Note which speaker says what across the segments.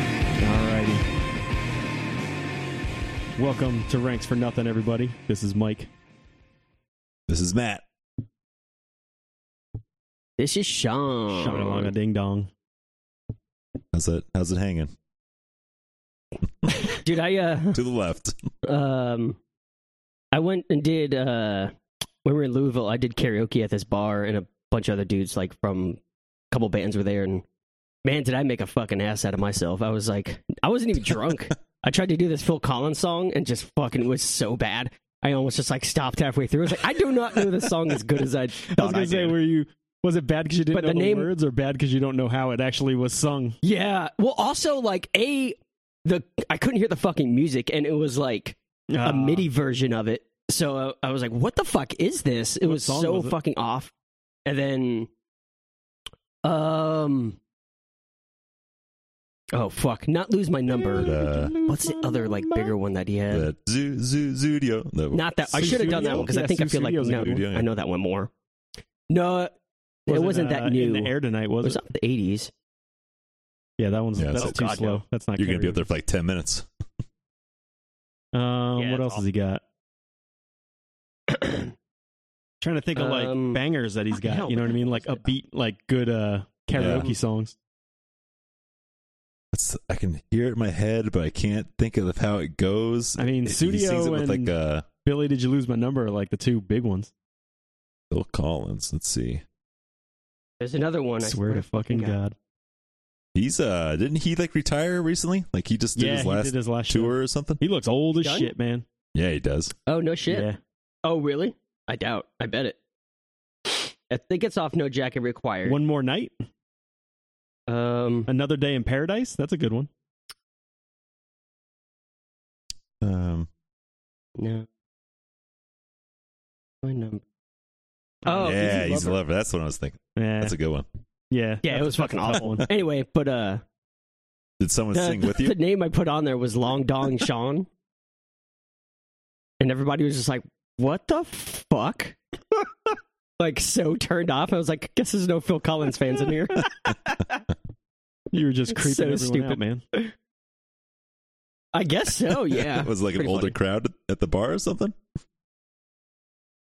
Speaker 1: Alrighty. Welcome to Ranks for Nothing, everybody. This is Mike.
Speaker 2: This is Matt.
Speaker 3: This is Sean.
Speaker 1: Shot along a ding dong.
Speaker 2: How's it? How's it hanging?
Speaker 3: Dude, I uh
Speaker 2: To the left.
Speaker 3: um I went and did uh when we were in Louisville, I did karaoke at this bar and a bunch of other dudes like from a couple bands were there and man did I make a fucking ass out of myself. I was like I wasn't even drunk. I tried to do this Phil Collins song and just fucking was so bad. I almost just like stopped halfway through. I was like, I do not know this song as good as I thought
Speaker 1: I was gonna say,
Speaker 3: did.
Speaker 1: were you? Was it bad because you didn't
Speaker 3: But
Speaker 1: know
Speaker 3: the
Speaker 1: the,
Speaker 3: name-
Speaker 1: words, or bad because you don't know how it actually was sung?
Speaker 3: Yeah. Well, also like a the I couldn't hear the fucking music, and it was like
Speaker 1: Ah.
Speaker 3: a MIDI version of it. So uh, I was like, "What the fuck is this?" It
Speaker 1: What
Speaker 3: was
Speaker 1: song
Speaker 3: so
Speaker 1: was it?
Speaker 3: fucking off. And then, um, oh fuck, not lose my number.
Speaker 2: uh,
Speaker 3: What's the other like bigger one that he had?
Speaker 2: The zoo, zoo, studio.
Speaker 3: Not that I
Speaker 1: Sue
Speaker 3: should have done
Speaker 1: Studio?
Speaker 3: that one because
Speaker 1: Yeah,
Speaker 3: I think I
Speaker 1: Sue
Speaker 3: feel like
Speaker 1: Studio's a
Speaker 3: no,
Speaker 2: good one.
Speaker 3: I know that one more. No, it wasn't
Speaker 1: uh,
Speaker 3: that
Speaker 1: In
Speaker 3: new.
Speaker 1: the air tonight,
Speaker 3: it
Speaker 1: was
Speaker 3: was
Speaker 1: it?
Speaker 3: up in the eighties.
Speaker 1: Yeah, that one's
Speaker 2: Yeah,
Speaker 1: that's
Speaker 2: so-
Speaker 1: too
Speaker 3: God,
Speaker 1: slow.
Speaker 3: no.
Speaker 1: That's not.
Speaker 2: You're going to be up
Speaker 1: karaoke.
Speaker 2: there for like 10 minutes.
Speaker 1: Um,
Speaker 3: Yeah,
Speaker 1: what
Speaker 3: it's
Speaker 1: else has he got? Trying to think of like
Speaker 3: Um,
Speaker 1: bangers that he's
Speaker 3: fucking
Speaker 1: got.
Speaker 3: hell,
Speaker 1: you know
Speaker 3: what
Speaker 1: what I
Speaker 3: the
Speaker 1: mean?
Speaker 3: hell
Speaker 1: Like
Speaker 3: was it?
Speaker 1: upbeat, like good uh, karaoke
Speaker 3: Yeah.
Speaker 1: songs.
Speaker 2: It's, I can hear it in my head, but I can't think of how it goes.
Speaker 1: I mean,
Speaker 2: He sings it
Speaker 1: Studio
Speaker 2: with
Speaker 1: and
Speaker 2: like uh,
Speaker 1: Billy, did you lose my number? are, Like the two big ones.
Speaker 2: Bill Collins. Let's see.
Speaker 3: There's another one. I
Speaker 1: swear to fucking
Speaker 3: God.
Speaker 1: God.
Speaker 2: He's uh, didn't he like retire recently? Like he just did
Speaker 1: yeah,
Speaker 2: his
Speaker 1: he
Speaker 2: last
Speaker 1: did his last show.
Speaker 2: tour or something.
Speaker 1: He looks old as
Speaker 3: Done?
Speaker 1: shit, man.
Speaker 2: Yeah, he does.
Speaker 3: Oh no shit.
Speaker 1: Yeah.
Speaker 3: Oh really? I doubt. I bet it. I think it's off no jacket required.
Speaker 1: One more night,
Speaker 3: um
Speaker 1: another day in paradise. That's a good one.
Speaker 2: Um,
Speaker 3: no. My number. Oh,
Speaker 2: yeah,
Speaker 3: Easy
Speaker 2: he's a
Speaker 3: Lover.
Speaker 2: lover. That's what I was thinking.
Speaker 1: Yeah,
Speaker 2: That's a good one.
Speaker 1: yeah,
Speaker 3: Yeah, it
Speaker 1: That's
Speaker 3: was
Speaker 1: a
Speaker 3: fucking
Speaker 1: tough
Speaker 3: awful.
Speaker 1: one.
Speaker 3: Anyway, but uh
Speaker 2: Did someone
Speaker 3: the,
Speaker 2: sing with you?
Speaker 3: the name I put on there was Long Dong Sean. and everybody was just like, What the fuck? like so turned off. I was like, guess there's no Phil Collins fans in here.
Speaker 1: You were just
Speaker 3: It's
Speaker 1: creeping
Speaker 3: so
Speaker 1: everyone out,
Speaker 3: stupid.
Speaker 1: man.
Speaker 3: I guess so, yeah.
Speaker 2: It was like an
Speaker 3: Pretty
Speaker 2: older
Speaker 3: funny.
Speaker 2: crowd at the bar or something.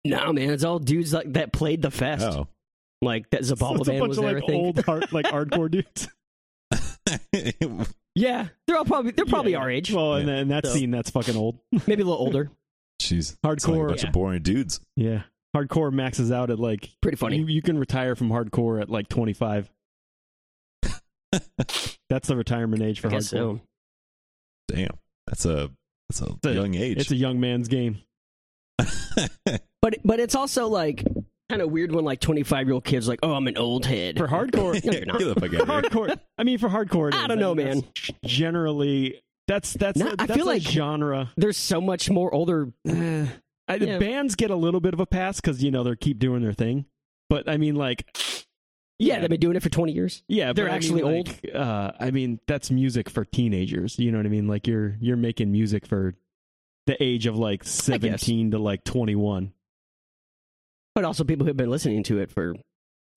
Speaker 3: No, man, it's all dudes like that played the fest.
Speaker 2: Oh,
Speaker 3: Like that Zabala
Speaker 1: It's a
Speaker 3: band
Speaker 1: bunch
Speaker 3: was
Speaker 1: of
Speaker 3: there.
Speaker 1: like
Speaker 3: I think.
Speaker 1: old, hard, like hardcore dudes.
Speaker 3: Yeah, they're all probably they're probably
Speaker 1: Yeah.
Speaker 3: our age,
Speaker 1: Well, and,
Speaker 2: Yeah.
Speaker 1: and that
Speaker 3: So-
Speaker 1: scene that's fucking old.
Speaker 3: maybe a little older.
Speaker 2: jeez, It's like a
Speaker 1: Hardcore,
Speaker 2: bunch
Speaker 3: yeah.
Speaker 2: of boring dudes.
Speaker 1: yeah. Hardcore maxes out at like
Speaker 3: Pretty funny.
Speaker 1: You, you can retire from hardcore at like 25. that's the retirement age for
Speaker 3: I guess
Speaker 1: hardcore.
Speaker 3: so.
Speaker 2: Damn, that's a that's a
Speaker 1: a-
Speaker 2: young age.
Speaker 1: It's a young man's game.
Speaker 3: But but it's also like kind of weird when like twenty five year old kids like, oh, I'm an old head.
Speaker 1: For hardcore,
Speaker 3: No, you're not.
Speaker 2: Get the fuck
Speaker 1: for
Speaker 2: out of here.
Speaker 1: hardcore. I mean, for hardcore, it
Speaker 3: I
Speaker 1: is.
Speaker 3: don't know,
Speaker 1: mean,
Speaker 3: man.
Speaker 1: that's Generally, that's that's
Speaker 3: No,
Speaker 1: a-
Speaker 3: I
Speaker 1: that's
Speaker 3: feel
Speaker 1: a
Speaker 3: like-
Speaker 1: genre.
Speaker 3: There's so much more older.
Speaker 1: I, the
Speaker 3: Yeah.
Speaker 1: Bands get a little bit of a pass because you know they keep doing their thing. But I mean, like,
Speaker 3: Yeah, they've been doing it for twenty years.
Speaker 1: yeah,
Speaker 3: They're
Speaker 1: but I mean,
Speaker 3: actually old.
Speaker 1: like, Uh, I mean, that's music for teenagers. You know what I mean? Like you're you're making music for the age of like 17 to like 21.
Speaker 3: But also people who've been listening to it for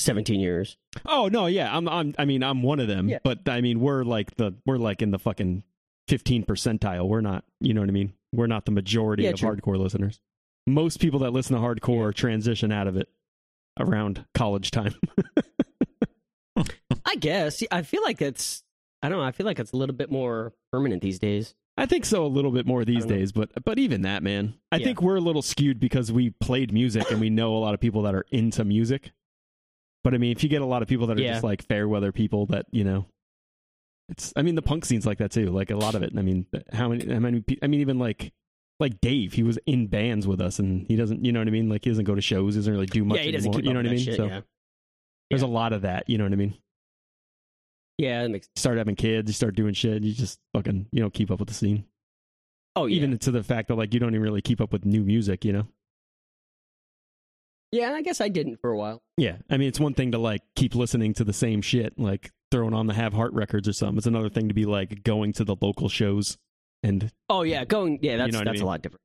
Speaker 3: seventeen years.
Speaker 1: Oh no, yeah, I'm I'm I mean I'm one of them.
Speaker 3: Yeah.
Speaker 1: But I mean we're like the we're like in the fucking 15 percentile. We're not, you know what I mean? We're not the majority
Speaker 3: Yeah,
Speaker 1: of
Speaker 3: true.
Speaker 1: hardcore listeners. Most people that listen to hardcore transition out of it around college time.
Speaker 3: I guess. Yeah, I feel like it's. I don't know. I feel like it's a little bit more permanent these days.
Speaker 1: I think so a little bit more these
Speaker 3: don't know.
Speaker 1: days, but but even that man, I
Speaker 3: Yeah.
Speaker 1: think we're a little skewed because we played music and we know a lot of people that are into music. But I mean, if you get a lot of people that are
Speaker 3: Yeah.
Speaker 1: just like fair weather people that you know, it's I mean the punk scene's like that too. Like a lot of it. I mean, how many? How many? pe- I mean, even like like Dave, he was in bands with us, and he doesn't. You know what I mean? Like he doesn't go to shows. He doesn't really do much.
Speaker 3: yeah, he doesn't
Speaker 1: anymore,
Speaker 3: keep
Speaker 1: You
Speaker 3: up
Speaker 1: know
Speaker 3: with
Speaker 1: what I mean?
Speaker 3: that shit,
Speaker 1: so
Speaker 3: yeah.
Speaker 1: there's a
Speaker 3: Yeah.
Speaker 1: lot of that. You know what I mean? You
Speaker 3: yeah, that makes.
Speaker 1: start having kids, you start doing shit, and you just fucking you know keep up with the scene.
Speaker 3: Oh yeah.
Speaker 1: even to the fact that like you don't even really keep up with new music, you know?
Speaker 3: yeah, I guess I didn't for a while.
Speaker 1: Yeah. I mean, it's one thing to like keep listening to the same shit, like throwing on the Have Heart records or something. It's another thing to be like going to the local shows and
Speaker 3: Oh yeah, going. Yeah, that's
Speaker 1: know what I
Speaker 3: that's
Speaker 1: mean?
Speaker 3: a lot different.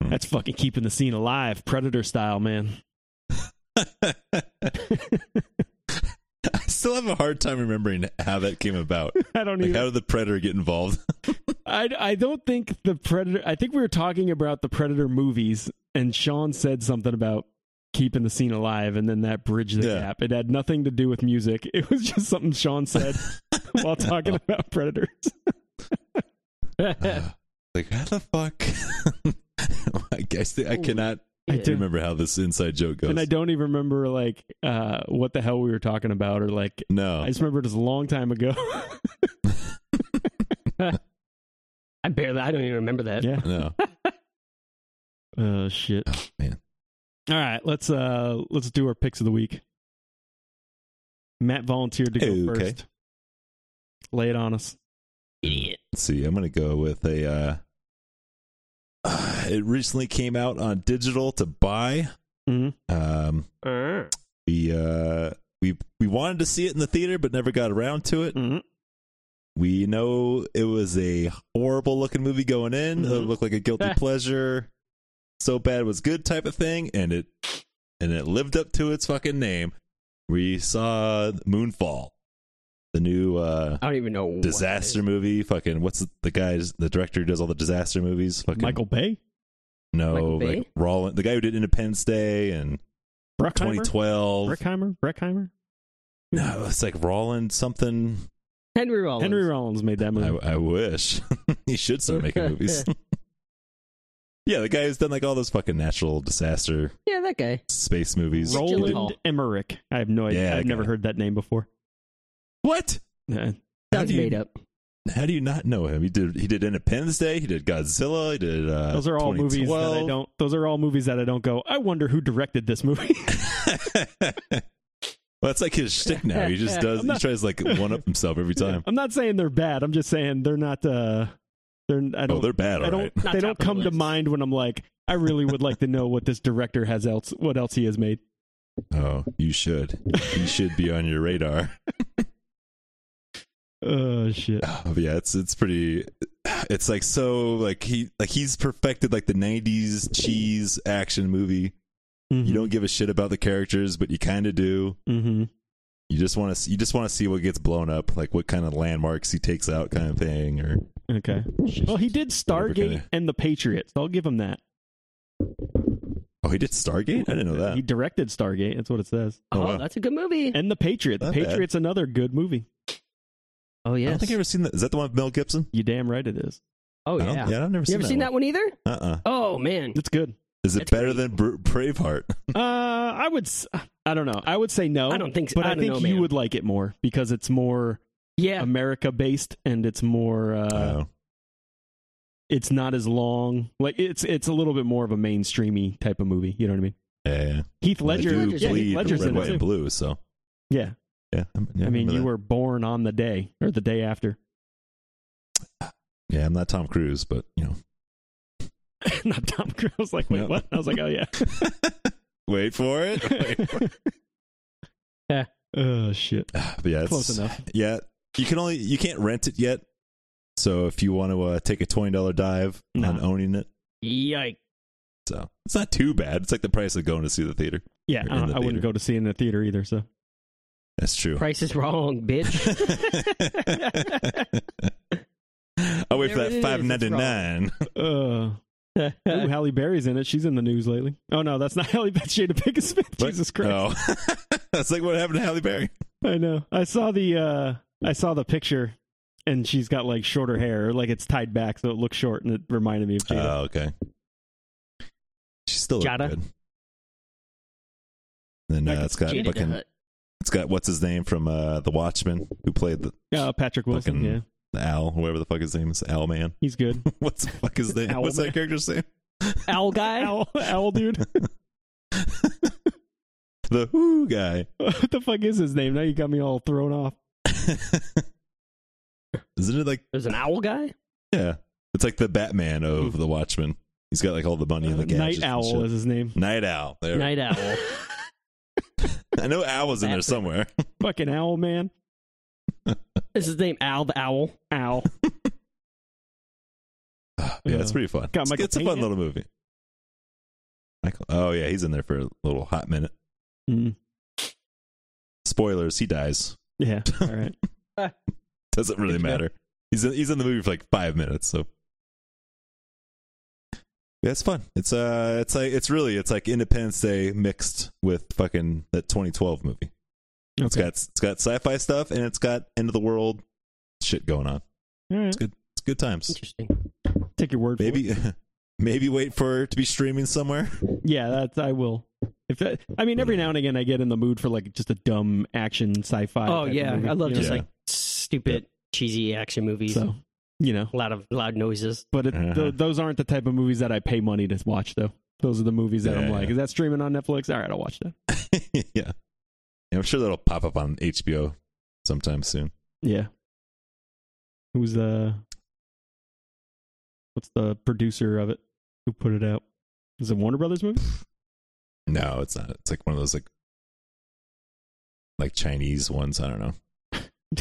Speaker 1: that's fucking keeping the scene alive, Predator style, man.
Speaker 2: have a hard time remembering how that came about.
Speaker 1: I don't
Speaker 2: Like,
Speaker 1: even.
Speaker 2: how did the Predator get involved?
Speaker 1: I, I don't think the Predator. I think we were talking about the Predator movies, and Sean said something about keeping the scene alive, and then that bridged the
Speaker 2: Yeah.
Speaker 1: gap. It had nothing to do with music. It was just something Sean said while talking about Predators.
Speaker 2: Uh, like, how the fuck? I guess I cannot
Speaker 1: Oh, I
Speaker 3: Yeah.
Speaker 1: do-
Speaker 2: remember how this inside joke goes.
Speaker 1: And I don't even remember like uh, what the hell we were talking about, or like
Speaker 2: No.
Speaker 1: I just remember it was a long time ago.
Speaker 3: I barely. I don't even remember that.
Speaker 1: yeah.
Speaker 2: no.
Speaker 1: Oh shit.
Speaker 2: Oh, man.
Speaker 1: All right, let's uh let's do our picks of the week. Matt volunteered to go
Speaker 2: Okay.
Speaker 1: first. Lay it on us.
Speaker 3: Idiot.
Speaker 2: Let's see. I'm going to go with a. Uh, uh, it recently came out on digital to buy.
Speaker 1: Mhm.
Speaker 2: Um,
Speaker 3: Uh,
Speaker 2: we uh, we we wanted to see it in the theater, but never got around to it.
Speaker 1: Mhm.
Speaker 2: We know it was a horrible looking movie going in. It
Speaker 3: Mm-hmm.
Speaker 1: Mhm.
Speaker 2: looked like a guilty pleasure, so bad was good type of thing, and it and it lived up to its fucking name. We saw Moonfall, the new uh,
Speaker 3: I don't even know. what
Speaker 2: disaster
Speaker 3: it
Speaker 2: movie. Fucking what's the, the guy? The director who does all the disaster movies. Fucking
Speaker 1: Michael Bay,
Speaker 2: No,
Speaker 3: Michael Bay?
Speaker 2: like Rollin, the guy who did Independence Day and
Speaker 1: Bruckheimer,
Speaker 2: 2012.
Speaker 1: Brickheimer, Breckheimer.
Speaker 2: No, it's like Rollin something.
Speaker 3: is. Henry Rollins.
Speaker 1: Henry Rollins made that movie.
Speaker 2: I, I wish he should start making movies. yeah, the guy who's done like all those fucking natural disaster
Speaker 3: Yeah, that guy.
Speaker 2: space movies.
Speaker 3: Roll-
Speaker 1: Roland
Speaker 3: Gyllenhaal.
Speaker 1: Emmerich. I have no idea.
Speaker 2: Yeah,
Speaker 1: I've
Speaker 2: that
Speaker 1: never
Speaker 2: guy.
Speaker 1: heard that name before.
Speaker 2: what?
Speaker 1: Uh,
Speaker 2: How
Speaker 3: Sounds
Speaker 2: do,
Speaker 3: made
Speaker 2: you,
Speaker 3: up.
Speaker 2: how do you not know him? He did. He did Independence Day. He did Godzilla. He did. Uh,
Speaker 1: those are all movies that I
Speaker 2: 2012.
Speaker 1: don't. Those are all movies that I don't go. I wonder who directed this movie.
Speaker 2: well, that's like his shtick now. He just does.
Speaker 1: I'm not-
Speaker 2: He tries like one up himself every time.
Speaker 1: I'm not saying they're bad. I'm just saying they're not. Uh, they're. I don't.
Speaker 2: Oh, they're bad.
Speaker 1: I
Speaker 2: All
Speaker 1: don't.
Speaker 2: right.
Speaker 3: Not
Speaker 1: they
Speaker 3: top
Speaker 1: don't
Speaker 3: of the
Speaker 1: come to
Speaker 3: list.
Speaker 1: mind when I'm like, I really would like to know what this director has else, what else he has made.
Speaker 2: Oh, you should. You should be on your radar.
Speaker 1: Oh shit!
Speaker 2: Oh, yeah, it's it's pretty. It's like so like he like he's perfected like the '90s cheese action movie.
Speaker 1: Mm-hmm,
Speaker 2: You don't give a shit about the characters, but you kind of do.
Speaker 1: hmm
Speaker 2: You just want to you just want to see what gets blown up, like what kind of landmarks he takes out, kind of thing. Or
Speaker 1: Okay. Well, he did
Speaker 2: Whatever
Speaker 1: Stargate
Speaker 2: kinda-
Speaker 1: and The Patriots. I'll give him that.
Speaker 2: oh, he did Stargate. I didn't know
Speaker 1: He
Speaker 2: that.
Speaker 1: directed Stargate. That's what it says.
Speaker 2: Oh,
Speaker 3: Oh,
Speaker 2: wow.
Speaker 3: that's a good movie.
Speaker 1: And The Patriot. The
Speaker 2: Not bad.
Speaker 1: Patriot's another good movie.
Speaker 3: oh
Speaker 2: I
Speaker 3: yes.
Speaker 2: don't think I've ever seen that. Is that the one with Mel Gibson?
Speaker 1: You damn right it is.
Speaker 3: oh
Speaker 2: I don't-
Speaker 3: yeah.
Speaker 2: I've never
Speaker 3: You ever seen that one either?
Speaker 2: one. Uh uh
Speaker 3: Oh man.
Speaker 1: It's good.
Speaker 2: Is it
Speaker 3: That's
Speaker 2: better
Speaker 3: great.
Speaker 2: than Bra- Braveheart?
Speaker 1: Uh, I would. s- I don't know. I would say no.
Speaker 3: I don't think so.
Speaker 1: But
Speaker 3: I
Speaker 1: I,
Speaker 3: don't
Speaker 1: think
Speaker 3: know,
Speaker 1: you
Speaker 3: man.
Speaker 1: would like it more because it's more
Speaker 3: Yeah.
Speaker 2: Um,
Speaker 1: America based and it's more. Uh,
Speaker 2: Oh.
Speaker 1: it's not as long. Like it's it's a little bit more of a mainstreamy type of movie. You know what I mean?
Speaker 2: yeah, yeah.
Speaker 1: Heath
Speaker 2: I
Speaker 1: Ledger.
Speaker 2: do
Speaker 3: Ledger's-
Speaker 1: yeah,
Speaker 3: he-
Speaker 2: bleed
Speaker 1: Heath Ledger's
Speaker 2: red,
Speaker 1: in
Speaker 2: white,
Speaker 1: it
Speaker 2: and
Speaker 1: too.
Speaker 2: blue. So
Speaker 1: Yeah.
Speaker 2: yeah, I'm- yeah,
Speaker 1: I mean,
Speaker 2: remember
Speaker 1: you
Speaker 2: that.
Speaker 1: were born on the day or the day after.
Speaker 2: Yeah, I'm not Tom Cruise, but you know.
Speaker 1: Not Tom Cruise. I was like, wait,
Speaker 2: No.
Speaker 1: what? I was like, oh yeah.
Speaker 2: Wait for it. Wait for it.
Speaker 1: oh shit.
Speaker 2: but yeah, it's,
Speaker 1: Close enough.
Speaker 2: Yeah, you can only you can't rent it yet. So if you want to uh, take a twenty dollar dive on
Speaker 1: Nah.
Speaker 2: owning it,
Speaker 3: Yike.
Speaker 2: so it's not too bad. It's like the price of going to see the theater.
Speaker 1: Yeah,
Speaker 2: Or
Speaker 1: I,
Speaker 2: in
Speaker 1: don't-
Speaker 2: the
Speaker 1: I wouldn't
Speaker 2: theater.
Speaker 1: go to see it in the theater either. So
Speaker 2: That's true.
Speaker 3: Price is wrong, bitch.
Speaker 2: I'll wait for
Speaker 3: There it
Speaker 2: that
Speaker 3: is,
Speaker 2: five ninety
Speaker 3: it's
Speaker 2: nine.
Speaker 1: uh, ooh, Halle Berry's in it. She's in the news lately. Oh no, that's not Halle Berry. Shada Pickensmith. Jesus Christ.
Speaker 2: Oh, that's like what happened to Halle Berry.
Speaker 1: I know. I saw the uh I saw the picture and she's got like shorter hair, or like it's tied back so it looks short and it reminded me of
Speaker 2: Oh,
Speaker 1: Jada.
Speaker 2: okay. She's still looked
Speaker 3: Jada.
Speaker 2: good. Then uh, it's got
Speaker 3: Jada the
Speaker 2: fucking
Speaker 3: Hutt.
Speaker 2: It's got what's his name from uh, The Watchmen, who played the,
Speaker 1: Yeah, Patrick Wilson,
Speaker 2: Fucking-
Speaker 1: yeah.
Speaker 2: the Owl, whatever the fuck his name is, Owl Man.
Speaker 1: He's good.
Speaker 2: what's the fuck his name?
Speaker 1: Owl
Speaker 2: what's
Speaker 1: Man.
Speaker 2: that character's name?
Speaker 3: Owl guy.
Speaker 1: Owl owl dude.
Speaker 2: The Who guy.
Speaker 1: what the fuck is his name? Now you got me all thrown off.
Speaker 2: Isn't it like
Speaker 3: There's an owl guy.
Speaker 2: yeah? It's like the Batman of The Watchmen. He's got like all the money in the gadgets.
Speaker 1: Hmm. Uh, Night
Speaker 2: and
Speaker 1: Owl
Speaker 2: shit.
Speaker 1: is his name.
Speaker 2: Night Owl. There.
Speaker 3: Night owl.
Speaker 2: I know Owl's in there
Speaker 3: That's-
Speaker 2: somewhere.
Speaker 1: Fucking owl man.
Speaker 3: Is his name Al the Owl?
Speaker 1: Owl.
Speaker 2: yeah, it's pretty fun.
Speaker 1: Uh, Got
Speaker 2: It's-
Speaker 1: Michael
Speaker 2: it's a
Speaker 1: Caine
Speaker 2: fun
Speaker 1: in?
Speaker 2: little movie. Michael. Oh Mm. yeah, he's in there for a little hot minute.
Speaker 1: Mm.
Speaker 2: Spoilers. He dies.
Speaker 1: Yeah. All right.
Speaker 2: Doesn't really
Speaker 1: Yeah.
Speaker 2: matter. He's in, he's in the movie for like five minutes, so yeah, it's fun. It's uh, it's like it's really it's like Independence Day mixed with fucking that 2012 movie. It's
Speaker 1: Okay.
Speaker 2: got it's got sci-fi stuff and it's got end of the world shit going on.
Speaker 1: All right.
Speaker 2: It's good times.
Speaker 3: Interesting.
Speaker 1: Take your word for it.
Speaker 2: Maybe maybe wait for it to be streaming somewhere.
Speaker 1: Yeah, that's I will. If that, I mean, every now and again, I get in the mood for like just a dumb action sci-fi.
Speaker 3: Oh
Speaker 1: type of
Speaker 3: yeah,
Speaker 1: movie,
Speaker 3: I love
Speaker 1: you
Speaker 3: just
Speaker 1: know?
Speaker 2: Yeah.
Speaker 3: like stupid, cheesy action movies.
Speaker 1: so. You know,
Speaker 3: A lot of loud noises.
Speaker 1: but it,
Speaker 2: Uh-huh.
Speaker 1: tho- those aren't the type of movies that I pay money to watch, though. Those are the movies that I'm
Speaker 2: Yeah,
Speaker 1: like,
Speaker 2: yeah.
Speaker 1: is that streaming on Netflix? All right, I'll watch that.
Speaker 2: yeah. yeah, I'm sure that'll pop up on HBO sometime soon.
Speaker 1: Yeah. Who's the what's the producer of it? Who put it out? Is it Warner Brothers movie?
Speaker 2: No, it's not. It's like one of those like like Chinese ones. I don't know.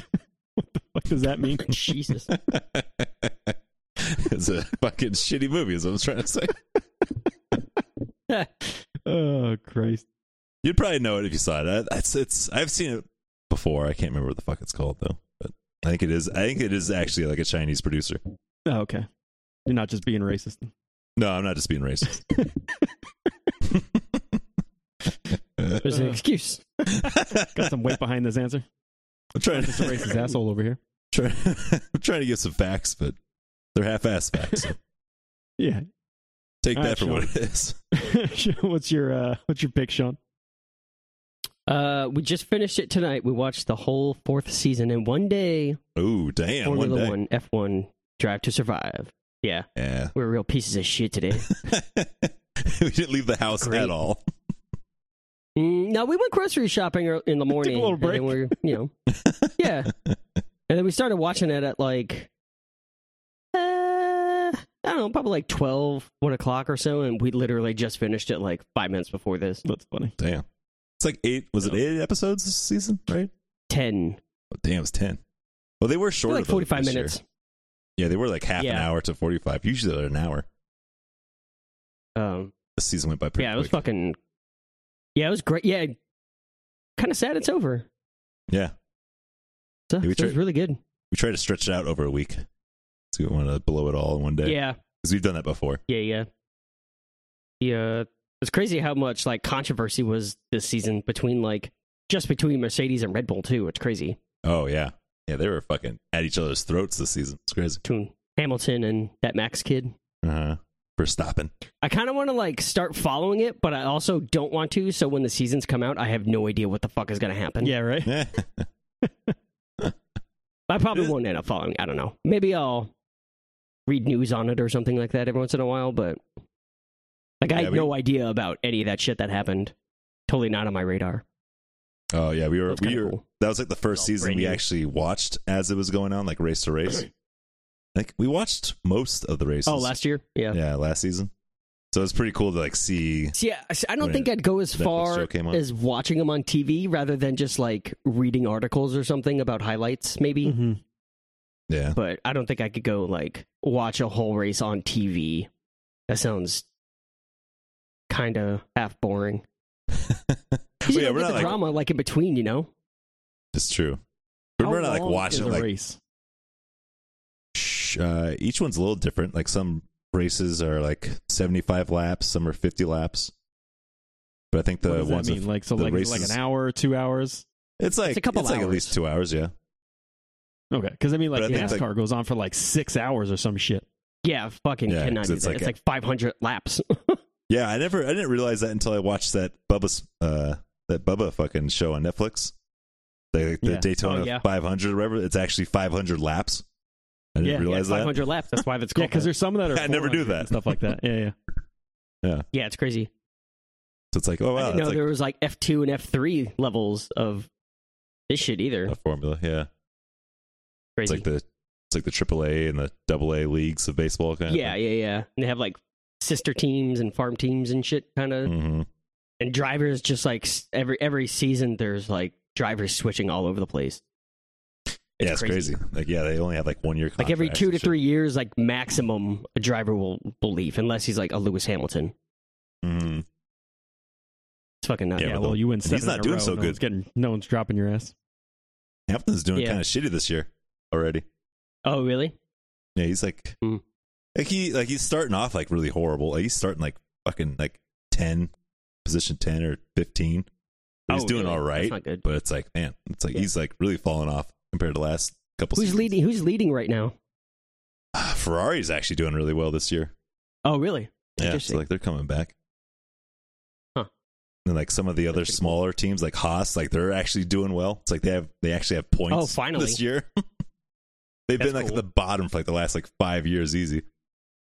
Speaker 1: What does that mean?
Speaker 3: Jesus.
Speaker 2: it's a fucking shitty movie. Is what I was trying to say.
Speaker 1: oh Christ.
Speaker 2: You'd probably know it if you saw it. I- It's it's. I've seen it before. I can't remember what the fuck it's called though. But I think it is. I think it is actually like a Chinese producer.
Speaker 1: Oh, okay. You're not just being racist.
Speaker 2: No, I'm not just being racist.
Speaker 3: There's
Speaker 2: Uh.
Speaker 3: an excuse.
Speaker 1: Got some weight behind this answer.
Speaker 2: I'm trying
Speaker 1: Just a racist
Speaker 2: to
Speaker 1: asshole over here.
Speaker 2: try, I'm trying to give some facts, but they're half-ass facts. So
Speaker 1: Yeah.
Speaker 2: take
Speaker 1: All
Speaker 2: that
Speaker 1: right,
Speaker 2: for
Speaker 1: Sean.
Speaker 2: what it is.
Speaker 1: what's your uh what's your pick, Sean?
Speaker 3: Uh, we just finished it tonight. We watched the whole fourth season in one day.
Speaker 2: Oh damn!
Speaker 3: Formula
Speaker 2: one day.
Speaker 3: One F1 Drive to Survive. Yeah,
Speaker 2: Yeah.
Speaker 3: we're real pieces of shit today.
Speaker 2: we didn't leave the house
Speaker 3: Great.
Speaker 2: at all.
Speaker 3: Mm, no, we went grocery shopping ear- in the morning.
Speaker 1: little break.
Speaker 3: And then we're, you know, yeah. And then we started watching it at like, uh, I don't know, probably like 12, 1 o'clock or so. And we literally just finished it like five minutes before this.
Speaker 1: That's funny.
Speaker 2: Damn. It's like eight. Was it eight episodes this season? Right.
Speaker 3: 10,
Speaker 2: Oh, damn, it's ten. Well, they were shorter.
Speaker 3: like
Speaker 2: though,
Speaker 3: 45
Speaker 2: this year.
Speaker 3: minutes.
Speaker 2: Yeah, they were like half an
Speaker 3: Yeah.
Speaker 2: hour to forty-five. Usually they're an hour.
Speaker 3: Um,
Speaker 2: This season went by pretty.
Speaker 3: yeah, it was
Speaker 2: quick.
Speaker 3: fucking, yeah, it was great. Yeah, kind of sad it's over.
Speaker 2: Yeah,
Speaker 3: So,
Speaker 2: Yeah, we
Speaker 3: so it was
Speaker 2: tried-
Speaker 3: really good.
Speaker 2: we tried to stretch it out over a week. So we want to blow it all in one day.
Speaker 3: Yeah,
Speaker 2: because we've done that before.
Speaker 3: yeah, yeah. Yeah, it's crazy how much like controversy was this season between like just between Mercedes and Red Bull too. It's crazy.
Speaker 2: Oh yeah, yeah, they were fucking at each other's throats this season. It's crazy.
Speaker 3: Between Hamilton and that Max kid.
Speaker 2: Uh huh. For stopping.
Speaker 3: I kind of want to like start following it, but I also don't want to. So when the seasons come out, I have no idea what the fuck is going to happen.
Speaker 1: Yeah, right?
Speaker 2: Yeah.
Speaker 3: I probably
Speaker 2: Uh,
Speaker 3: won't end up following. I don't know. Maybe I'll read news on it or something like that every once in a while. But like, I
Speaker 2: Yeah,
Speaker 3: had
Speaker 2: we-
Speaker 3: no idea about any of that shit that happened. Totally not on my radar.
Speaker 2: Oh yeah, we were
Speaker 3: That's
Speaker 2: we
Speaker 3: kinda
Speaker 2: were
Speaker 3: cool.
Speaker 2: that was like the first
Speaker 3: all
Speaker 2: season
Speaker 3: brand
Speaker 2: we
Speaker 3: new.
Speaker 2: actually watched as it was going on, like race to race. like we watched most of the races.
Speaker 3: Oh, last year, yeah.
Speaker 2: yeah, last season. So it's pretty cool to like see.
Speaker 3: See, I, I don't
Speaker 2: When
Speaker 3: think I'd go as
Speaker 2: Netflix show
Speaker 3: far
Speaker 2: came on.
Speaker 3: as watching them on TV rather than just like reading articles or something about highlights, maybe.
Speaker 1: Mm-hmm.
Speaker 2: Yeah,
Speaker 3: But I don't think I could go like watch a whole race on TV. That sounds kind of half boring. 'Cause you
Speaker 2: Yeah,
Speaker 3: don't
Speaker 2: we're
Speaker 3: get
Speaker 2: not,
Speaker 3: the
Speaker 2: like-
Speaker 3: drama like in between, you know.
Speaker 2: it's true. But we're not like watching like
Speaker 1: race.
Speaker 2: sh- uh, each one's a little different. Like some races are like seventy-five laps, some are fifty laps. But I think
Speaker 1: What
Speaker 2: the
Speaker 1: does that
Speaker 2: ones with-
Speaker 1: mean? Like so
Speaker 2: the
Speaker 1: like like
Speaker 2: races-
Speaker 1: an hour, two hours.
Speaker 2: it's like
Speaker 3: It's a couple
Speaker 2: like at
Speaker 3: hours.
Speaker 2: least two hours. Yeah,
Speaker 1: Okay, because I mean, like
Speaker 2: But I think,
Speaker 1: NASCAR goes on for like six hours or some shit.
Speaker 3: Yeah, fucking
Speaker 2: Yeah,
Speaker 3: cannot
Speaker 2: 'cause
Speaker 3: do
Speaker 2: it's
Speaker 3: that.
Speaker 2: like
Speaker 3: it's
Speaker 2: a-
Speaker 3: like 500 laps.
Speaker 2: yeah. I never, I didn't realize that until I watched that Bubba, uh, that Bubba fucking show on Netflix. The, the
Speaker 1: Yeah.
Speaker 2: Daytona
Speaker 3: Oh, yeah.
Speaker 2: 500, or whatever. It's actually 500 laps. I didn't
Speaker 1: Yeah.
Speaker 2: realize
Speaker 3: yeah,
Speaker 2: that.
Speaker 3: 500 laps. That's why that's
Speaker 1: Yeah,
Speaker 3: called.
Speaker 1: because
Speaker 3: that.
Speaker 1: there's some that are
Speaker 2: I never do
Speaker 1: 400
Speaker 2: that.
Speaker 1: and stuff like that. Yeah, yeah.
Speaker 3: yeah, it's crazy.
Speaker 2: So it's like, oh
Speaker 3: I
Speaker 2: wow,
Speaker 3: didn't know
Speaker 2: that's
Speaker 3: there
Speaker 2: like
Speaker 3: was like F2 and F3 levels of this shit either.
Speaker 2: a formula. Yeah, it's
Speaker 3: crazy.
Speaker 2: like the it's like the AAA and the AA leagues of baseball kind
Speaker 3: yeah, yeah, yeah. And they have like sister teams and farm teams and shit, kind of.
Speaker 2: of. Yeah. hmm
Speaker 3: And drivers just like s- every every season, there's like drivers switching all over the place.
Speaker 2: yeah, it's crazy. Like, yeah, they only have like one year.
Speaker 3: Like every
Speaker 2: contracts
Speaker 3: two
Speaker 2: and
Speaker 3: to
Speaker 2: shit.
Speaker 3: three years, like maximum, a driver will will leave unless he's like a Lewis Hamilton.
Speaker 2: Mhm.
Speaker 3: It's fucking nuts.
Speaker 2: Yeah,
Speaker 1: Yeah,
Speaker 2: but
Speaker 1: well,
Speaker 2: the-
Speaker 1: you win
Speaker 2: he's
Speaker 1: seven.
Speaker 2: not
Speaker 1: in a
Speaker 2: doing
Speaker 1: row,
Speaker 2: so
Speaker 1: no one's
Speaker 2: good.
Speaker 1: getting, no one's dropping your ass.
Speaker 2: Hampton's doing
Speaker 3: Yeah.
Speaker 2: kind of shitty this year already.
Speaker 3: Oh, really?
Speaker 2: Yeah, he's like,
Speaker 3: Hmm.
Speaker 2: like he like he's starting off like really horrible. Like he's starting like fucking like ten, position ten or fifteen. But he's
Speaker 3: Oh,
Speaker 2: doing
Speaker 3: really?
Speaker 2: all right,
Speaker 3: That's not good.
Speaker 2: but it's like man, it's like
Speaker 3: Yeah.
Speaker 2: he's like really falling off compared to last couple.
Speaker 3: Who's
Speaker 2: seasons.
Speaker 3: leading? Who's leading right now?
Speaker 2: Ah, Ferrari's actually doing really well this year.
Speaker 3: Oh, really?
Speaker 2: Yeah, so
Speaker 3: Interesting.
Speaker 2: like they're coming back.
Speaker 3: Huh.
Speaker 2: And like some of the other
Speaker 3: That's pretty cool.
Speaker 2: smaller teams, like Haas, like they're actually doing well. It's like they have they actually have points.
Speaker 3: Oh, finally.
Speaker 2: this year they've
Speaker 3: That's
Speaker 2: been like at
Speaker 3: cool.
Speaker 2: the bottom for like the last like five years, easy.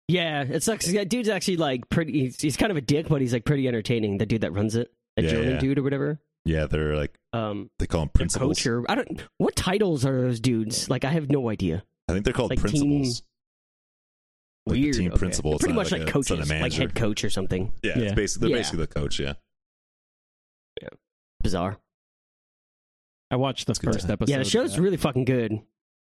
Speaker 3: Yeah, it sucks. That dude's actually like pretty. He's, he's kind of a dick, but he's like pretty entertaining. The dude that runs it, that
Speaker 2: Yeah,
Speaker 3: German
Speaker 2: yeah.
Speaker 3: dude or whatever.
Speaker 2: Yeah, they're like
Speaker 3: Um,
Speaker 2: they call them
Speaker 3: their
Speaker 2: principals.
Speaker 3: coach or I don't. What titles are those dudes? Like, I have no idea.
Speaker 2: I think they're called
Speaker 3: like team-
Speaker 2: principals. Like the
Speaker 3: Weird.
Speaker 2: team
Speaker 3: okay.
Speaker 2: principal,
Speaker 3: They're
Speaker 2: it's
Speaker 3: pretty
Speaker 2: not
Speaker 3: much
Speaker 2: like
Speaker 3: like,
Speaker 2: a- it's not a
Speaker 3: coaches, like
Speaker 2: manager.
Speaker 3: head coach or something
Speaker 2: Yeah, It's
Speaker 1: Yeah.
Speaker 2: basically, they're
Speaker 3: Yeah.
Speaker 2: basically the coach. Yeah,
Speaker 3: bizarre.
Speaker 1: I watched the
Speaker 2: a good
Speaker 1: first
Speaker 2: time.
Speaker 1: episode.
Speaker 3: yeah, the show's really fucking good.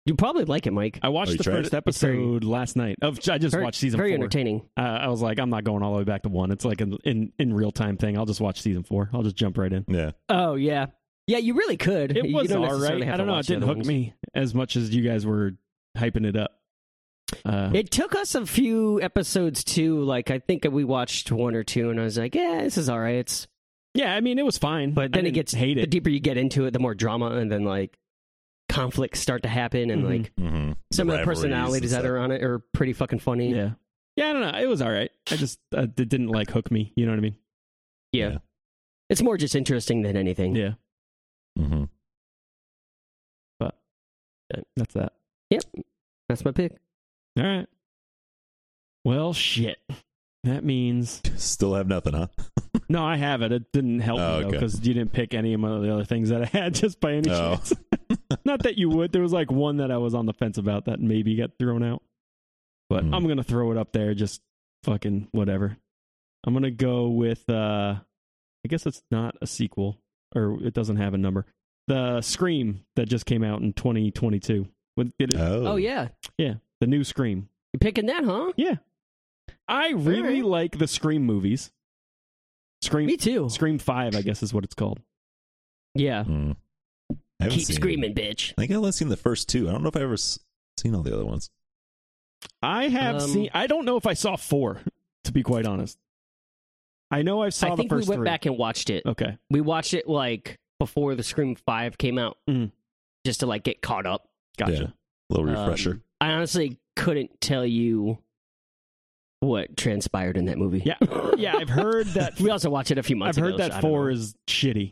Speaker 3: You probably like it, Mike.
Speaker 1: I
Speaker 2: Oh,
Speaker 1: watched
Speaker 2: you
Speaker 1: the
Speaker 2: tried
Speaker 1: first
Speaker 2: it?
Speaker 3: It's very-
Speaker 1: episode last night. Of I just
Speaker 3: Very-
Speaker 1: watched season
Speaker 3: Very
Speaker 1: four.
Speaker 3: entertaining.
Speaker 1: Uh, I was like, I'm not going all the way back to one. It's like an in in real time thing. I'll just watch season four. I'll just jump right in.
Speaker 2: yeah.
Speaker 3: Oh yeah, yeah. You really could.
Speaker 1: It
Speaker 3: You
Speaker 1: was
Speaker 3: don't
Speaker 1: all
Speaker 3: necessarily
Speaker 1: right.
Speaker 3: have
Speaker 1: I
Speaker 3: to
Speaker 1: don't know. It
Speaker 3: watch the
Speaker 1: didn't
Speaker 3: other
Speaker 1: hook
Speaker 3: ones.
Speaker 1: me as much as you guys were hyping it up. Uh,
Speaker 3: It took us a few episodes too. Like I think we watched one or two, and I was like, "Yeah, this is all right." It's
Speaker 1: yeah, I mean, it was fine.
Speaker 3: But then
Speaker 1: I
Speaker 3: it
Speaker 1: didn't
Speaker 3: gets-
Speaker 1: hate
Speaker 3: the
Speaker 1: it.
Speaker 3: deeper you get into it, the more drama and then like conflicts start to happen, and
Speaker 1: Mhm.
Speaker 3: like
Speaker 2: Mm-hmm.
Speaker 3: some of the personalities that are on it are pretty fucking funny.
Speaker 1: yeah, yeah, I don't know. It was all right. I just uh, it didn't like hook me. You know what I mean?
Speaker 3: Yeah.
Speaker 2: Yeah.
Speaker 3: It's more just interesting than anything.
Speaker 1: Yeah,
Speaker 2: Mm-hmm.
Speaker 1: that's that.
Speaker 3: That's my pick.
Speaker 1: All right. Well, shit. That means
Speaker 2: Still have nothing, huh?
Speaker 1: no. I have it. It didn't help
Speaker 2: Oh,
Speaker 1: me though
Speaker 2: okay.
Speaker 1: because you didn't pick any of my- the other things that I had just by any
Speaker 2: Oh.
Speaker 1: chance. Not that you would. There was like one that I was on the fence about that maybe got thrown out. But
Speaker 2: Hmm.
Speaker 1: I'm going to throw it up there just fucking whatever. I'm going to go with uh I guess it's not a sequel or it doesn't have a number. The Scream that just came out in 2022. With did it,
Speaker 2: Oh,
Speaker 3: Oh, yeah.
Speaker 1: the new Scream.
Speaker 3: You're picking that, huh?
Speaker 1: I really
Speaker 3: Alright.
Speaker 1: like the Scream movies. Scream
Speaker 3: Me too.
Speaker 1: Scream 5 I guess is what it's called.
Speaker 3: Yeah.
Speaker 2: Mm. I haven't
Speaker 3: Keep
Speaker 2: seen-
Speaker 3: screaming, bitch.
Speaker 2: I think I've only seen the first two. I don't know if I've ever s- seen all the other ones.
Speaker 1: I have
Speaker 3: Um,
Speaker 1: seen I don't know if I saw 4 to be quite honest. I know I saw
Speaker 3: I think
Speaker 1: the
Speaker 3: we
Speaker 1: first
Speaker 3: went
Speaker 1: three. Oh.
Speaker 3: back and watched it.
Speaker 1: Okay.
Speaker 3: We watched it like before the Scream Five came out,
Speaker 1: Mm.
Speaker 3: just to like get caught up.
Speaker 1: Gotcha.
Speaker 2: Yeah. A little refresher.
Speaker 3: Um, I honestly couldn't tell you what transpired in that movie.
Speaker 1: Yeah. Yeah, I've heard that
Speaker 3: we also watched it a few
Speaker 1: I've
Speaker 3: months.
Speaker 1: heard
Speaker 3: ago, so I
Speaker 1: that
Speaker 3: don't
Speaker 1: four
Speaker 3: know.
Speaker 1: is shitty.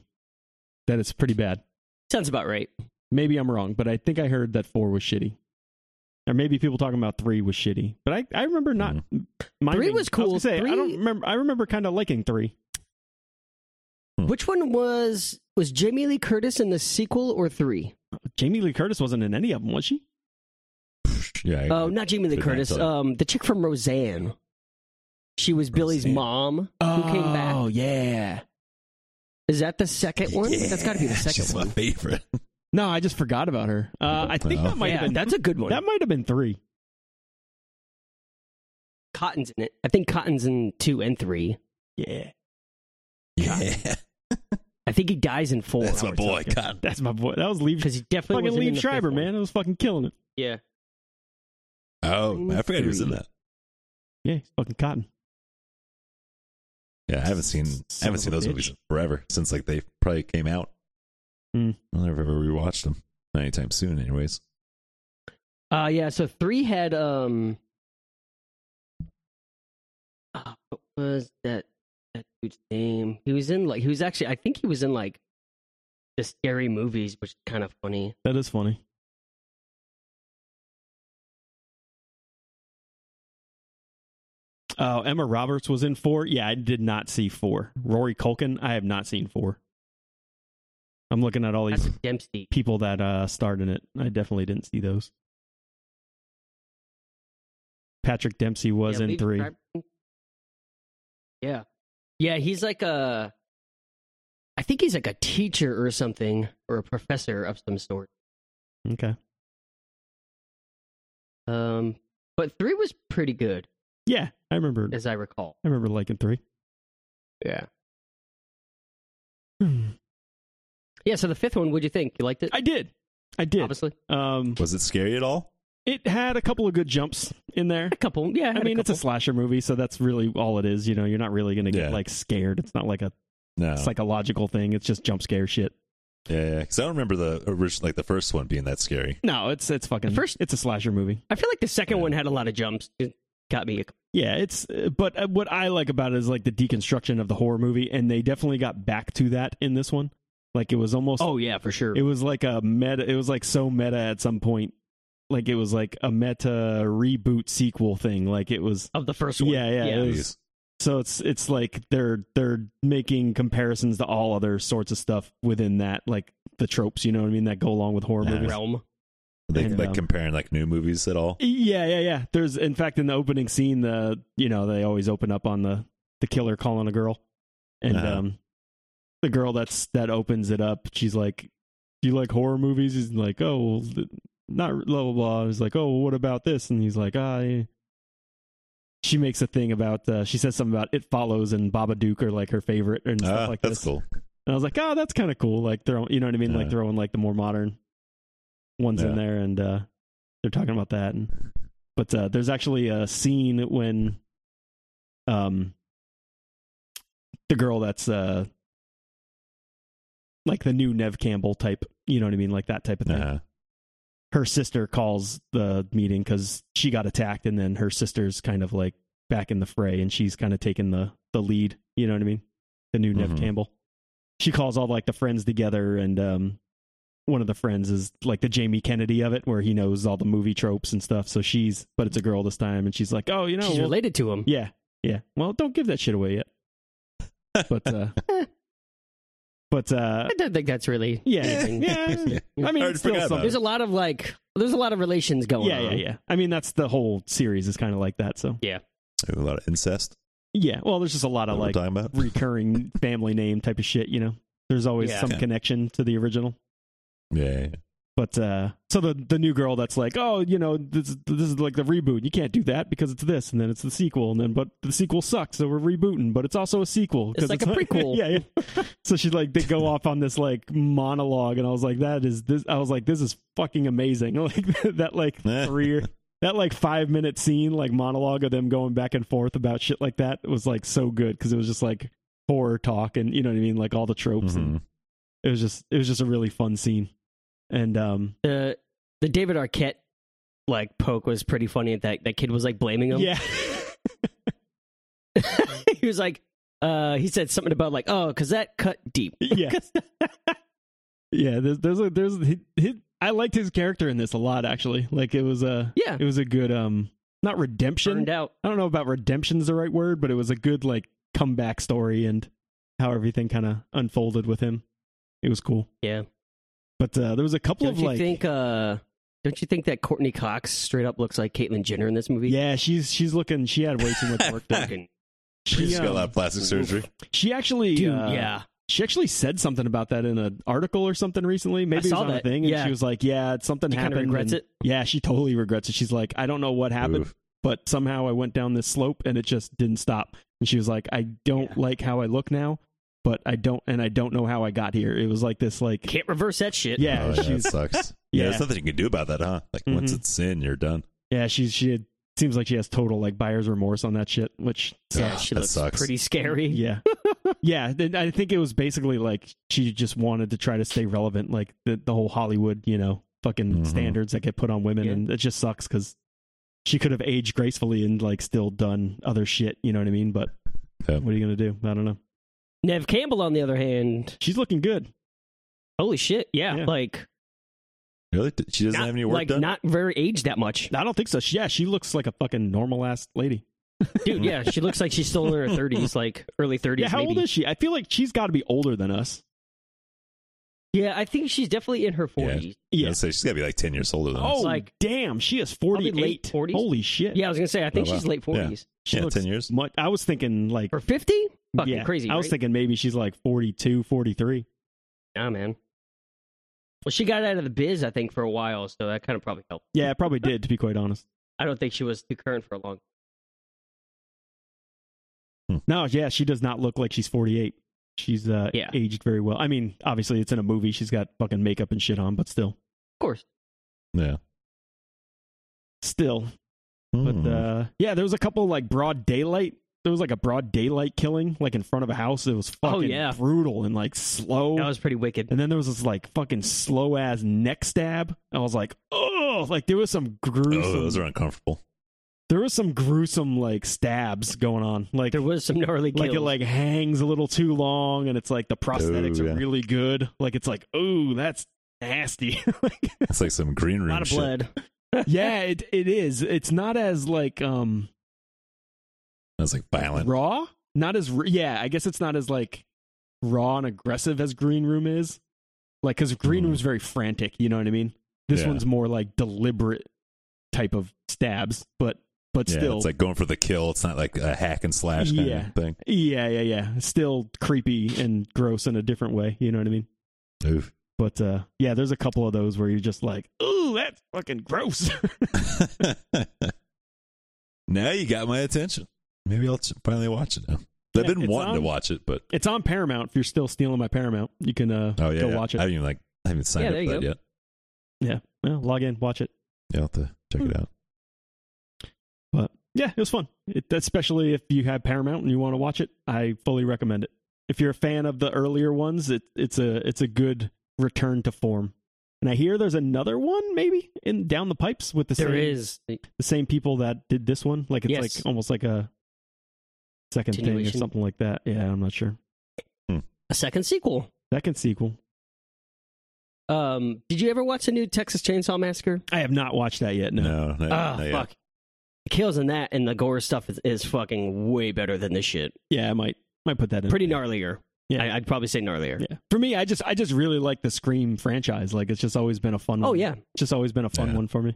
Speaker 1: That it's pretty bad.
Speaker 3: sounds about right.
Speaker 1: Maybe I'm wrong, but I think I heard that four was shitty. Or maybe people talking about three was shitty. But I, I remember not minding-
Speaker 3: Three was
Speaker 1: I gonna
Speaker 3: cool.
Speaker 1: say, I don't
Speaker 3: Three-
Speaker 1: remember I remember kinda liking three.
Speaker 3: Which one was was Jamie Lee Curtis in the sequel or three?
Speaker 1: Jamie Lee Curtis wasn't in any of them, was she?
Speaker 2: yeah. I-
Speaker 3: Oh, not Jamie Lee
Speaker 2: Good
Speaker 3: Curtis.
Speaker 2: matchup.
Speaker 3: Um, the chick from Roseanne. She was Billy's
Speaker 2: Roseanne.
Speaker 3: mom who
Speaker 1: Oh.
Speaker 3: came back.
Speaker 1: yeah.
Speaker 3: Is that the second one? That's got to be the
Speaker 2: Yeah,
Speaker 3: second
Speaker 2: she's
Speaker 3: one.
Speaker 2: my favorite.
Speaker 1: No, I just forgot about her. Uh, I think
Speaker 2: Oh.
Speaker 1: that might
Speaker 3: yeah,
Speaker 1: have been
Speaker 3: that's a good one.
Speaker 1: that might have been three.
Speaker 3: Cotton's in it. I think Cotton's in two and three.
Speaker 1: Yeah.
Speaker 2: Yeah.
Speaker 3: I think he dies in four
Speaker 2: That's my boy, Cotton.
Speaker 1: That's my boy. That was Leave
Speaker 3: because he definitely
Speaker 1: fucking
Speaker 3: wasn't in
Speaker 1: Leave
Speaker 3: the fifth
Speaker 1: Schreiber,
Speaker 3: one.
Speaker 1: man. It was fucking killing it.
Speaker 3: Yeah,
Speaker 2: Oh, I forgot he was in that.
Speaker 1: Yeah, he's fucking cotton.
Speaker 2: Yeah, I haven't seen I
Speaker 1: Son
Speaker 2: haven't
Speaker 1: of
Speaker 2: seen
Speaker 1: a
Speaker 2: those
Speaker 1: bitch.
Speaker 2: movies in forever since like they probably came out.
Speaker 1: Hmm.
Speaker 2: I don't ever rewatched them not anytime soon. Anyways,
Speaker 3: uh, yeah. So three had um, uh, what was that that dude's name? He was in like he was actually I think he was in like the scary movies, which is kind of funny.
Speaker 1: That is funny. Oh, Emma Roberts was in four. Yeah, I did not see four. Rory Culkin, I have not seen four. I'm looking at all
Speaker 3: That's
Speaker 1: these
Speaker 3: Dempsey.
Speaker 1: people that uh, starred in it. I definitely didn't see those. Patrick Dempsey was
Speaker 3: Yeah,
Speaker 1: in
Speaker 3: Leave
Speaker 1: three.
Speaker 3: Schreiber- Yeah, yeah. He's like a. I think he's like a teacher or something, or a professor of some sort.
Speaker 1: Okay.
Speaker 3: Um, but three was pretty good,
Speaker 1: Yeah, I remember.
Speaker 3: as I recall.
Speaker 1: I remember liking three.
Speaker 3: Yeah.
Speaker 1: Hmm.
Speaker 3: Yeah. So the fifth one, what'd you think? You liked it?
Speaker 1: I did. I did.
Speaker 3: obviously.
Speaker 1: Um,
Speaker 2: Was it scary at all?
Speaker 1: it had a couple of good jumps in there.
Speaker 3: A couple, yeah.
Speaker 1: I mean, it's a slasher movie, so that's really all it is. You know, you're not really going to get
Speaker 2: Yeah.
Speaker 1: like scared. It's not like a
Speaker 2: No.
Speaker 1: psychological thing. It's just jump scare shit.
Speaker 2: yeah, because I don't remember the original, like the first one being that scary.
Speaker 1: No, it's it's fucking
Speaker 3: The first-
Speaker 1: It's a slasher movie.
Speaker 3: I feel like the second one had a lot of jumps. It got me.
Speaker 1: Yeah, it's uh, but uh, what I like about it is like the deconstruction of the horror movie, and they definitely got back to that in this one. Like it was almost
Speaker 3: Oh yeah, for sure.
Speaker 1: it was like a meta. It was like so meta at some point. Like it was like a meta reboot sequel thing. Like it was
Speaker 3: of the first one.
Speaker 1: Yeah, yeah, it was-
Speaker 2: Jeez.
Speaker 1: so it's it's like they're they're making comparisons to all other sorts of stuff within that like the tropes you know what i mean that go along with horror
Speaker 2: Yeah.
Speaker 1: movies
Speaker 3: realm.
Speaker 2: Are They,
Speaker 1: And,
Speaker 2: like
Speaker 1: um,
Speaker 2: comparing like new movies at all.
Speaker 1: yeah yeah yeah there's in fact in the opening scene the you know they always open up on the the killer calling a girl and
Speaker 2: Uh-huh.
Speaker 1: um the girl that's that opens it up she's like do you like horror movies he's like oh well, th- not re- blah blah blah he's like oh well, what about this and he's like ah eh." she makes a thing about uh, she says something about it follows and Baba Duke are like her favorite and stuff
Speaker 2: Ah,
Speaker 1: like
Speaker 2: that's
Speaker 1: this.
Speaker 2: cool.
Speaker 1: And I was like, oh, that's kind of cool. Like throwing, you know what I mean? Like
Speaker 2: Yeah.
Speaker 1: throwing like the more modern ones
Speaker 2: Yeah.
Speaker 1: in there, and uh, they're talking about that. And, but uh, there's actually a scene when, um, the girl that's uh, like the new Nev Campbell type, you know what I mean? Like that type of thing.
Speaker 2: Uh-huh.
Speaker 1: Her sister calls the meeting because she got attacked, and then her sister's kind of like back in the fray, and she's kind of taking the the lead. You know what I mean? The new Nev
Speaker 2: Mhm.
Speaker 1: Campbell she calls all like the friends together and um one of the friends is like the Jamie Kennedy of it where he knows all the movie tropes and stuff so she's but it's a girl this time and she's like oh you know
Speaker 3: She's
Speaker 1: well-
Speaker 3: related to him.
Speaker 1: yeah yeah well don't give that shit away yet but uh but uh
Speaker 3: I don't think that's really.
Speaker 1: yeah
Speaker 3: anything.
Speaker 1: yeah I mean
Speaker 2: I
Speaker 1: it's still
Speaker 2: forgot about
Speaker 1: something.
Speaker 2: it.
Speaker 3: There's a lot of like. There's a lot of relations going
Speaker 1: yeah
Speaker 3: on.
Speaker 1: yeah yeah I mean that's the whole series is kind of like that so
Speaker 2: A lot of incest.
Speaker 1: yeah well there's just a lot
Speaker 2: that
Speaker 1: of
Speaker 2: we're
Speaker 1: like
Speaker 2: talking about.
Speaker 1: recurring family name type of shit you know there's always
Speaker 3: Yeah.
Speaker 1: some
Speaker 2: Yeah.
Speaker 1: connection to the original
Speaker 2: Yeah,
Speaker 1: But uh, so the the new girl that's like, oh, you know, this this is like the reboot. You can't do that because it's this, and then it's the sequel, and then but the sequel sucks, so we're rebooting. But it's also a sequel. 'cause
Speaker 3: It's like a prequel.
Speaker 1: yeah, yeah. So she's like, they go off on this like monologue, and I was like, that is this. I was like, this is fucking amazing. Like that, like
Speaker 2: yeah.
Speaker 1: three. That like five minute scene, like monologue of them going back and forth about shit like that was like so good because it was just like horror talk and you know what I mean, like all the tropes. And
Speaker 2: Mhm.
Speaker 1: it was just it was just a really fun scene, and um,
Speaker 3: The the David Arquette like poke was pretty funny. That that kid was like blaming him.
Speaker 1: Yeah.
Speaker 3: he was like. Uh, he said something about like, oh, because that cut deep.
Speaker 1: yeah. yeah, there's there's a there's he, he, I liked his character in this a lot actually. Like it was a
Speaker 3: Yeah,
Speaker 1: it was a good um not redemption.
Speaker 3: turned out.
Speaker 1: I don't know about redemption's the right word, but it was a good like comeback story and how everything kind of unfolded with him. It was cool.
Speaker 3: Yeah.
Speaker 1: But uh, there was a couple
Speaker 3: Don't
Speaker 1: of
Speaker 3: you
Speaker 1: like
Speaker 3: think? Uh, don't you think that Courtney Cox straight up looks like Caitlyn Jenner in this movie?
Speaker 1: Yeah, she's she's looking she had way too much work done.
Speaker 3: Fucking-
Speaker 1: She,
Speaker 2: She's got a
Speaker 1: um,
Speaker 2: lot of plastic surgery.
Speaker 1: she actually
Speaker 3: dude.
Speaker 1: uh,
Speaker 3: yeah,
Speaker 1: She actually said something about that in an article or something recently. Maybe it was
Speaker 3: saw
Speaker 1: on a
Speaker 3: that,
Speaker 1: thing, and
Speaker 3: yeah.
Speaker 1: she was like, "Yeah, it's something
Speaker 3: She kinda
Speaker 1: happened."
Speaker 3: regrets
Speaker 1: and-
Speaker 3: it.
Speaker 1: Yeah, she totally regrets it. She's like, "I don't know what happened,
Speaker 2: Oof.
Speaker 1: but somehow I went down this slope and it just didn't stop." And she was like, "I don't
Speaker 3: Yeah.
Speaker 1: like how I look now, but I don't, and I don't know how I got here." It was like this, like,
Speaker 3: can't reverse that shit.
Speaker 1: yeah,
Speaker 2: Oh, yeah, that
Speaker 1: she's,
Speaker 2: sucks.
Speaker 1: Yeah.
Speaker 2: yeah. there's nothing you can do about that, huh? Like once
Speaker 1: Mhm.
Speaker 2: it's in, you're done.
Speaker 1: yeah, she's, she had, seems like she has total like buyer's remorse on that shit, which
Speaker 3: Yeah,
Speaker 2: Ugh,
Speaker 1: sucks.
Speaker 3: she
Speaker 2: that
Speaker 3: looks
Speaker 2: sucks.
Speaker 3: pretty scary.
Speaker 1: Yeah. yeah. then I think it was basically like she just wanted to try to stay relevant, like the, the whole Hollywood, you know, fucking
Speaker 2: Mhm.
Speaker 1: standards that get put on women.
Speaker 3: Yeah.
Speaker 1: And it just sucks because she could have aged gracefully and like still done other shit. You know what I mean? But
Speaker 2: Yeah.
Speaker 1: what are you going to do? I don't know.
Speaker 3: Nev Campbell, on the other hand,
Speaker 1: She's looking good.
Speaker 3: holy shit, yeah,
Speaker 1: Yeah.
Speaker 3: like
Speaker 2: Really? D- She doesn't
Speaker 3: not,
Speaker 2: have any work
Speaker 3: like
Speaker 2: done.
Speaker 3: not very aged that much,
Speaker 1: I don't think so. She, yeah. She looks like a fucking normal ass lady.
Speaker 3: dude. Yeah, she looks like she's still in her thirties, like early thirties.
Speaker 1: Yeah. How
Speaker 3: maybe.
Speaker 1: old is she? I feel like she's got to be older than us.
Speaker 3: Yeah, I think she's definitely in her forties.
Speaker 2: yeah. say she's got to be like ten years older than
Speaker 1: Oh,
Speaker 2: us.
Speaker 1: like,
Speaker 3: Like-
Speaker 1: damn. She is
Speaker 3: Probably
Speaker 1: 48.
Speaker 3: late 40s?
Speaker 1: Holy shit.
Speaker 3: Yeah. I was gonna say, I think
Speaker 2: Oh, wow.
Speaker 3: she's late forties
Speaker 1: She
Speaker 2: yeah,
Speaker 1: looks
Speaker 2: ten years.
Speaker 1: much. I was thinking like
Speaker 3: or fifty. Fucking crazy.
Speaker 1: I was
Speaker 3: right?
Speaker 1: thinking maybe she's like 42, 43.
Speaker 3: nah, man. Well, she got out of the biz, I think, for a while, so that kind of probably helped.
Speaker 1: Yeah, it probably did, to be quite honest.
Speaker 3: I don't think she was too current for a long.
Speaker 1: No, yeah, she does not look like she's 48. She's uh,
Speaker 3: Yeah.
Speaker 1: aged very well. I mean, obviously, it's in a movie. She's got fucking makeup and shit on, but still.
Speaker 3: course.
Speaker 2: Yeah.
Speaker 1: Still,
Speaker 2: Hmm.
Speaker 1: but
Speaker 2: Oh,
Speaker 1: uh, yeah, there was a couple like broad daylight. There was like a broad daylight killing, like in front of a house. It was fucking
Speaker 3: Oh, yeah.
Speaker 1: brutal and like slow.
Speaker 3: That was pretty wicked.
Speaker 1: and then there was this like fucking slow ass neck stab. I was like, oh, like there was some gruesome.
Speaker 2: oh, those are uncomfortable.
Speaker 1: there was some gruesome like stabs going on. Like
Speaker 3: There was some gnarly
Speaker 1: like
Speaker 3: kills.
Speaker 1: it like hangs a little too long, and it's like the prosthetics
Speaker 2: Oh,
Speaker 1: are
Speaker 2: yeah.
Speaker 1: really good. Like it's like, oh, that's nasty. like,
Speaker 2: That's like some green
Speaker 3: a
Speaker 2: room
Speaker 3: lot of
Speaker 2: shit.
Speaker 3: blood.
Speaker 1: yeah, it it is. It's not as like um
Speaker 2: That's like violent.
Speaker 1: raw not as r- yeah i guess it's not as like raw and aggressive as green room is like because green
Speaker 2: Mm.
Speaker 1: room's very frantic you know what i mean this
Speaker 2: Yeah.
Speaker 1: one's more like deliberate type of stabs but but
Speaker 2: yeah,
Speaker 1: still
Speaker 2: it's like going for the kill. It's not like a hack and slash kind
Speaker 1: Yeah.
Speaker 2: of thing.
Speaker 1: yeah yeah yeah still creepy and gross in a different way you know what i mean
Speaker 2: Oof.
Speaker 1: but uh yeah there's a couple of those where you're just like ooh that's fucking gross
Speaker 2: now you got my attention. Maybe I'll ch- finally watch it now.
Speaker 1: Yeah,
Speaker 2: I've been
Speaker 1: it's
Speaker 2: wanting to
Speaker 1: on-
Speaker 2: watch it, but
Speaker 1: it's on paramount if you're still stealing my paramount you can uh
Speaker 2: oh yeah,
Speaker 1: go
Speaker 2: yeah.
Speaker 1: watch it
Speaker 2: I haven't even like I haven't signed
Speaker 3: Yeah,
Speaker 2: up for
Speaker 3: there you
Speaker 2: that
Speaker 3: go.
Speaker 2: yet.
Speaker 1: yeah well, log in watch it
Speaker 2: Yeah, I'll have to check it out.
Speaker 1: But yeah, it was fun. It, especially if you have Paramount and you want to watch it, I fully recommend it. If you're a fan of the earlier ones, it, it's a it's a good return to form. And I hear there's another one maybe in down the pipes with the
Speaker 3: There
Speaker 1: same
Speaker 3: is.
Speaker 1: the same people that did this one. Like it's
Speaker 3: Yes.
Speaker 1: like almost like a second thing or
Speaker 3: Continuation.
Speaker 1: something like that. Yeah, I'm not sure.
Speaker 3: a second sequel.
Speaker 1: Second sequel.
Speaker 3: Um, did you ever watch the new Texas Chainsaw Massacre?
Speaker 1: I have not watched that yet. No.
Speaker 2: No, no,
Speaker 3: Ah,
Speaker 2: not yet.
Speaker 3: fuck. The kills in that and the gore stuff is, is fucking way better than this shit.
Speaker 1: Yeah, I might might put that in.
Speaker 3: Pretty gnarlier.
Speaker 1: Yeah.
Speaker 3: I, I'd probably say gnarlier.
Speaker 1: Yeah. For me, I just I just really like the Scream franchise. Like it's just always been a fun
Speaker 3: Oh
Speaker 1: one.
Speaker 3: yeah,
Speaker 1: Just always been a fun
Speaker 2: Yeah.
Speaker 1: one for me.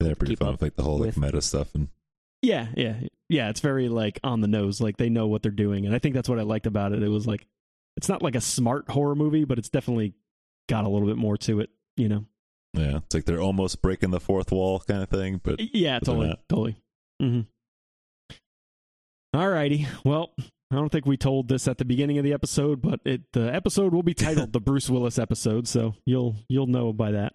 Speaker 2: They're pretty
Speaker 3: Keep
Speaker 2: fun
Speaker 3: up
Speaker 2: with like the whole like
Speaker 3: with-
Speaker 2: meta stuff and
Speaker 1: Yeah, yeah, yeah. It's very like on the nose. Like they know what they're doing, and I think that's what I liked about it. It was like it's not like a smart horror movie, but it's definitely got a little bit more to it. You know?
Speaker 2: yeah, it's like they're almost breaking the fourth wall kind of thing. But
Speaker 1: Yeah,
Speaker 2: But they're
Speaker 1: totally,
Speaker 2: not.
Speaker 1: totally. hmm All righty. Well, I don't think we told this at the beginning of the episode, but it the episode will be titled the Bruce Willis episode, so you'll you'll know by that.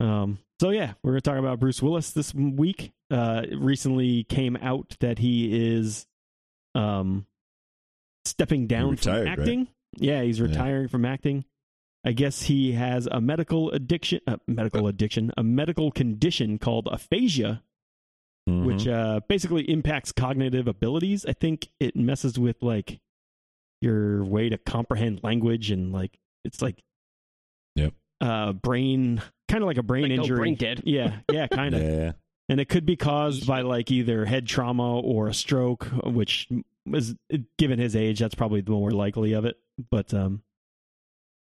Speaker 1: Um. So yeah, we're gonna talk about Bruce Willis this week. Uh, it recently came out that he is, um, stepping down
Speaker 2: retired,
Speaker 1: from
Speaker 2: right?
Speaker 1: acting. Yeah, he's
Speaker 2: Yeah.
Speaker 1: retiring from acting. I guess he has a medical addiction, uh, medical addiction, a medical condition called aphasia,
Speaker 2: Mhm.
Speaker 1: which uh, basically impacts cognitive abilities. I think it messes with like your way to comprehend language and like it's like,
Speaker 2: Yep.
Speaker 1: uh, brain kind of like a brain
Speaker 3: Like, no
Speaker 1: injury,
Speaker 3: brain dead.
Speaker 1: Yeah, yeah, kind of.
Speaker 2: yeah,
Speaker 1: And it could be caused by like either head trauma or a stroke, which is given his age, that's probably the more likely of it. But um,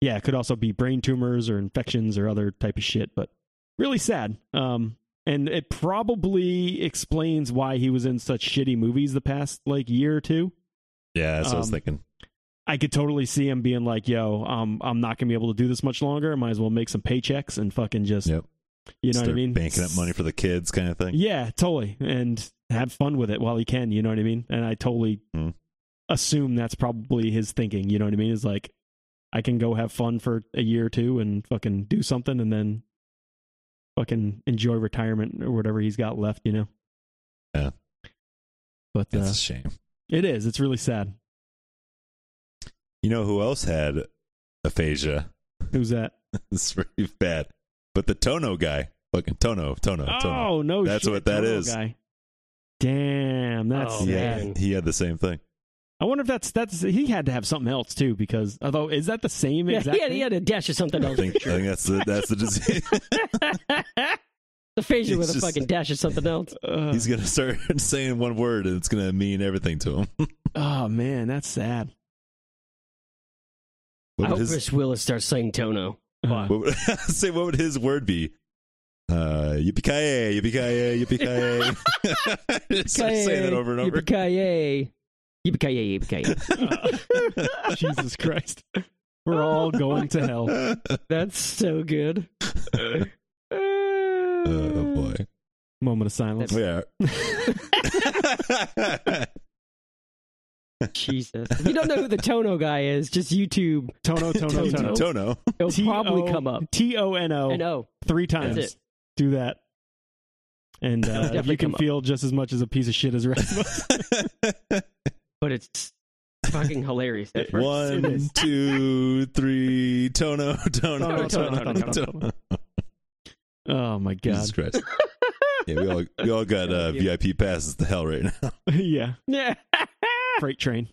Speaker 1: yeah, it could also be brain tumors or infections or other type of shit. But really sad. Um, and it probably explains why he was in such shitty movies the past like year or two.
Speaker 2: yeah. That's what I was
Speaker 1: Um,
Speaker 2: thinking.
Speaker 1: I could totally see him being like, "Yo, um, I'm not gonna be able to do this much longer. Might as well make some paychecks and fucking just,
Speaker 2: Yep.
Speaker 1: you know
Speaker 2: Start
Speaker 1: what I mean?
Speaker 2: Banking up money for the kids kind of thing.
Speaker 1: Yeah, totally. And have fun with it while he can, you know what I mean? And I totally
Speaker 2: Mm.
Speaker 1: assume that's probably his thinking, you know what I mean? Is like I can go have fun for a year or two and fucking do something and then fucking enjoy retirement or whatever he's got left, you know.
Speaker 2: Yeah.
Speaker 1: But
Speaker 2: That's
Speaker 1: uh,
Speaker 2: a shame.
Speaker 1: it is. It's really sad.
Speaker 2: You know who else had aphasia?
Speaker 1: Who's that?
Speaker 2: It's pretty bad. But the Tono guy, fucking Tono, Tono, Tono.
Speaker 1: oh no!
Speaker 2: That's
Speaker 1: shit,
Speaker 2: what that
Speaker 1: Tono
Speaker 2: is.
Speaker 1: Guy. Damn, that's
Speaker 3: Oh,
Speaker 1: sad.
Speaker 2: Yeah,
Speaker 3: man.
Speaker 2: he had the same thing.
Speaker 1: I wonder if that's that's he had to have something else too because although is that the same
Speaker 3: Yeah,
Speaker 1: exact
Speaker 3: he, had, he
Speaker 1: thing?
Speaker 3: had a dash or something
Speaker 2: I
Speaker 3: else.
Speaker 2: think, I think that's the that's the disease.
Speaker 3: the phaser with
Speaker 2: It's
Speaker 3: a
Speaker 2: just-
Speaker 3: fucking dash or something else.
Speaker 1: Ugh.
Speaker 2: He's gonna start saying one word and it's gonna mean everything to him.
Speaker 1: Oh man, that's sad.
Speaker 3: I
Speaker 2: What would
Speaker 3: hope
Speaker 2: his
Speaker 3: Bruce Willis starts saying Tono.
Speaker 1: Uh,
Speaker 2: what would, say what would his word be? Uh, yippee ki yay, yippee ki yay, yippee ki yay. Start saying that over and over.
Speaker 3: Yippee-ki-yay. Yippee-ki-yay, yippee-ki-yay.
Speaker 1: Jesus Christ, we're all going to hell.
Speaker 2: Uh,
Speaker 3: That's so good.
Speaker 2: oh boy. Oh,
Speaker 1: Moment of silence.
Speaker 2: Yeah.
Speaker 3: Jesus. If you don't know who the Tono guy is, just YouTube.
Speaker 1: Tono, Tono, Tono.
Speaker 3: Tono.
Speaker 2: Tono.
Speaker 3: It'll
Speaker 1: T-O-
Speaker 3: probably come up. oh,
Speaker 1: T O N
Speaker 3: I
Speaker 1: O
Speaker 3: know.
Speaker 1: three times.
Speaker 3: That's it.
Speaker 1: Do that. And
Speaker 3: It'll
Speaker 1: uh, if
Speaker 3: definitely
Speaker 1: you can
Speaker 3: come up.
Speaker 1: feel just as much as a piece of shit as Red
Speaker 3: But it's fucking hilarious at first.
Speaker 2: One, two, three. Tono, Tono,
Speaker 3: Tono, Tono,
Speaker 2: Tono,
Speaker 1: Tono,
Speaker 2: Tono.
Speaker 1: Oh my god.
Speaker 2: Jesus Christ. Yeah, we all we all got uh,
Speaker 3: Yeah.
Speaker 2: VIP passes to hell right now.
Speaker 1: yeah.
Speaker 3: Yeah.
Speaker 1: Freight train.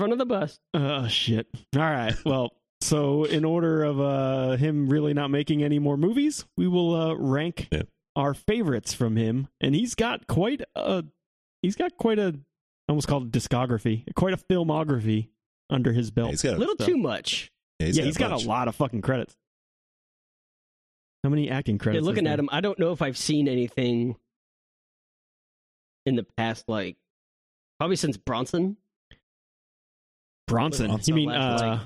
Speaker 3: Front of the bus.
Speaker 1: Oh shit. All right. Well, so in order of uh him really not making any more movies, we will uh rank
Speaker 2: Yeah.
Speaker 1: our favorites from him. And he's got quite a he's got quite a I almost called it discography, quite a filmography under his belt.
Speaker 2: He's got
Speaker 3: A
Speaker 2: a-
Speaker 3: little too much.
Speaker 1: yeah, he's got
Speaker 2: bunch.
Speaker 1: a lot of fucking credits. How many acting
Speaker 3: Yeah,
Speaker 1: credits? is
Speaker 3: looking
Speaker 1: there?
Speaker 3: at him, I don't know if I've seen anything in the past, like probably since Bronson.
Speaker 1: Bronson.
Speaker 2: Bronson.
Speaker 1: You mean
Speaker 3: Last,
Speaker 1: uh,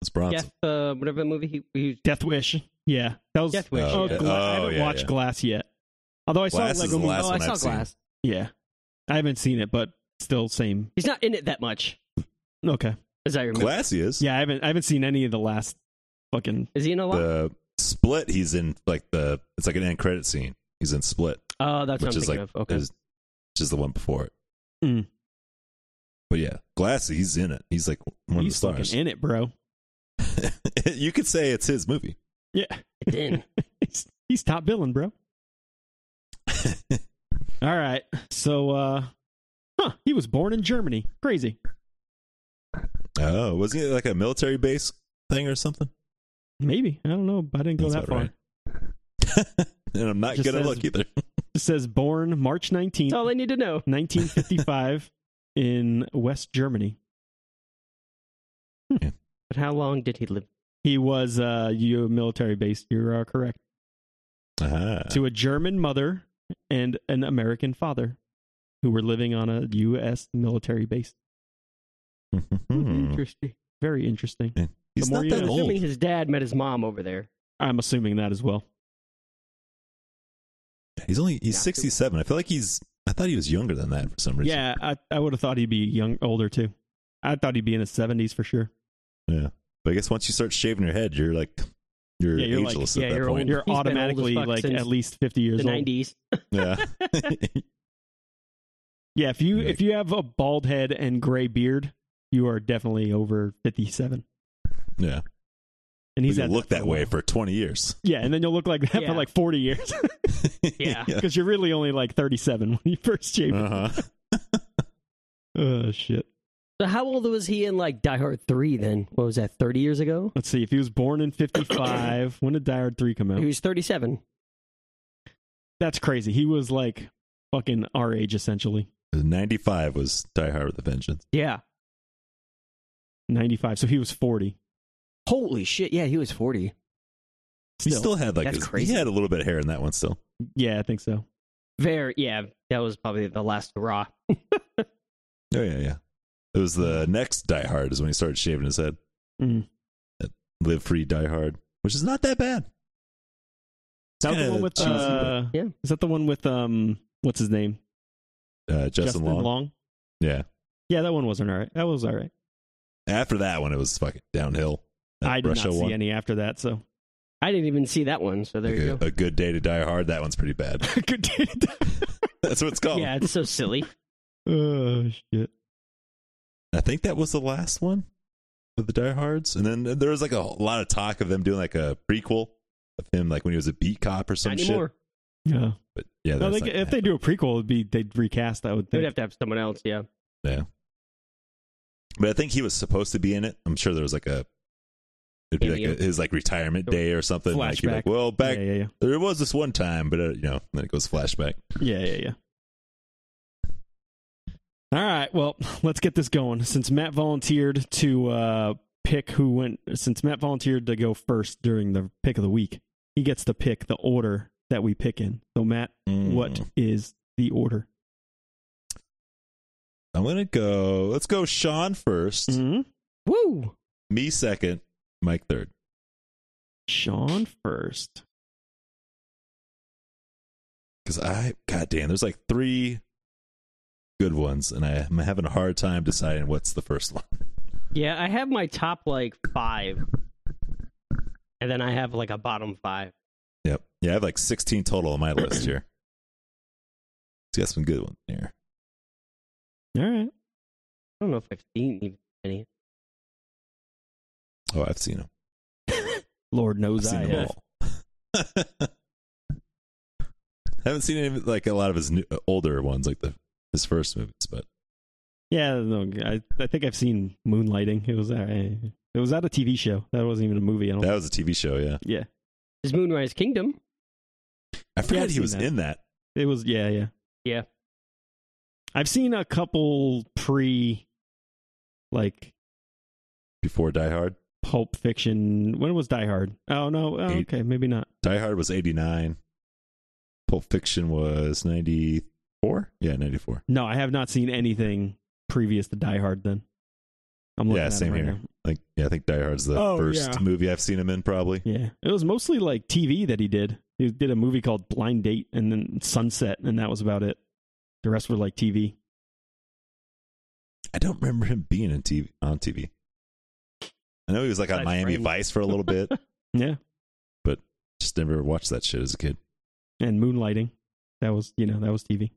Speaker 2: It's Bronson.
Speaker 3: Death, uh, whatever the movie he, he
Speaker 1: Death Wish? Yeah, that was.
Speaker 3: Death Wish.
Speaker 1: Oh,
Speaker 2: yeah.
Speaker 1: Gla- I
Speaker 2: Oh,
Speaker 1: haven't
Speaker 2: yeah,
Speaker 1: watched
Speaker 2: yeah.
Speaker 1: Glass yet. Although I
Speaker 2: Glass
Speaker 1: saw
Speaker 2: is
Speaker 1: Lego
Speaker 2: the
Speaker 1: Movie.
Speaker 2: last
Speaker 3: oh, I
Speaker 2: one
Speaker 3: saw
Speaker 2: I've seen.
Speaker 3: Glass.
Speaker 1: Yeah, I haven't seen it, but still same.
Speaker 3: He's not in it that much,
Speaker 1: Okay.
Speaker 3: as I remember.
Speaker 2: Glassy is.
Speaker 1: Yeah, I haven't. I haven't seen any of the last fucking.
Speaker 3: Is he in a lot?
Speaker 2: The split he's in like the it's like an end credit scene. He's in split.
Speaker 3: oh, that's what
Speaker 2: which
Speaker 3: I'm
Speaker 2: is
Speaker 3: thinking
Speaker 2: like
Speaker 3: of. Okay.
Speaker 2: is- which is the one before it.
Speaker 1: Mm.
Speaker 2: But yeah, Glassy, he's in it. He's like one
Speaker 1: He's
Speaker 2: of the
Speaker 1: fucking
Speaker 2: stars.
Speaker 1: in it, bro.
Speaker 2: you could say it's his movie.
Speaker 1: Yeah,
Speaker 3: It's in.
Speaker 1: he's, he's top billing, bro. All right, so uh, huh? He was born in Germany. Crazy.
Speaker 2: Oh, wasn't it like a military base thing or something?
Speaker 1: Maybe I don't know. I didn't go
Speaker 2: That's
Speaker 1: that
Speaker 2: about
Speaker 1: far.
Speaker 2: right. And I'm not
Speaker 1: Just
Speaker 2: gonna
Speaker 1: says-
Speaker 2: look either.
Speaker 1: It says born March nineteenth,
Speaker 3: That's all I need to know.
Speaker 1: nineteen fifty five, in West Germany.
Speaker 3: But how long did he live?
Speaker 1: He was uh, you military based. You are correct.
Speaker 2: Ah,
Speaker 1: to a German mother and an American father who were living on a U.S. military base.
Speaker 2: Hmm.
Speaker 3: Interesting.
Speaker 1: Very interesting.
Speaker 2: He's
Speaker 1: Mm-hmm. The more
Speaker 2: not
Speaker 1: you
Speaker 2: that
Speaker 1: know.
Speaker 3: I'm
Speaker 2: old.
Speaker 3: assuming his dad met his mom over there.
Speaker 1: I'm assuming that as well.
Speaker 2: He's only he's
Speaker 3: Yeah.
Speaker 2: 67. I feel like he's I thought he was younger than that for some reason.
Speaker 1: Yeah, I, I would have thought he'd be young, older too. I thought he'd be in his 70s for sure.
Speaker 2: But I guess once you start shaving your head, you're like you're,
Speaker 1: Yeah, you're like-
Speaker 2: ageless
Speaker 3: yeah,
Speaker 2: at that
Speaker 3: you're
Speaker 2: point.
Speaker 3: old.
Speaker 1: You're
Speaker 3: been old as
Speaker 1: automatically
Speaker 3: fuck
Speaker 1: like
Speaker 3: since
Speaker 1: at least 50 years
Speaker 3: The
Speaker 1: old.
Speaker 3: 90s.
Speaker 2: Yeah.
Speaker 1: Yeah, if you
Speaker 2: Yeah.
Speaker 1: if you have a bald head and gray beard, you are definitely over 57.
Speaker 2: yeah.
Speaker 1: And he's
Speaker 2: He's
Speaker 1: at
Speaker 2: look that
Speaker 1: for a
Speaker 2: way
Speaker 1: while.
Speaker 2: for 20 years.
Speaker 1: Yeah, and then you'll look like that
Speaker 3: Yeah.
Speaker 1: for like 40 years
Speaker 3: Yeah.
Speaker 1: because you're really only like 37 when you first shave.
Speaker 3: Uh.
Speaker 1: it.
Speaker 2: Uh-huh.
Speaker 1: Oh shit.
Speaker 3: So how old was he in like Die Hard 3 then? What was that, 30 years ago?
Speaker 1: Let's see. If he was born in '55, when did Die Hard Three come out?
Speaker 3: He was 37.
Speaker 1: That's crazy. He was like fucking our age essentially,
Speaker 2: 95 was Die Hard with a Vengeance.
Speaker 3: Yeah.
Speaker 1: '95. So he was 40.
Speaker 3: Holy shit. Yeah, he was 40.
Speaker 2: he still had like
Speaker 3: That's
Speaker 2: his,
Speaker 3: crazy.
Speaker 2: he had a little bit of hair in that one still.
Speaker 1: yeah, I think so.
Speaker 3: Very, yeah, that was probably the last hurrah.
Speaker 2: Oh yeah, yeah. It was the next Die Hard is when he started shaving his head.
Speaker 1: Mm.
Speaker 2: That Live Free Die Hard, which is not that
Speaker 1: Is
Speaker 2: bad.
Speaker 1: that the
Speaker 2: kinda
Speaker 1: one with
Speaker 2: cheesy,
Speaker 1: uh,
Speaker 3: but- yeah.
Speaker 1: Is that the one with um? What's his name?
Speaker 2: Uh, Justin, Long. Yeah.
Speaker 1: Yeah, that one wasn't all right. That was all right.
Speaker 2: After that one, it was fucking downhill. That
Speaker 1: I did
Speaker 2: Russia
Speaker 1: not see
Speaker 2: one.
Speaker 1: any after that. So
Speaker 3: I didn't even see that one, so there
Speaker 2: Like
Speaker 3: you
Speaker 2: a,
Speaker 3: go.
Speaker 2: a good day to die hard. That one's pretty bad.
Speaker 1: good day. to die.
Speaker 2: That's what it's called.
Speaker 3: Yeah, it's so silly.
Speaker 1: Oh shit.
Speaker 2: I think that was the last one with the Die Hards, and then there was like a lot of talk of them doing like a prequel of him, like when he was a beat cop or some
Speaker 3: Not
Speaker 2: shit.
Speaker 3: anymore.
Speaker 1: Yeah.
Speaker 2: But yeah,
Speaker 1: No,
Speaker 2: that's
Speaker 1: they,
Speaker 2: not
Speaker 1: if
Speaker 2: gonna
Speaker 1: they do a prequel, it'd be they'd recast. I would
Speaker 3: They would
Speaker 1: think.
Speaker 3: have to have someone else, yeah.
Speaker 2: But I think he was supposed to be in it. I'm sure there was like a it'd be like a,
Speaker 3: Cameo.
Speaker 2: his like retirement day or something. Like, you're like
Speaker 1: Flashback.
Speaker 2: well, back
Speaker 1: Yeah, yeah, yeah.
Speaker 2: there was this one time, but uh, you know, then it goes flashback.
Speaker 1: Yeah, yeah, yeah. All right, well, let's get this going. Since Matt volunteered to uh, pick who went, since Matt volunteered to go first during the pick of the week, he gets to pick the order that we pick in. So, Matt,
Speaker 2: Mm.
Speaker 1: what is the order?
Speaker 2: I'm gonna go. Let's go, Sean 1st
Speaker 1: Mm-hmm.
Speaker 3: Woo!
Speaker 2: me second, Mike third.
Speaker 1: Sean first.
Speaker 2: Because I, god damn, there's like three good ones, and I, I'm having a hard time deciding what's the first one.
Speaker 3: Yeah, I have my top like five, and then I have like a bottom five.
Speaker 2: Yep. Yeah, I have like 16 total on my list here. It's got some good ones here.
Speaker 1: All right.
Speaker 3: I don't know if I've seen even any.
Speaker 2: Oh, I've seen them.
Speaker 1: Lord
Speaker 2: I've
Speaker 1: knows
Speaker 2: seen
Speaker 1: I
Speaker 2: them
Speaker 1: have.
Speaker 2: all. haven't seen any, of- like a lot of his new, uh, older ones, like the his first movies, but
Speaker 1: Yeah, no, I, I think I've seen Moonlighting. It was uh, it was at a TV show. That wasn't even a movie. I don't.
Speaker 2: that was a TV show. Yeah,
Speaker 1: yeah,
Speaker 3: Is Moonrise Kingdom?
Speaker 2: I forgot
Speaker 1: I've
Speaker 2: he
Speaker 1: seen
Speaker 2: was
Speaker 1: that.
Speaker 2: in that.
Speaker 1: it was. Yeah, yeah,
Speaker 3: Yeah.
Speaker 1: I've seen a couple pre, like
Speaker 2: before Die Hard.
Speaker 1: Pulp Fiction. When was Die Hard? Oh no. Oh,
Speaker 2: Eight.
Speaker 1: okay, maybe not.
Speaker 2: Die Hard was 89. Pulp Fiction was 94? Yeah, 94.
Speaker 1: No, I have not seen anything previous to Die Hard. Then. I'm looking
Speaker 2: Yeah,
Speaker 1: at 'em
Speaker 2: same
Speaker 1: right
Speaker 2: here.
Speaker 1: now.
Speaker 2: I think, yeah, I think Die Hard's the
Speaker 1: Oh,
Speaker 2: first
Speaker 1: yeah.
Speaker 2: movie I've seen him in, probably.
Speaker 1: Yeah, it was mostly like TV that he did. He did a movie called Blind Date and then Sunset, and that was about it. The rest were like TV.
Speaker 2: I don't remember him being in TV on TV. I know he was like on
Speaker 3: Besides
Speaker 2: Miami
Speaker 3: Friends.
Speaker 2: Vice for a little bit.
Speaker 1: Yeah,
Speaker 2: Just never watched that shit as a kid.
Speaker 1: and Moonlighting. That was you know that was TV.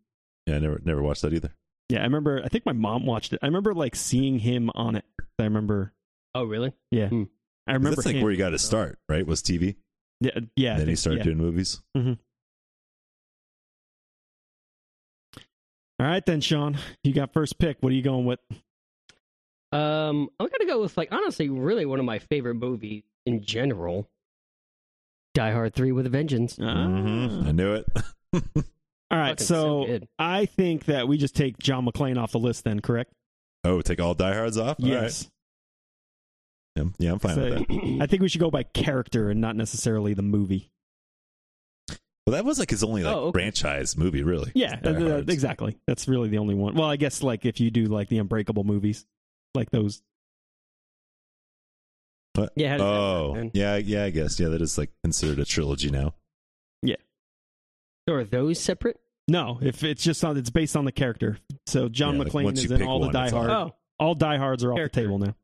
Speaker 2: Yeah, I never never watched that either.
Speaker 1: Yeah, I remember. I think my mom watched it. I remember like seeing him on it. I remember.
Speaker 3: Oh, really?
Speaker 1: I
Speaker 2: Hmm. 'Cause
Speaker 1: remember.
Speaker 2: that's like
Speaker 1: him.
Speaker 2: where you got to start, right? Was TV.
Speaker 1: Yeah, yeah. I
Speaker 2: and then he
Speaker 1: think-
Speaker 2: started
Speaker 1: yeah.
Speaker 2: doing movies.
Speaker 1: All right, then Sean, you got first pick. What are you going with?
Speaker 3: Um, I'm gonna go with like honestly, really one of my favorite movies in general. Die Hard Three with a Vengeance.
Speaker 1: Mm-hmm.
Speaker 2: Mhm. I knew it.
Speaker 1: Ah. All right,
Speaker 3: Mm-hmm. Fucking
Speaker 1: so
Speaker 3: good.
Speaker 1: I think that we just take John McClane off the list, then correct?
Speaker 2: oh, take all Die Hards off? All right.
Speaker 1: yes.
Speaker 2: Yeah, yeah, I'm fine with
Speaker 1: So-
Speaker 2: that.
Speaker 1: I think we should go by character and not necessarily the movie.
Speaker 2: Well, that was like his only like
Speaker 3: Oh, okay.
Speaker 2: franchise movie, really.
Speaker 1: Yeah,
Speaker 2: Die
Speaker 1: uh, uh,
Speaker 2: Hards.
Speaker 1: exactly. That's really the only one. Well, I guess like if you do like the Unbreakable movies, like those.
Speaker 3: yeah. How does that work,
Speaker 2: Oh,
Speaker 3: then?
Speaker 2: yeah, yeah, I guess. Yeah, that is like considered a trilogy now.
Speaker 3: So are those separate?
Speaker 1: No, if it's just on, it's based on the character. So John
Speaker 2: Yeah, like,
Speaker 1: McClane
Speaker 2: once
Speaker 1: is
Speaker 2: you
Speaker 1: in
Speaker 2: pick
Speaker 1: all the
Speaker 2: one,
Speaker 1: Die
Speaker 2: it's all-
Speaker 1: Hard.
Speaker 3: Oh,
Speaker 1: All Die Hards are off
Speaker 3: Character.
Speaker 1: the table now.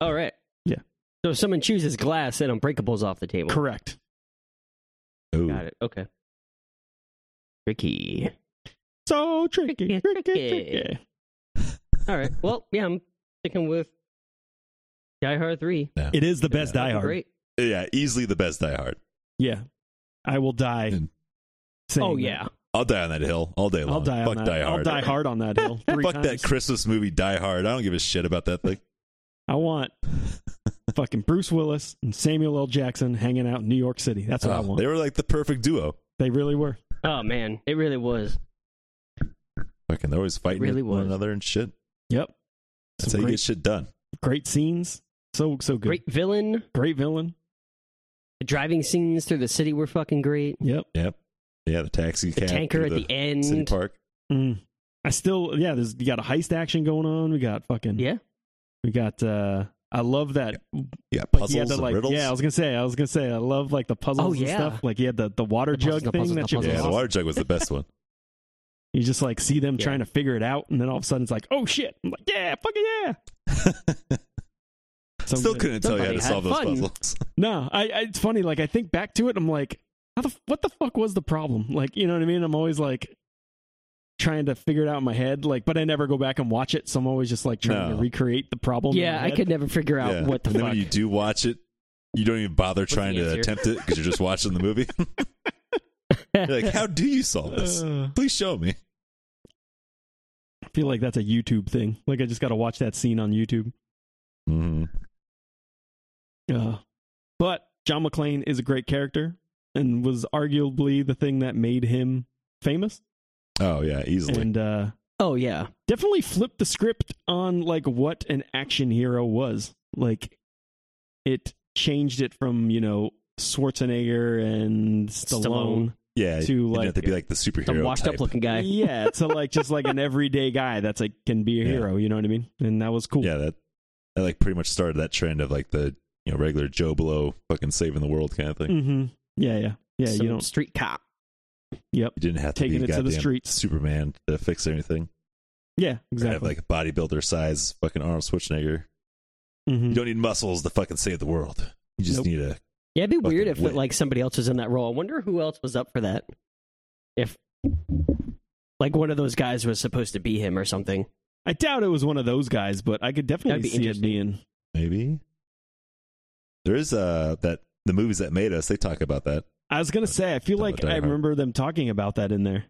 Speaker 3: all right.
Speaker 1: Yeah.
Speaker 3: So if someone chooses Glass, then Unbreakable's off the table.
Speaker 1: Correct.
Speaker 2: Ooh.
Speaker 3: Got it. Okay. Tricky.
Speaker 1: So tricky,
Speaker 3: Tricky,
Speaker 1: tricky,
Speaker 3: tricky.
Speaker 1: tricky.
Speaker 3: All right. Well, yeah, I'm sticking with Die Hard Three.
Speaker 1: It is the best
Speaker 2: Yeah.
Speaker 1: Die Hard.
Speaker 3: Great.
Speaker 2: Yeah, easily the best Die Hard.
Speaker 1: Yeah, I will die.
Speaker 2: And-
Speaker 1: saying
Speaker 3: oh
Speaker 1: that.
Speaker 3: yeah.
Speaker 2: I'll die on that hill all day long.
Speaker 1: I'll die
Speaker 2: Fuck
Speaker 1: on that.
Speaker 2: Die
Speaker 1: I'll
Speaker 2: Hard.
Speaker 1: die hard on that hill. Three
Speaker 2: Fuck
Speaker 1: times.
Speaker 2: that Christmas movie Die Hard. I don't give a shit about that thing.
Speaker 1: I want fucking Bruce Willis and Samuel L. Jackson hanging out in New York City. That's what I
Speaker 2: Oh,
Speaker 1: want.
Speaker 2: they were like the perfect duo.
Speaker 1: They really were.
Speaker 3: Oh man, it really was.
Speaker 2: Fucking, they're always fighting
Speaker 3: really
Speaker 2: with one
Speaker 3: was.
Speaker 2: another and shit.
Speaker 1: Yep.
Speaker 2: That's
Speaker 1: Some
Speaker 2: how you
Speaker 1: great,
Speaker 2: get shit done.
Speaker 1: great scenes. So so good.
Speaker 3: Great villain.
Speaker 1: Great villain.
Speaker 3: The driving scenes through the city were fucking great.
Speaker 1: Yep.
Speaker 2: Yep. Yeah, the taxi
Speaker 3: The
Speaker 2: cab
Speaker 3: tanker at
Speaker 2: through
Speaker 3: the, end.
Speaker 2: city park.
Speaker 1: Mm. I still yeah. There's you got a heist action going on. We got fucking
Speaker 3: Yeah.
Speaker 1: We got. uh I love that.
Speaker 2: Yeah,
Speaker 1: But
Speaker 2: puzzles
Speaker 1: he had the
Speaker 2: and
Speaker 1: like.
Speaker 2: riddles.
Speaker 1: Yeah, I was gonna say. I was gonna say. I love like the puzzles
Speaker 3: Oh,
Speaker 1: and
Speaker 3: yeah.
Speaker 1: stuff. Like he had the the water
Speaker 3: The puzzles,
Speaker 1: jug
Speaker 3: the
Speaker 1: thing
Speaker 3: puzzles,
Speaker 1: that
Speaker 3: the
Speaker 1: you.
Speaker 3: puzzles.
Speaker 2: yeah, the water jug was the best one.
Speaker 1: You just like see them
Speaker 3: Yeah.
Speaker 1: trying to figure it out, and then all of a sudden it's like, oh shit! I'm like, yeah, fucking yeah. So
Speaker 2: Still
Speaker 1: good.
Speaker 2: couldn't tell you how to
Speaker 3: Somebody had
Speaker 2: solve those
Speaker 3: fun.
Speaker 2: puzzles.
Speaker 1: No, I, I. It's funny. Like I think back to it, I'm like, how the f- what the fuck was the problem? Like you know what I mean? I'm always like trying to figure it out in my head. Like, but I never go back and watch it, so I'm always just like trying
Speaker 2: No.
Speaker 1: to recreate the problem. in
Speaker 3: Yeah,
Speaker 1: my
Speaker 3: I
Speaker 1: head.
Speaker 3: could never figure out
Speaker 2: Yeah.
Speaker 3: what the
Speaker 2: and then
Speaker 3: fuck.
Speaker 2: when you do watch it, you don't even bother
Speaker 3: the
Speaker 2: trying to
Speaker 3: answer?
Speaker 2: attempt it because you're just watching the movie. You're like, how do you solve this?
Speaker 1: Uh,
Speaker 2: Please show me.
Speaker 1: I feel like that's a YouTube thing. Like I just got to watch that scene on YouTube.
Speaker 2: Mm-hmm.
Speaker 1: Uh, but John McClane is a great character and was arguably the thing that made him famous,
Speaker 2: Oh yeah, easily.
Speaker 1: and uh,
Speaker 3: oh yeah.
Speaker 1: definitely flipped the script on like what an action hero was. Like it changed it from you know Schwarzenegger and Stallone,
Speaker 3: Stallone.
Speaker 2: yeah,
Speaker 1: to,
Speaker 2: you didn't
Speaker 1: like,
Speaker 2: have to be like the superhero
Speaker 3: Some washed
Speaker 2: type.
Speaker 3: up looking guy.
Speaker 1: yeah, to like just like an everyday guy that's like can be a
Speaker 2: Yeah.
Speaker 1: hero. You know what I mean? And that was cool.
Speaker 2: Yeah, that that like pretty much started that trend of like the you know regular Joe Blow fucking saving the world kind of thing.
Speaker 1: hmm yeah, yeah, yeah.
Speaker 3: Some
Speaker 1: you don't.
Speaker 3: street cop.
Speaker 1: Yep.
Speaker 2: You didn't have to
Speaker 1: Taking
Speaker 2: be
Speaker 1: it to the
Speaker 2: goddamn
Speaker 1: streets.
Speaker 2: Superman to fix anything.
Speaker 1: Yeah,
Speaker 2: Have
Speaker 1: exactly.
Speaker 2: like a bodybuilder size fucking Arnold Schwarzenegger.
Speaker 1: Mhm.
Speaker 2: You don't need muscles to fucking save the world. You just
Speaker 1: Nope.
Speaker 2: need a
Speaker 3: Yeah, it'd be weird
Speaker 2: Fucking
Speaker 3: if
Speaker 2: wit.
Speaker 3: like somebody else was in that role. I wonder who else was up for that. If like one of those guys was supposed to be him or something.
Speaker 1: I doubt it was one of those guys, but I could definitely
Speaker 3: be
Speaker 1: see it
Speaker 3: interesting.
Speaker 1: being.
Speaker 2: maybe. There is uh that the movies that made us. They talk about that.
Speaker 1: I was gonna say, I feel
Speaker 2: Talking
Speaker 1: like
Speaker 2: about Die
Speaker 1: I
Speaker 2: Hard.
Speaker 1: remember them talking about that in there.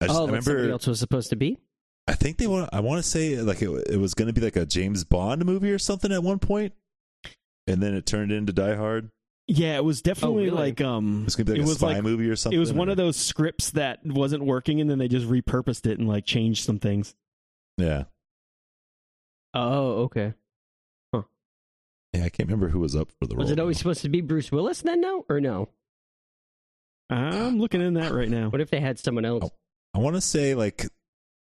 Speaker 2: I just
Speaker 3: oh,
Speaker 2: I
Speaker 3: like somebody
Speaker 2: remember.
Speaker 3: else was supposed to be.
Speaker 2: I think they want. I want to say like it, it was going to be like a James Bond movie or something at one point, and then it turned into Die Hard.
Speaker 1: Yeah, it was definitely
Speaker 3: Oh, really?
Speaker 1: like um,
Speaker 2: It was going to be
Speaker 1: it
Speaker 2: like a
Speaker 1: was
Speaker 2: spy
Speaker 1: like
Speaker 2: movie or something.
Speaker 1: it was one
Speaker 2: or-
Speaker 1: of those scripts that wasn't working, and then they just repurposed it and like changed some things.
Speaker 2: Yeah,
Speaker 3: Oh, okay.
Speaker 2: yeah. I can't remember who was up for the role.
Speaker 3: Was it always supposed to be Bruce Willis then? No, or no?
Speaker 1: I'm looking in that right now.
Speaker 3: What if they had someone
Speaker 2: Oh,
Speaker 3: else?
Speaker 2: I want to say like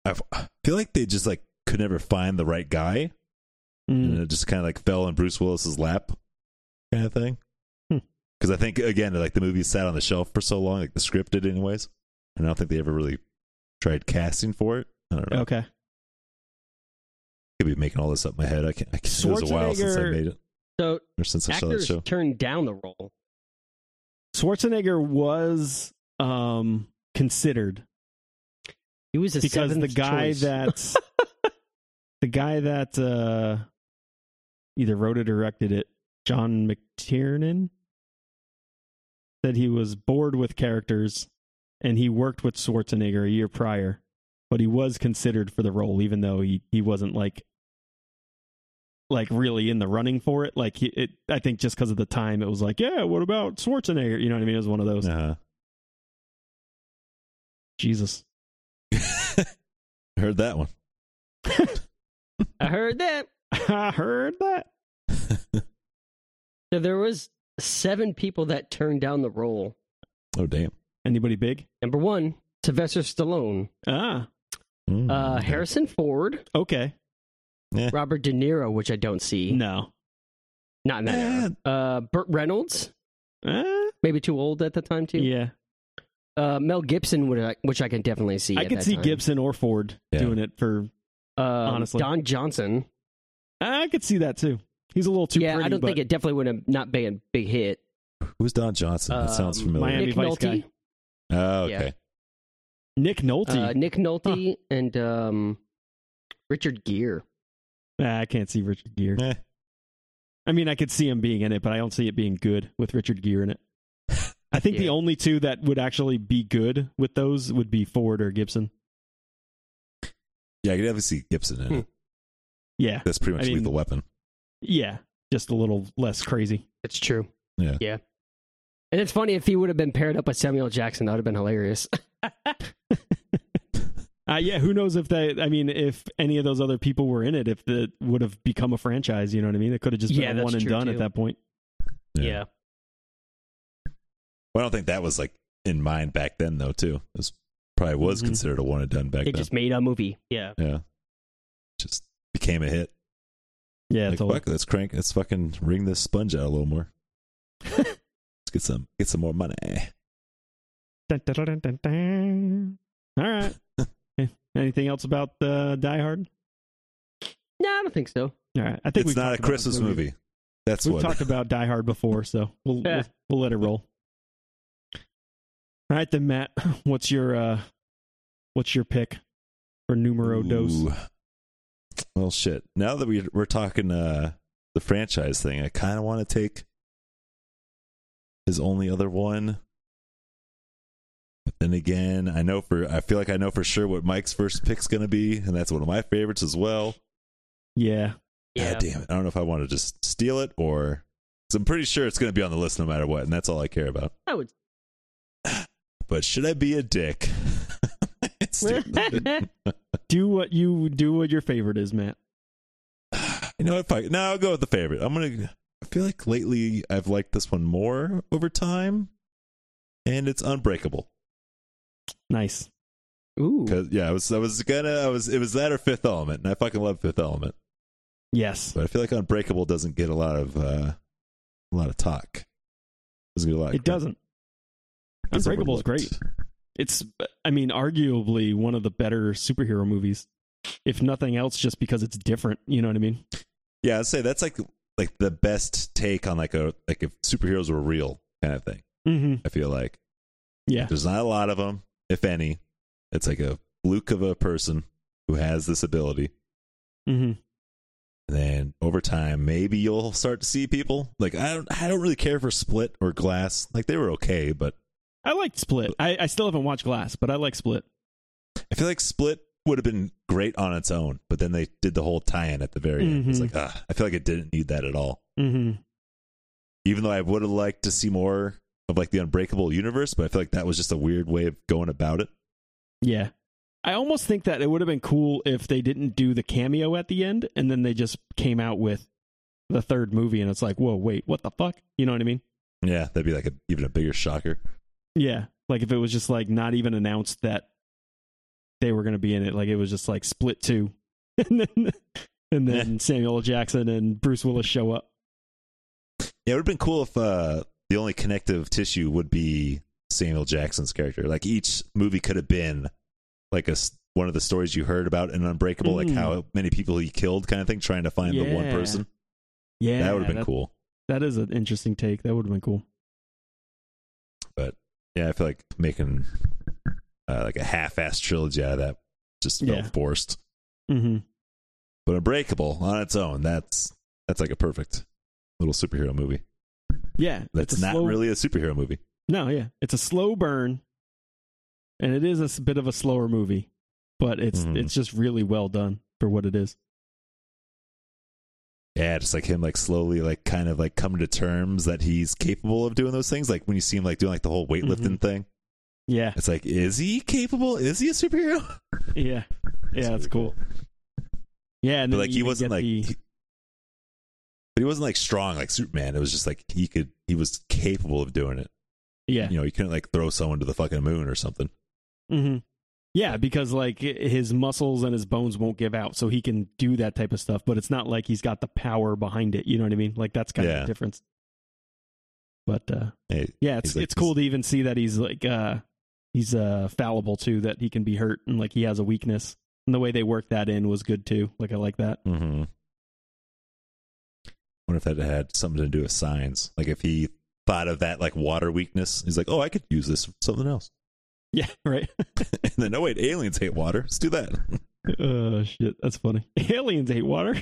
Speaker 2: I I feel like they just like could never find the right guy, and
Speaker 1: Mm.
Speaker 2: it just kind of like fell in Bruce Willis's lap, kind of thing.
Speaker 1: Hmm.
Speaker 2: Because I think again, like the movie sat on the shelf for so long, like the script did, anyways. And I don't think they ever really tried casting for it. I don't know.
Speaker 1: Okay,
Speaker 2: I could be making all this up in my head. I can't. I can't it was a while since I
Speaker 1: Schwarzenegger-
Speaker 2: made it
Speaker 3: So
Speaker 2: or since I saw that
Speaker 3: actors
Speaker 2: show.
Speaker 3: turned down the role.
Speaker 1: Schwarzenegger was um considered
Speaker 3: He was a
Speaker 1: because the
Speaker 3: seventh
Speaker 1: guy
Speaker 3: choice.
Speaker 1: that the guy that uh either wrote it or directed it, John McTiernan, said he was bored with characters and he worked with Schwarzenegger a year prior, but he was considered for the role even though he he wasn't like like really in the running for it. Like he, it, I think just because of the time, it was like, yeah, what about Schwarzenegger? You know what I mean? It was one of those.
Speaker 2: Uh-huh.
Speaker 1: Jesus.
Speaker 2: I heard that one.
Speaker 3: I heard that.
Speaker 1: I heard that.
Speaker 3: So there was seven people that turned down the role.
Speaker 2: Oh damn.
Speaker 1: Anybody big?
Speaker 3: Number one, Sylvester Stallone,
Speaker 1: Ah,
Speaker 2: Mm,
Speaker 3: uh,
Speaker 1: Mm-hmm.
Speaker 2: okay.
Speaker 3: Harrison Ford,
Speaker 1: okay.
Speaker 3: Robert De Niro, which I don't see,
Speaker 1: No.
Speaker 3: not in that era. Uh, Burt Reynolds,
Speaker 1: Uh,
Speaker 3: maybe too old at the time too.
Speaker 1: yeah.
Speaker 3: Uh, Mel Gibson, which I, which I can definitely see.
Speaker 1: I
Speaker 3: at
Speaker 1: could
Speaker 3: that
Speaker 1: see
Speaker 3: time.
Speaker 1: Gibson or Ford
Speaker 2: Yeah.
Speaker 1: doing it for.
Speaker 3: Um,
Speaker 1: honestly.
Speaker 3: Don Johnson.
Speaker 1: I could see that too. He's a little too
Speaker 3: yeah,
Speaker 1: pretty.
Speaker 3: I don't
Speaker 1: but
Speaker 3: think it definitely would have not been a big hit.
Speaker 2: Who's Don Johnson? That sounds
Speaker 3: Um,
Speaker 2: familiar.
Speaker 1: Miami
Speaker 3: Nick
Speaker 1: Vice
Speaker 3: Nolte,
Speaker 2: Oh,
Speaker 3: yeah.
Speaker 2: okay.
Speaker 1: Nick
Speaker 3: uh,
Speaker 1: Nolte.
Speaker 3: Nick Nolte, and um, Richard Gere.
Speaker 1: Ah, I can't see Richard Gere.
Speaker 2: Eh.
Speaker 1: I mean, I could see him being in it, but I don't see it being good with Richard Gere in it. I think the
Speaker 3: Yeah.
Speaker 1: only two that would actually be good with those would be Ford or Gibson.
Speaker 2: Yeah, I could definitely see Gibson in
Speaker 3: Hmm.
Speaker 2: it.
Speaker 1: Yeah,
Speaker 2: That's pretty much
Speaker 1: I mean-
Speaker 2: lethal weapon.
Speaker 1: yeah, just a little less crazy.
Speaker 3: It's true.
Speaker 2: Yeah.
Speaker 3: Yeah. And it's funny if he would have been paired up with Samuel Jackson, that would have been hilarious.
Speaker 1: Uh, yeah, who knows if they? I mean, if any of those other people were in it, if it would have become a franchise, you know what I mean? It could have just been
Speaker 3: Yeah,
Speaker 1: a
Speaker 3: that's
Speaker 1: one and
Speaker 3: true,
Speaker 1: done
Speaker 3: too.
Speaker 1: at that point.
Speaker 2: Well, I don't think that was like in mind back then, though. Too, it was, probably was
Speaker 1: Mhm.
Speaker 2: considered a one and done back
Speaker 3: They
Speaker 2: then.
Speaker 3: just made a movie. Yeah.
Speaker 2: yeah, just became a hit.
Speaker 1: Yeah,
Speaker 2: like,
Speaker 1: totally.
Speaker 2: fuck, let's crank, let's fucking wring this sponge out a little more. let's get some, get some more money.
Speaker 1: Dun, dun, dun, dun, dun. All right. Okay. Anything else about uh, Die Hard?
Speaker 3: No, I don't think so.
Speaker 1: All right. I think
Speaker 2: It's
Speaker 1: we've
Speaker 2: not
Speaker 1: talked
Speaker 2: a
Speaker 1: about
Speaker 2: Christmas
Speaker 1: the
Speaker 2: movie. That's
Speaker 1: We've
Speaker 2: what.
Speaker 1: talked about Die Hard before, so we'll,
Speaker 3: Yeah.
Speaker 1: we'll we'll let it roll. All right, then, Matt. What's your uh, what's your pick for numero dos?
Speaker 2: Ooh. Well, shit. Now that we we're talking uh, the franchise thing, I kind of want to take his only other one. But then again, I know for I feel like I know for sure what Mike's first pick's gonna be, and that's one of my favorites as well.
Speaker 1: Yeah,
Speaker 3: Yeah.
Speaker 2: God damn it! I don't know if I want to just steal it or. 'cause I'm pretty sure it's gonna be on the list no matter what, and that's all I care about.
Speaker 3: I would.
Speaker 2: But should I be a dick? Steal it.
Speaker 1: do what you do. What your favorite is, Matt?
Speaker 2: You know what? Fuck. No, I'll go with the favorite. I'm gonna. I feel like lately I've liked this one more over time, and it's Unbreakable.
Speaker 1: Nice.
Speaker 3: Ooh.
Speaker 2: Cause yeah, I was I was gonna I was it was that or Fifth Element, and I fucking love Fifth Element,
Speaker 1: Yes,
Speaker 2: but I feel like Unbreakable doesn't get a lot of uh, a lot of talk. Doesn't get a lot. of
Speaker 1: it
Speaker 2: credit.
Speaker 1: doesn't.
Speaker 2: It's
Speaker 1: Unbreakable is great.
Speaker 2: overlooked.
Speaker 1: It's, I mean, arguably one of the better superhero movies, if nothing else, just because it's different. You know what I mean?
Speaker 2: Yeah, I'd say that's like like the best take on like a like if superheroes were real kind of thing.
Speaker 1: Mm-hmm.
Speaker 2: I feel like
Speaker 1: Yeah.
Speaker 2: there's not a lot of them, if any. It's like a fluke of a person who has this ability.
Speaker 1: Mm-hmm.
Speaker 2: And then over time, maybe you'll start to see people like I don't I don't really care for Split or Glass. Like they were okay, but
Speaker 1: I liked Split. I, I still haven't watched Glass, but I like Split.
Speaker 2: I feel like Split would have been great on its own, but then they did the whole tie-in at the very end. It's
Speaker 1: Mhm.
Speaker 2: like, ah, I feel like it didn't need that at all.
Speaker 1: Mm-hmm.
Speaker 2: Even though I would have liked to see more of like the Unbreakable universe, but I feel like that was just a weird way of going about it.
Speaker 1: Yeah. I almost think that it would have been cool if they didn't do the cameo at the end and then they just came out with the third movie and it's like, whoa, wait, what the fuck? You know what I mean?
Speaker 2: Yeah, that'd be like a, even a bigger shocker.
Speaker 1: Yeah. Like if it was just like not even announced that they were going to be in it, like it was just like split two. and then, and then Samuel L. Jackson and Bruce Willis show up.
Speaker 2: Yeah, it would have been cool if uh, the only connective tissue would be Samuel Jackson's character. Like each movie could have been like a s- one of the stories you heard about in Unbreakable, like
Speaker 1: Mm.
Speaker 2: how many people he killed, kind of thing, trying to find the one
Speaker 1: Yeah.
Speaker 2: person.
Speaker 1: Yeah.
Speaker 2: that would have been cool.
Speaker 1: That is an interesting take. That would have been cool.
Speaker 2: yeah, I feel like making uh, like a half-ass trilogy out of that just felt
Speaker 1: Yeah.
Speaker 2: forced.
Speaker 1: Mm-hmm.
Speaker 2: But Unbreakable on its own, that's that's like a perfect little superhero movie.
Speaker 1: Yeah.
Speaker 2: That's
Speaker 1: it's a
Speaker 2: not
Speaker 1: slow-
Speaker 2: really a superhero movie.
Speaker 1: No, yeah, it's a slow burn, and it is a s- bit of a slower movie, but it's
Speaker 2: Mhm.
Speaker 1: it's just really well done for what it is.
Speaker 2: Yeah, just like him, like slowly, like kind of like coming to terms that he's capable of doing those things. Like when you see him like doing like the whole
Speaker 1: Mm-hmm.
Speaker 2: weightlifting thing,
Speaker 1: Yeah,
Speaker 2: it's like, is he capable? Is he a superhero?
Speaker 1: yeah, yeah. That's
Speaker 2: really
Speaker 1: cool. Yeah, and
Speaker 2: But
Speaker 1: then
Speaker 2: like
Speaker 1: you
Speaker 2: he
Speaker 1: even
Speaker 2: wasn't
Speaker 1: get
Speaker 2: like,
Speaker 1: the-
Speaker 2: he- but he wasn't like strong like Superman. It was just like he could, he was capable of doing it.
Speaker 1: yeah,
Speaker 2: You know, he couldn't like throw someone to the fucking moon or something. Mm-hmm.
Speaker 1: hmm yeah, because like i- his muscles and his bones won't give out, so he can do that type of stuff. But it's not like he's got the power behind it. You know what I mean? Like that's kind of
Speaker 2: Yeah.
Speaker 1: the difference. But uh,
Speaker 2: Hey,
Speaker 1: Yeah, it's
Speaker 2: He's like
Speaker 1: it's cool to even see that he's like uh he's uh fallible too, that he can be hurt and like he has a weakness. And the way they worked that in was good too. Like I like that.
Speaker 2: Mm-hmm. Wonder if that had something to do with signs. Like if he thought of that like water weakness, he's like, "Oh, I could use this for something else."
Speaker 1: Yeah, right.
Speaker 2: And then, oh wait, aliens hate water. Let's do that.
Speaker 1: uh shit, that's funny. Aliens hate water.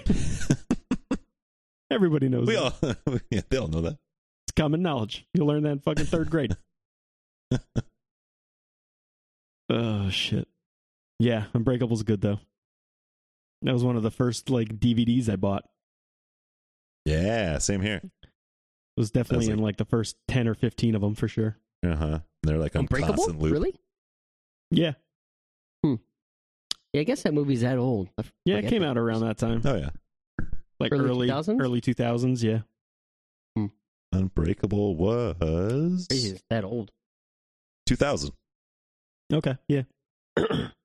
Speaker 1: Everybody knows
Speaker 2: We
Speaker 1: that.
Speaker 2: all, yeah, they all know that.
Speaker 1: it's common knowledge. You learn that in fucking third grade. oh shit. Yeah, Unbreakable's good though. That was one of the first like DVDs I bought.
Speaker 2: Yeah, same here.
Speaker 1: It was definitely
Speaker 2: like-
Speaker 1: in like the first ten or fifteen of them for sure.
Speaker 2: Uh huh. They're like on
Speaker 3: Unbreakable?
Speaker 2: constant loop.
Speaker 3: Really?
Speaker 1: Yeah,
Speaker 3: Yeah, I guess that movie's that old. I f-
Speaker 1: yeah, it
Speaker 3: forget
Speaker 1: came
Speaker 3: that.
Speaker 1: out around that time,
Speaker 2: Oh yeah,
Speaker 1: like early
Speaker 3: Early 2000s?
Speaker 1: early two thousands. Yeah,
Speaker 2: Unbreakable was
Speaker 3: Crazy it's that old.
Speaker 2: two thousand.
Speaker 1: okay, yeah,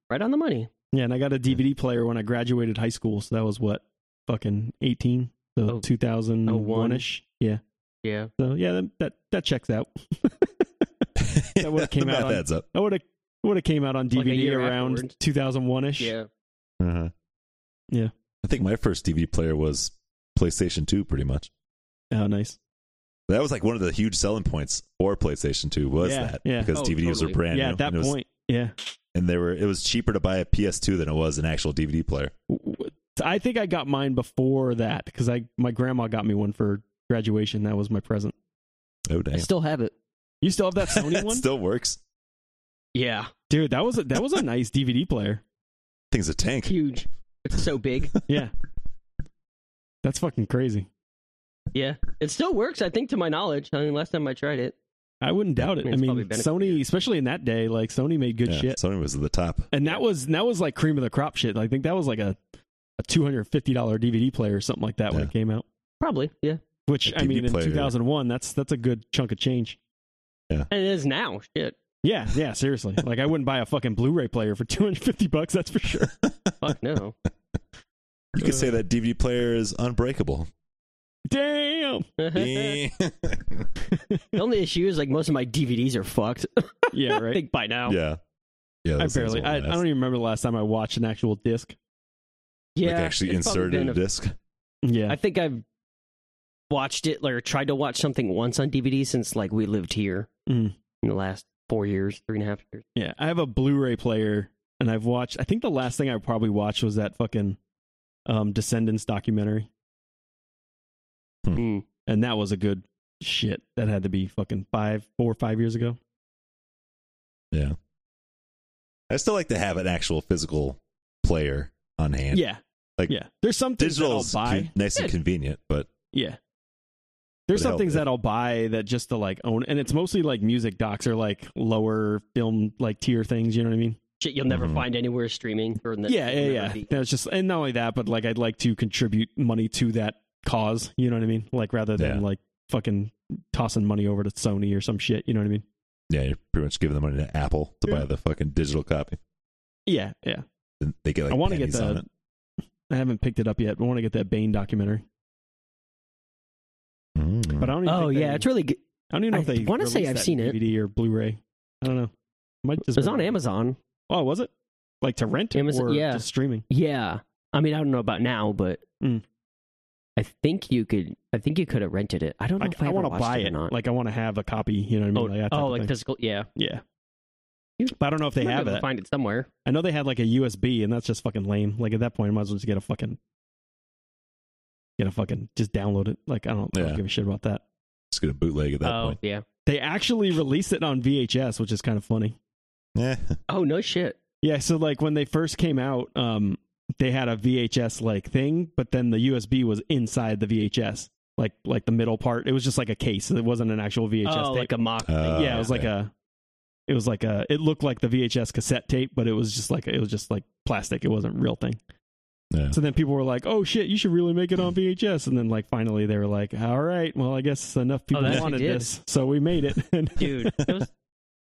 Speaker 3: Right on the money.
Speaker 1: yeah. And I got a DVD player when I graduated high school, so that was what fucking eighteen,
Speaker 3: Oh.
Speaker 1: so two thousand one ish. Yeah,
Speaker 3: Yeah.
Speaker 1: so yeah, that that, that checks out.
Speaker 2: that
Speaker 1: would've came out on-
Speaker 2: adds up.
Speaker 1: I would have would have came out on
Speaker 3: Like a
Speaker 1: DVD
Speaker 3: year
Speaker 1: around
Speaker 3: afterwards.
Speaker 1: two thousand one ish.
Speaker 3: Yeah.
Speaker 2: Uh-huh.
Speaker 1: Yeah.
Speaker 2: I think my first DVD player was PlayStation Two, pretty much.
Speaker 1: Oh, nice.
Speaker 2: That was like one of the huge selling points for PlayStation 2 was
Speaker 1: Yeah,
Speaker 2: that
Speaker 1: yeah.
Speaker 2: because
Speaker 3: Oh,
Speaker 2: DVDs
Speaker 3: totally.
Speaker 2: were brand
Speaker 1: yeah,
Speaker 2: new.
Speaker 1: at that
Speaker 2: and it was-
Speaker 1: point, yeah.
Speaker 2: and they were it was cheaper to buy a PS2 than it was an actual DVD player.
Speaker 1: W- I think I got mine before that because I my grandma got me one for graduation. That was my present.
Speaker 2: Oh
Speaker 3: I
Speaker 2: damn,
Speaker 3: still have it.
Speaker 1: You still have that Sony
Speaker 2: that
Speaker 1: one,
Speaker 2: still works.
Speaker 3: Yeah.
Speaker 1: dude? That was a, that was a nice DVD player.
Speaker 2: Thing's a tank.
Speaker 3: Huge. It's so big.
Speaker 1: Yeah. That's fucking crazy.
Speaker 3: Yeah. It still works, I think, to my knowledge. I mean, last time I tried it.
Speaker 1: I wouldn't doubt it.
Speaker 3: I mean,
Speaker 1: I
Speaker 3: it's
Speaker 1: mean,
Speaker 3: probably been a few
Speaker 1: Sony, especially in that day, like Sony made good
Speaker 2: yeah,
Speaker 1: shit.
Speaker 2: Sony was at the top.
Speaker 1: And that was that was like cream of the crop shit. I think that was like a a two hundred fifty dollar DVD player or something like that when
Speaker 2: Yeah.
Speaker 1: it came out.
Speaker 3: Probably. Yeah.
Speaker 1: Which
Speaker 2: A
Speaker 1: I mean,
Speaker 2: DVD player.
Speaker 1: in two thousand one, that's that's a good chunk of change.
Speaker 3: And it is now. Shit.
Speaker 1: Yeah, yeah, seriously. like I wouldn't buy a fucking Blu-ray player for two hundred fifty bucks. That's for sure.
Speaker 3: Fuck no.
Speaker 2: You could
Speaker 1: Uh.
Speaker 2: say that DVD player is unbreakable.
Speaker 1: Damn.
Speaker 3: the
Speaker 2: yeah,
Speaker 3: only issue is like most of my DVDs are fucked.
Speaker 1: Yeah,
Speaker 3: I
Speaker 1: right.
Speaker 3: think by now.
Speaker 2: yeah.
Speaker 1: I
Speaker 2: Yeah, those things
Speaker 1: barely.
Speaker 2: won't
Speaker 1: I, I
Speaker 2: last.
Speaker 1: don't even remember the last time I watched an actual disc.
Speaker 3: Yeah,
Speaker 2: like actually
Speaker 3: it's probably
Speaker 2: inserted
Speaker 3: been
Speaker 2: a
Speaker 3: a-
Speaker 2: disc.
Speaker 1: Yeah,
Speaker 3: I think I've watched it like, or tried to watch something once on DVD since like we lived here
Speaker 1: Mm.
Speaker 3: in the last four years, three and a half years.
Speaker 1: yeah. I have a Blu-ray player, and I've watched. I think the last thing I probably watched was that fucking um, Descendants documentary,
Speaker 3: Mm.
Speaker 1: and that was a good shit. That had to be fucking five, four, or five years ago.
Speaker 2: Yeah. I still like to have an actual physical player on hand.
Speaker 1: yeah,
Speaker 2: like,
Speaker 1: yeah. There's some things that
Speaker 2: Digital
Speaker 1: I'll
Speaker 2: is
Speaker 1: buy.
Speaker 2: con- nice and
Speaker 1: Yeah.
Speaker 2: convenient, but
Speaker 1: Yeah. There's
Speaker 2: But
Speaker 1: some
Speaker 2: hell,
Speaker 1: things
Speaker 2: if-
Speaker 1: that I'll buy that just to like own, and it's mostly like music docs or like lower film like tier things. You know what I mean?
Speaker 3: Shit, you'll never
Speaker 2: Mhm.
Speaker 3: find anywhere streaming or in the
Speaker 1: yeah, yeah,
Speaker 3: it'll never
Speaker 1: yeah.
Speaker 3: be.
Speaker 1: That's just, and not only that, but like I'd like to contribute money to that cause. You know what I mean? Like rather than
Speaker 2: Yeah.
Speaker 1: like fucking tossing money over to Sony or some shit. You know what I mean?
Speaker 2: yeah, you're pretty much giving the money to Apple to
Speaker 1: Yeah.
Speaker 2: buy the fucking digital copy.
Speaker 1: Yeah, yeah.
Speaker 2: Then They get like
Speaker 1: I want to get
Speaker 2: pennies on
Speaker 1: the.
Speaker 2: it.
Speaker 1: I haven't picked it up yet, but I want to get that Bane documentary.
Speaker 2: Mm.
Speaker 1: But I don't. Even
Speaker 3: Oh
Speaker 1: think
Speaker 3: yeah,
Speaker 1: they,
Speaker 3: it's really good.
Speaker 1: I don't even know
Speaker 3: I
Speaker 1: if they
Speaker 3: wanna say
Speaker 1: released
Speaker 3: I've
Speaker 1: that
Speaker 3: seen it.
Speaker 1: DVD or Blu-ray. I don't know. Might just
Speaker 3: It was
Speaker 1: be-
Speaker 3: on Amazon.
Speaker 1: Oh, was it? Like to rent
Speaker 3: Amazon-
Speaker 1: or
Speaker 3: yeah.
Speaker 1: just streaming?
Speaker 3: Yeah, I mean I don't know about now, but
Speaker 1: Mm.
Speaker 3: I think you could. I think you could have rented it. I don't know
Speaker 1: Like,
Speaker 3: if I,
Speaker 1: I,
Speaker 3: ever
Speaker 1: want to
Speaker 3: watched
Speaker 1: buy
Speaker 3: it,
Speaker 1: it.
Speaker 3: or not.
Speaker 1: Like I want to have a copy. You know what I
Speaker 3: oh,
Speaker 1: mean? that type
Speaker 3: oh
Speaker 1: of
Speaker 3: like
Speaker 1: thing.
Speaker 3: physical. Yeah,
Speaker 1: Yeah. But I don't know if they
Speaker 3: Might be
Speaker 1: have
Speaker 3: able to
Speaker 1: it.
Speaker 3: Find it somewhere.
Speaker 1: I know they had like a USB, and that's just fucking lame. Like at that point, I might as well just get a fucking get a fucking just download it. Like I don't, I don't
Speaker 2: Yeah.
Speaker 1: give a shit about that.
Speaker 2: Just get a bootleg at that
Speaker 3: oh
Speaker 2: point.
Speaker 3: yeah.
Speaker 1: They actually released it on VHS, which is kind of funny.
Speaker 2: Yeah.
Speaker 3: Oh no shit.
Speaker 1: Yeah, so like when they first came out, um, they had a VHS like thing, but then the USB was inside the VHS, like like the middle part. It was just like a case. It wasn't an actual VHS.
Speaker 3: oh,
Speaker 1: tape.
Speaker 3: like a mock. thing.
Speaker 2: Uh,
Speaker 1: yeah, it was like a, it was like a, it looked like the VHS cassette tape, but it was just like it was just like plastic. It wasn't a real thing.
Speaker 2: Yeah.
Speaker 1: So then people were like, "Oh shit, you should really make it on VHS." And then like finally they were like, "All right, well I guess enough people
Speaker 3: Oh, that's-
Speaker 1: wanted
Speaker 3: they did.
Speaker 1: this, so we made it." And
Speaker 3: dude. It was,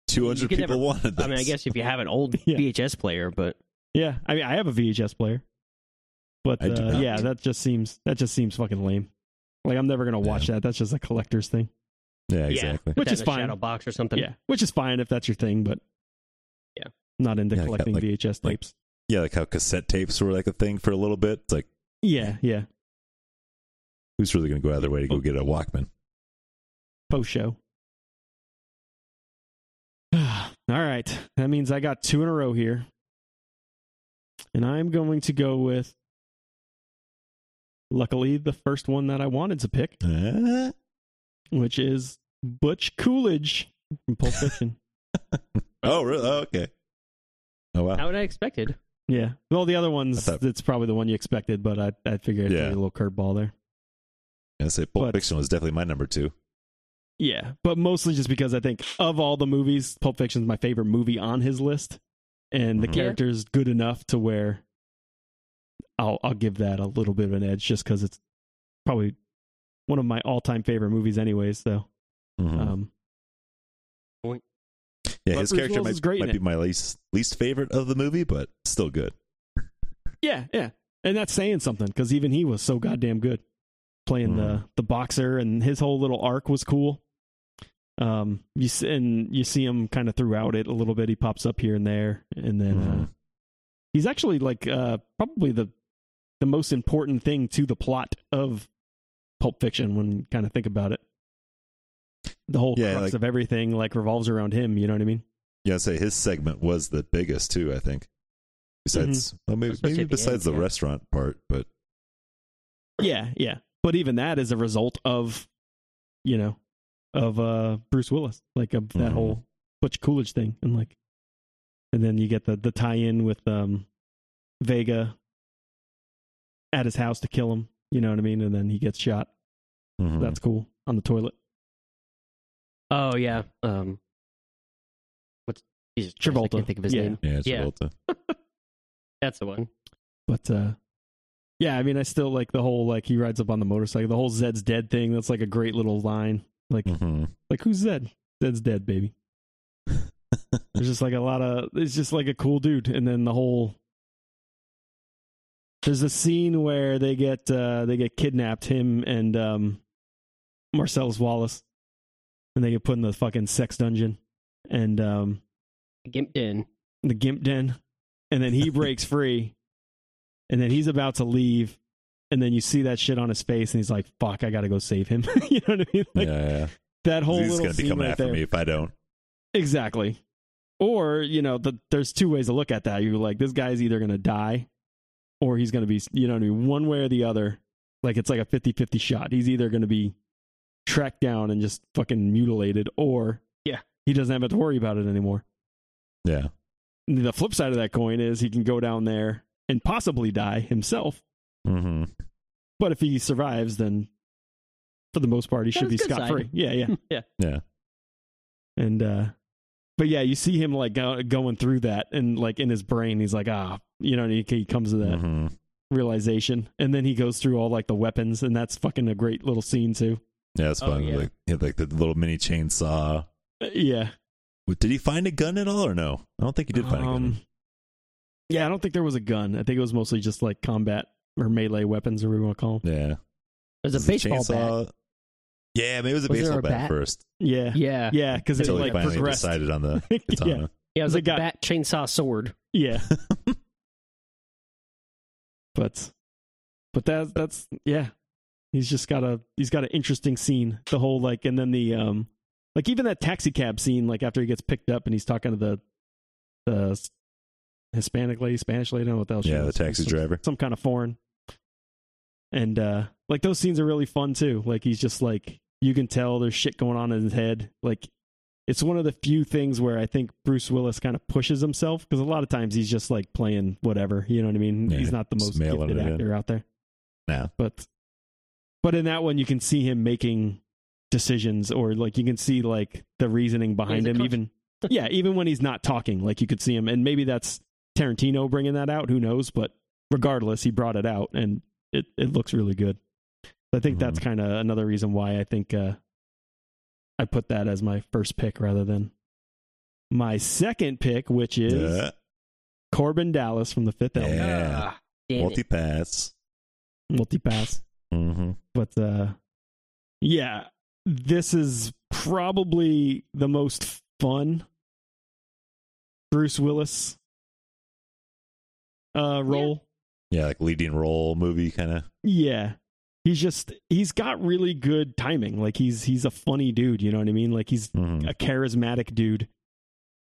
Speaker 2: 200
Speaker 3: You could
Speaker 2: people
Speaker 3: never-
Speaker 2: wanted this.
Speaker 3: I mean, I guess if you have an old
Speaker 1: Yeah.
Speaker 3: VHS player, but
Speaker 1: yeah, I mean I have a VHS player, but
Speaker 2: I do
Speaker 1: uh,
Speaker 2: not.
Speaker 1: yeah, that just seems that just seems fucking lame. Like I'm never gonna watch that. That's just a collector's thing.
Speaker 2: Yeah,
Speaker 3: yeah.
Speaker 2: exactly.
Speaker 1: Which
Speaker 3: that
Speaker 1: is
Speaker 3: in a
Speaker 1: fine.
Speaker 3: Shadow box or something.
Speaker 1: Yeah, which is fine if that's your thing, but
Speaker 3: Yeah.
Speaker 1: not into
Speaker 2: Yeah, like-
Speaker 1: collecting
Speaker 2: like-
Speaker 1: VHS
Speaker 2: like-
Speaker 1: tapes.
Speaker 2: Yeah, like how cassette tapes were like a thing for a little bit. It's like,
Speaker 1: yeah, yeah.
Speaker 2: who's really going to go out of their way to go get a Walkman?
Speaker 1: post show. All right. That means I got two in a row here. And I'm going to go with, luckily, the first one that I wanted to pick,
Speaker 2: Eh?
Speaker 1: which is Butch Coolidge from Pulp Fiction.
Speaker 2: Oh, really? Oh, okay. Oh, wow.
Speaker 3: How would I expected?
Speaker 1: yeah. Well, the other one's,
Speaker 2: I thought-
Speaker 1: it's probably the one you expected, but I, I figured I'd
Speaker 2: Yeah.
Speaker 1: give you a little curveball there.
Speaker 2: I say Pulp
Speaker 1: But-
Speaker 2: Fiction was definitely my number two.
Speaker 1: Yeah, but mostly just because I think of all the movies, Pulp Fiction's my favorite movie on his list, and the
Speaker 2: Mhm.
Speaker 3: Yeah.
Speaker 1: character's good enough to where I'll I'll give that a little bit of an edge just because it's probably one of my all time favorite movies, anyways. So, um,
Speaker 2: Mm-hmm. yeah,
Speaker 1: but
Speaker 2: his
Speaker 1: Bruce
Speaker 2: character
Speaker 1: Willis
Speaker 2: might,
Speaker 1: is great in
Speaker 2: might be my least least favorite of the movie, but still good.
Speaker 1: yeah, yeah, and that's saying something because even he was so goddamn good playing the
Speaker 2: Mm.
Speaker 1: the boxer, and his whole little arc was cool. Um, you s- and you see him kind of throughout it a little bit. He pops up here and there, and then. Uh,
Speaker 2: Mhm.
Speaker 1: he's actually like uh, probably the the most important thing to the plot of Pulp Fiction when you kind of think about it. The whole
Speaker 2: Yeah,
Speaker 1: crux
Speaker 2: like-
Speaker 1: of everything like revolves around him. You know what I mean?
Speaker 2: Yeah, I'd say his segment was the biggest too. I think. Besides,
Speaker 1: Mm-hmm.
Speaker 2: well, maybe,
Speaker 3: Especially
Speaker 2: maybe
Speaker 3: at the
Speaker 2: besides
Speaker 3: end,
Speaker 2: the
Speaker 3: yeah.
Speaker 2: restaurant part, but
Speaker 1: Yeah, yeah. But even that is a result of you know of uh, Bruce Willis, like of that
Speaker 2: Mhm.
Speaker 1: whole Butch Coolidge thing, and like, and then you get the the tie in with um, Vega at his house to kill him. You know what I mean? And then he gets shot.
Speaker 2: mhm.
Speaker 1: That's cool on the toilet.
Speaker 3: Oh yeah. Um, what's Jesus Christ, I
Speaker 1: Travolta.
Speaker 3: can't think of his
Speaker 1: Yeah.
Speaker 3: name.
Speaker 2: yeah,
Speaker 3: yeah.
Speaker 2: Travolta.
Speaker 3: That's the one.
Speaker 1: But uh yeah, I mean I still like the whole like he rides up on the motorcycle, the whole Zed's dead thing, that's like a great little line. Like
Speaker 2: Mhm.
Speaker 1: like who's Zed? Zed's dead, baby. There's just like a lot of it's just like a cool dude. And then the whole there's a scene where they get uh they get kidnapped, him and um Marcellus Wallace. And they get put in the fucking sex dungeon. And um
Speaker 3: Gimped in.
Speaker 1: the gimp den, and then he breaks free, and then he's about to leave, and then you see that shit on his face, and he's like, "Fuck, I gotta go save him." you know what I mean? Like
Speaker 2: yeah, yeah.
Speaker 1: that whole
Speaker 2: He's
Speaker 1: little
Speaker 2: gonna be
Speaker 1: scene
Speaker 2: coming
Speaker 1: right
Speaker 2: after
Speaker 1: there.
Speaker 2: me if I don't.
Speaker 1: Exactly. Or, you know, the, there's two ways to look at that. You're like, this guy's either going to die or he's going to be, you know what I mean? One way or the other. Like, it's like a 50 50 shot. He's either going to be tracked down and just fucking mutilated or
Speaker 3: Yeah.
Speaker 1: he doesn't have to worry about it anymore.
Speaker 2: Yeah,
Speaker 1: The flip side of that coin is he can go down there and possibly die himself.
Speaker 2: mm-hmm.
Speaker 1: But if he survives, then for the most part, he
Speaker 3: That
Speaker 1: should be
Speaker 3: was good
Speaker 1: scot free.
Speaker 3: side.
Speaker 1: Yeah, yeah.
Speaker 3: Yeah.
Speaker 2: Yeah.
Speaker 1: And, uh, but yeah, you see him like go- going through that and like in his brain, he's like, ah, you know, and he, he comes to that
Speaker 2: hmm
Speaker 1: realization. And then he goes through all like the weapons, and that's fucking a great little scene, too.
Speaker 2: yeah. That's
Speaker 3: Oh,
Speaker 2: fun.
Speaker 3: yeah.
Speaker 2: Like he had like the little mini chainsaw.
Speaker 1: Uh, yeah.
Speaker 2: Wait, Did he find a gun at all or no? I don't think he did find a gun.
Speaker 1: Um, yeah, I don't think there was a gun. I think it was mostly just like combat or melee weapons, or we want to call them.
Speaker 2: Yeah,
Speaker 3: There's
Speaker 2: Was
Speaker 3: a
Speaker 2: it
Speaker 3: baseball bat.
Speaker 2: chainsaw? Yeah, maybe it was a
Speaker 3: Was there
Speaker 2: baseball
Speaker 3: a
Speaker 2: bat,
Speaker 3: bat?
Speaker 2: first
Speaker 1: Yeah.
Speaker 3: Yeah. yeah.
Speaker 1: Yeah, because it
Speaker 2: until he
Speaker 1: like
Speaker 2: finally
Speaker 1: progressed.
Speaker 2: decided on the
Speaker 1: yeah.
Speaker 2: katana.
Speaker 3: It was
Speaker 1: They
Speaker 3: a
Speaker 1: got-
Speaker 3: bat chainsaw sword.
Speaker 1: Yeah. but but that that's yeah. He's just got a he's got an interesting scene. The whole like and then the um like even that taxi cab scene like after he gets picked up and he's talking to the the Hispanic lady, Spanish lady, I don't know what the hell she
Speaker 2: Yeah, the
Speaker 1: was.
Speaker 2: taxi
Speaker 1: Some-
Speaker 2: driver.
Speaker 1: Some kind of foreign. And uh like those scenes are really fun too. Like he's just like you can tell there's shit going on in his head. Like it's one of the few things where I think Bruce Willis kind of pushes himself because a lot of times he's just like playing whatever, you know what I mean?
Speaker 2: Yeah,
Speaker 1: he's not the
Speaker 2: just
Speaker 1: most
Speaker 2: mailing
Speaker 1: gifted
Speaker 2: it in.
Speaker 1: actor out there.
Speaker 2: No.
Speaker 1: But but in that one you can see him making decisions or like you can see like the reasoning behind
Speaker 3: a
Speaker 1: him
Speaker 3: coach.
Speaker 1: even yeah, even when he's not talking, like you could see him and maybe that's Tarantino bringing that out, who knows, but regardless, he brought it out and it it looks really good. I think that's
Speaker 2: Mm-hmm.
Speaker 1: kind of another reason why I think uh, I put that as my first pick rather than my second pick, which is
Speaker 2: Yeah,
Speaker 1: Corbin Dallas from the Fifth Element
Speaker 2: Yeah.
Speaker 3: Ah, damn it.
Speaker 2: multi pass.
Speaker 1: multi pass.
Speaker 2: Mm-hmm.
Speaker 1: But uh, yeah, this is probably the most fun Bruce Willis uh, role.
Speaker 2: Yeah, like leading role movie kind of.
Speaker 1: Yeah. He's just he's got really good timing. Like he's he's a funny dude, you know what I mean? Like he's
Speaker 2: Mm-hmm.
Speaker 1: a charismatic dude.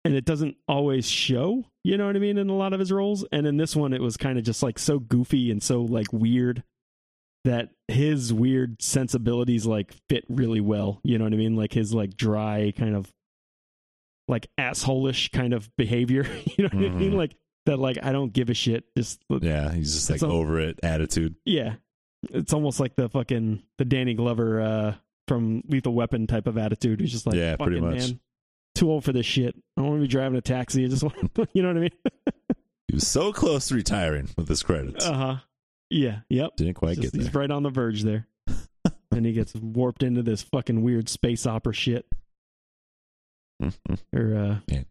Speaker 1: And it doesn't always show, you know what I mean, in a lot of his roles. And in this one it was kind of just like so goofy and so like weird that his weird sensibilities like fit really well, you know what I mean? Like his like dry kind of like assholish kind of behavior, you know what I
Speaker 2: Mhm.
Speaker 1: mean? Like that like I don't give a shit, just
Speaker 2: Yeah, he's just like
Speaker 1: It's all-
Speaker 2: over it attitude.
Speaker 1: yeah. It's almost like the fucking the Danny Glover uh from Lethal Weapon type of attitude. He's just like,
Speaker 2: Yeah, pretty
Speaker 1: "Fucking,
Speaker 2: much.
Speaker 1: Man, too old for this shit. I don't want to be driving a taxi. I just want, you know what I mean?
Speaker 2: He was so close to retiring with his credits.
Speaker 1: Uh huh. Yeah. Yep.
Speaker 2: Didn't quite
Speaker 1: Just-
Speaker 2: get there.
Speaker 1: he's right on the verge there. and he gets warped into this fucking weird space opera shit
Speaker 2: Mhm.
Speaker 1: or uh
Speaker 2: Yeah.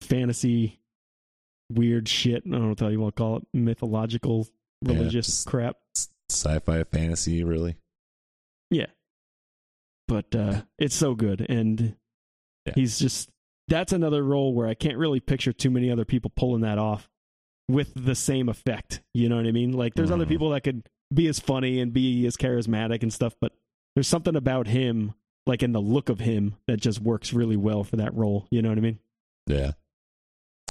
Speaker 1: fantasy weird shit. I don't know what the hell you want to call it. Mythological,
Speaker 2: Yeah,
Speaker 1: religious
Speaker 2: just-
Speaker 1: crap.
Speaker 2: Sci-fi fantasy, really.
Speaker 1: but uh, it's so good. And
Speaker 2: Yeah.
Speaker 1: he's just that's another role where I can't really picture too many other people pulling that off with the same effect. You know what I mean? Like there's other
Speaker 2: Mhm.
Speaker 3: Mm-hmm.
Speaker 1: people that could be as funny and be as charismatic and stuff, but there's something about him, like in the look of him, that just works really well for that role. You know what I mean?
Speaker 2: Yeah.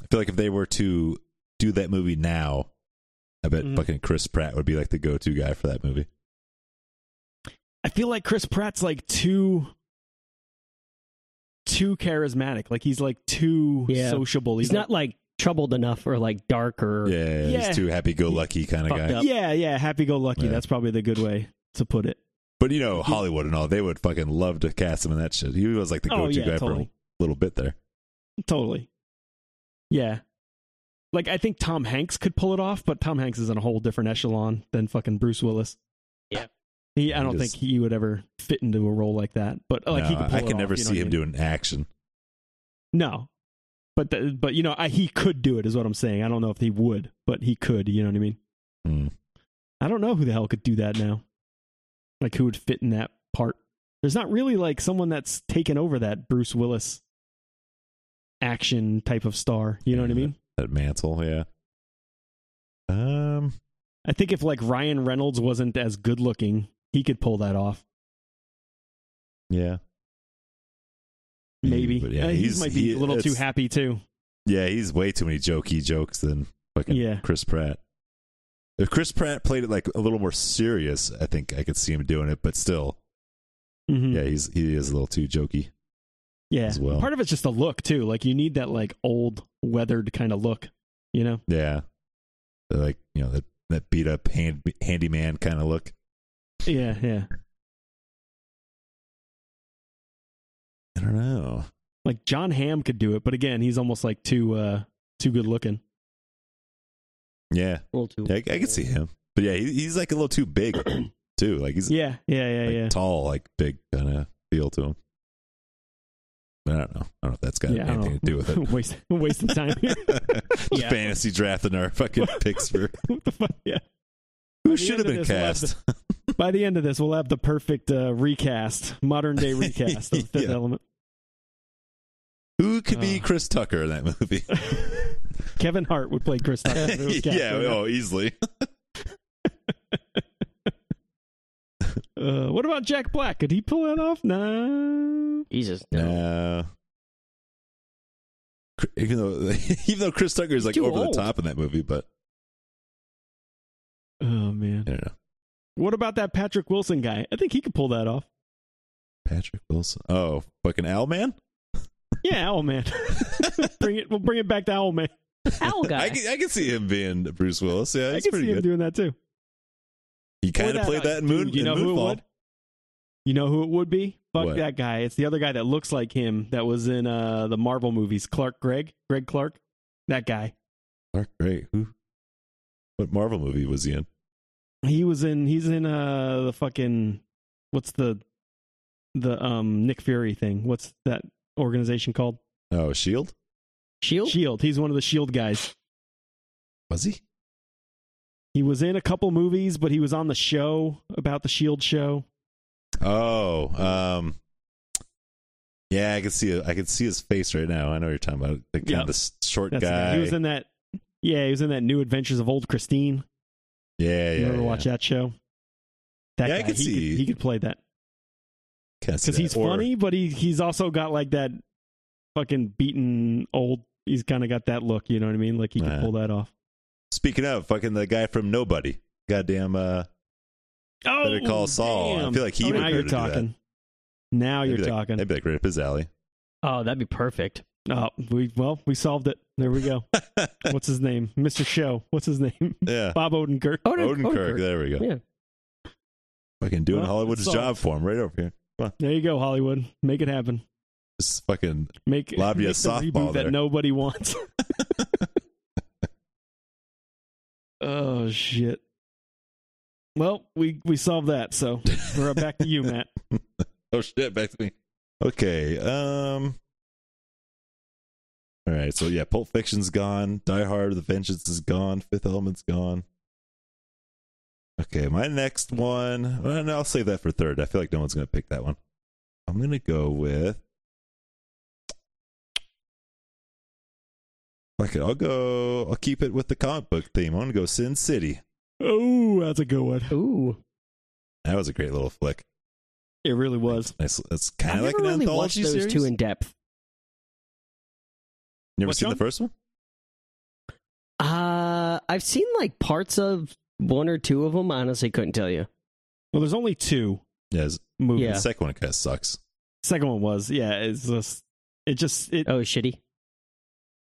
Speaker 2: I feel like if they were to do that movie now, I bet
Speaker 1: Mhm.
Speaker 2: fucking Chris Pratt would be like the go-to guy for that movie.
Speaker 1: I feel like Chris Pratt's like too too charismatic. Like he's like too
Speaker 3: Yeah.
Speaker 1: sociable.
Speaker 3: He's not like troubled enough or like dark or
Speaker 2: Yeah,
Speaker 1: Yeah.
Speaker 2: he's too happy-go-lucky kind of
Speaker 3: Fucked
Speaker 2: guy.
Speaker 3: up.
Speaker 1: Yeah, yeah, happy go lucky.
Speaker 2: Yeah.
Speaker 1: That's probably the good way to put it.
Speaker 2: But you know, Hollywood and all, they would fucking love to cast him in that shit. He was like the go-to
Speaker 1: oh yeah,
Speaker 2: guy for a
Speaker 1: totally,
Speaker 2: little bit there.
Speaker 1: totally. Yeah, like I think Tom Hanks could pull it off, but Tom Hanks is in a whole different echelon than fucking Bruce Willis.
Speaker 3: Yeah.
Speaker 1: he, I
Speaker 2: He
Speaker 1: don't
Speaker 2: just-
Speaker 1: think he would ever fit into a role like that. But Oh, like he
Speaker 2: No,
Speaker 1: could pull
Speaker 2: I
Speaker 1: it
Speaker 2: can
Speaker 1: off,
Speaker 2: never
Speaker 1: you know
Speaker 2: see
Speaker 1: what I
Speaker 2: him
Speaker 1: mean?
Speaker 2: doing action.
Speaker 1: No, but the, but you know, I, he could do it. Is what I'm saying. I don't know if he would, but he could. You know what I mean?
Speaker 2: Mm.
Speaker 1: I don't know who the hell could do that now. Like who would fit in that part? There's not really like someone that's taken over that Bruce Willis action type of star. You know what I mean?
Speaker 2: That mantle, yeah. Um,
Speaker 1: I think if like Ryan Reynolds wasn't as good looking, he could pull that off.
Speaker 2: yeah,
Speaker 1: Maybe.
Speaker 2: But yeah,
Speaker 1: Uh, he
Speaker 2: he's-
Speaker 1: might be
Speaker 2: he-
Speaker 1: a little too
Speaker 2: it's-
Speaker 1: happy too.
Speaker 2: yeah. He's way too many jokey jokes than fucking
Speaker 1: Yeah.
Speaker 2: Chris Pratt. If Chris Pratt played it like a little more serious, I think I could see him doing it. But still,
Speaker 1: Mhm.
Speaker 2: yeah, he's he is a little too jokey.
Speaker 1: yeah.
Speaker 2: as well.
Speaker 1: Part of it's just the look too. Like you need that like old weathered kind of look. You know.
Speaker 2: Yeah, like you know that that beat up hand, handyman kind of look.
Speaker 1: Yeah. Yeah.
Speaker 2: I don't know.
Speaker 1: Like John Hamm could do it, but again, he's almost like too uh too good looking.
Speaker 2: Yeah,
Speaker 3: A little too.
Speaker 2: Yeah, I, I could see him. But yeah, he, he's like a little too big too. Like he's
Speaker 1: Yeah. Yeah. Yeah.
Speaker 2: like
Speaker 1: yeah.
Speaker 2: tall, like big kind of feel to him. I don't know. I don't know if that's got
Speaker 1: yeah, I don't
Speaker 2: anything to do with
Speaker 1: know.
Speaker 2: it.
Speaker 1: waste waste of time here.
Speaker 2: Just
Speaker 3: Yeah.
Speaker 2: fantasy drafting our fucking picks for
Speaker 1: what the fuck? Yeah.
Speaker 2: who
Speaker 1: the
Speaker 2: should
Speaker 1: end
Speaker 2: have
Speaker 1: of this,
Speaker 2: been
Speaker 1: we'll have
Speaker 2: cast.
Speaker 1: By the end of this, we'll have the perfect uh, recast, modern day recast of Fifth
Speaker 2: Yeah.
Speaker 1: Element.
Speaker 2: Who could be
Speaker 1: Uh.
Speaker 2: Chris Tucker in that movie?
Speaker 1: Kevin Hart would play Chris Tucker. if it was cast
Speaker 2: yeah,
Speaker 1: right now.
Speaker 2: oh, easily.
Speaker 1: Uh, what about Jack Black? Could he pull that off? No.
Speaker 3: Jesus, no.
Speaker 2: No. Uh, Cr- Even though, even though Chris Tucker is like
Speaker 3: too
Speaker 2: over
Speaker 3: old.
Speaker 2: the top in that movie, but
Speaker 1: Oh man.
Speaker 2: I don't know.
Speaker 1: What about that Patrick Wilson guy? I think he could pull that off.
Speaker 2: Patrick Wilson. Oh, fucking Owl Man.
Speaker 1: Yeah, Owl Man. bring it. We'll bring it back to Owl Man.
Speaker 3: Owl guy.
Speaker 2: I can, I can see him being Bruce Willis. Yeah,
Speaker 1: I can
Speaker 2: he's
Speaker 1: see
Speaker 2: pretty
Speaker 1: him
Speaker 2: good.
Speaker 1: doing that too.
Speaker 2: He kind
Speaker 1: Or
Speaker 2: of played
Speaker 1: uh,
Speaker 2: that in Moon.
Speaker 1: dude, You know
Speaker 2: in
Speaker 1: who
Speaker 2: Moonfall.
Speaker 1: it would? You know who it would be? Fuck
Speaker 2: What?
Speaker 1: that guy. It's the other guy that looks like him that was in uh the Marvel movies. Clark Gregg, Greg Clark. That guy.
Speaker 2: Clark Gregg. Who? What Marvel movie was he in?
Speaker 1: He was in. He's in uh the fucking what's the the um Nick Fury thing? What's that organization called?
Speaker 2: Oh, Shield.
Speaker 3: Shield.
Speaker 1: Shield. He's one of the Shield guys.
Speaker 2: Was he?
Speaker 1: He was in a couple movies, but he was on the show about the Shield show.
Speaker 2: Oh, um, yeah. I can see. I can see his face right now. I know what you're talking about. The kind
Speaker 1: Yeah.
Speaker 2: of this short
Speaker 1: That's the
Speaker 2: guy.
Speaker 1: guy. He was in that. Yeah, he was in that New Adventures of Old Christine.
Speaker 2: yeah, yeah.
Speaker 1: you ever
Speaker 2: yeah.
Speaker 1: watch that show? That
Speaker 2: Yeah, I
Speaker 1: guy,
Speaker 2: could
Speaker 1: he
Speaker 2: see-
Speaker 1: Could, he could play that
Speaker 2: Kinda see
Speaker 1: because
Speaker 2: that.
Speaker 1: he's
Speaker 2: Or-
Speaker 1: funny, but he he's also got like that fucking beaten old. He's kind of got that look. You know what I mean? Like he could
Speaker 2: Uh-huh.
Speaker 1: pull that off.
Speaker 2: Speaking of fucking the guy from Nobody. Goddamn. Uh,
Speaker 1: Oh,
Speaker 2: Better Call Saul. I
Speaker 1: damn.
Speaker 2: feel like he
Speaker 1: Oh,
Speaker 2: would
Speaker 1: now
Speaker 2: be
Speaker 1: you're
Speaker 2: able to do that.
Speaker 1: talking. Now
Speaker 2: that'd
Speaker 1: Oh, you're
Speaker 2: be like-
Speaker 1: talking.
Speaker 2: That'd be like right up his alley.
Speaker 3: Oh, that'd be perfect.
Speaker 1: Oh, we well, we solved it. There we go. What's his name? Mr. Show. What's his name?
Speaker 2: yeah.
Speaker 1: Bob Odenkirk.
Speaker 2: Odenkirk. There we go.
Speaker 3: Yeah.
Speaker 2: Fucking doing
Speaker 1: Well,
Speaker 2: Hollywood's
Speaker 1: it's solved.
Speaker 2: job for him right over here.
Speaker 1: There you go, Hollywood. Make it happen.
Speaker 2: Just fucking
Speaker 1: Make
Speaker 2: Lob you a
Speaker 1: make the
Speaker 2: softball
Speaker 1: reboot
Speaker 2: there.
Speaker 1: that nobody wants. oh shit. Well, we we solved that, so we're back to you, Matt.
Speaker 2: Oh shit, back to me. Okay. Um All right, so yeah, Pulp Fiction's gone, Die Hard the Vengeance is gone, Fifth Element's gone. Okay, my next one, well, no, I'll save that for third. I feel like no one's going to pick that one. I'm going to go with Okay, I'll go I'll keep it with the comic book theme. I'm going to go Sin City.
Speaker 1: Oh, that's a good one.
Speaker 3: Ooh.
Speaker 2: That was a great little flick.
Speaker 1: It really was.
Speaker 2: Nice. That's
Speaker 3: I
Speaker 2: kind of
Speaker 3: never
Speaker 2: like an
Speaker 3: really watched
Speaker 2: anthology
Speaker 3: those
Speaker 2: series.
Speaker 3: two in depth.
Speaker 2: You ever
Speaker 1: What,
Speaker 2: seen the
Speaker 1: John?
Speaker 2: first one?
Speaker 3: Uh, I've seen like parts of one or two of them. Honestly, couldn't tell you.
Speaker 1: Well, there's only two
Speaker 2: Yeah, it's-
Speaker 1: movies.
Speaker 3: Yeah.
Speaker 2: the second one kind of sucks.
Speaker 1: Second one was, yeah, it's just it just it
Speaker 3: Oh, shitty.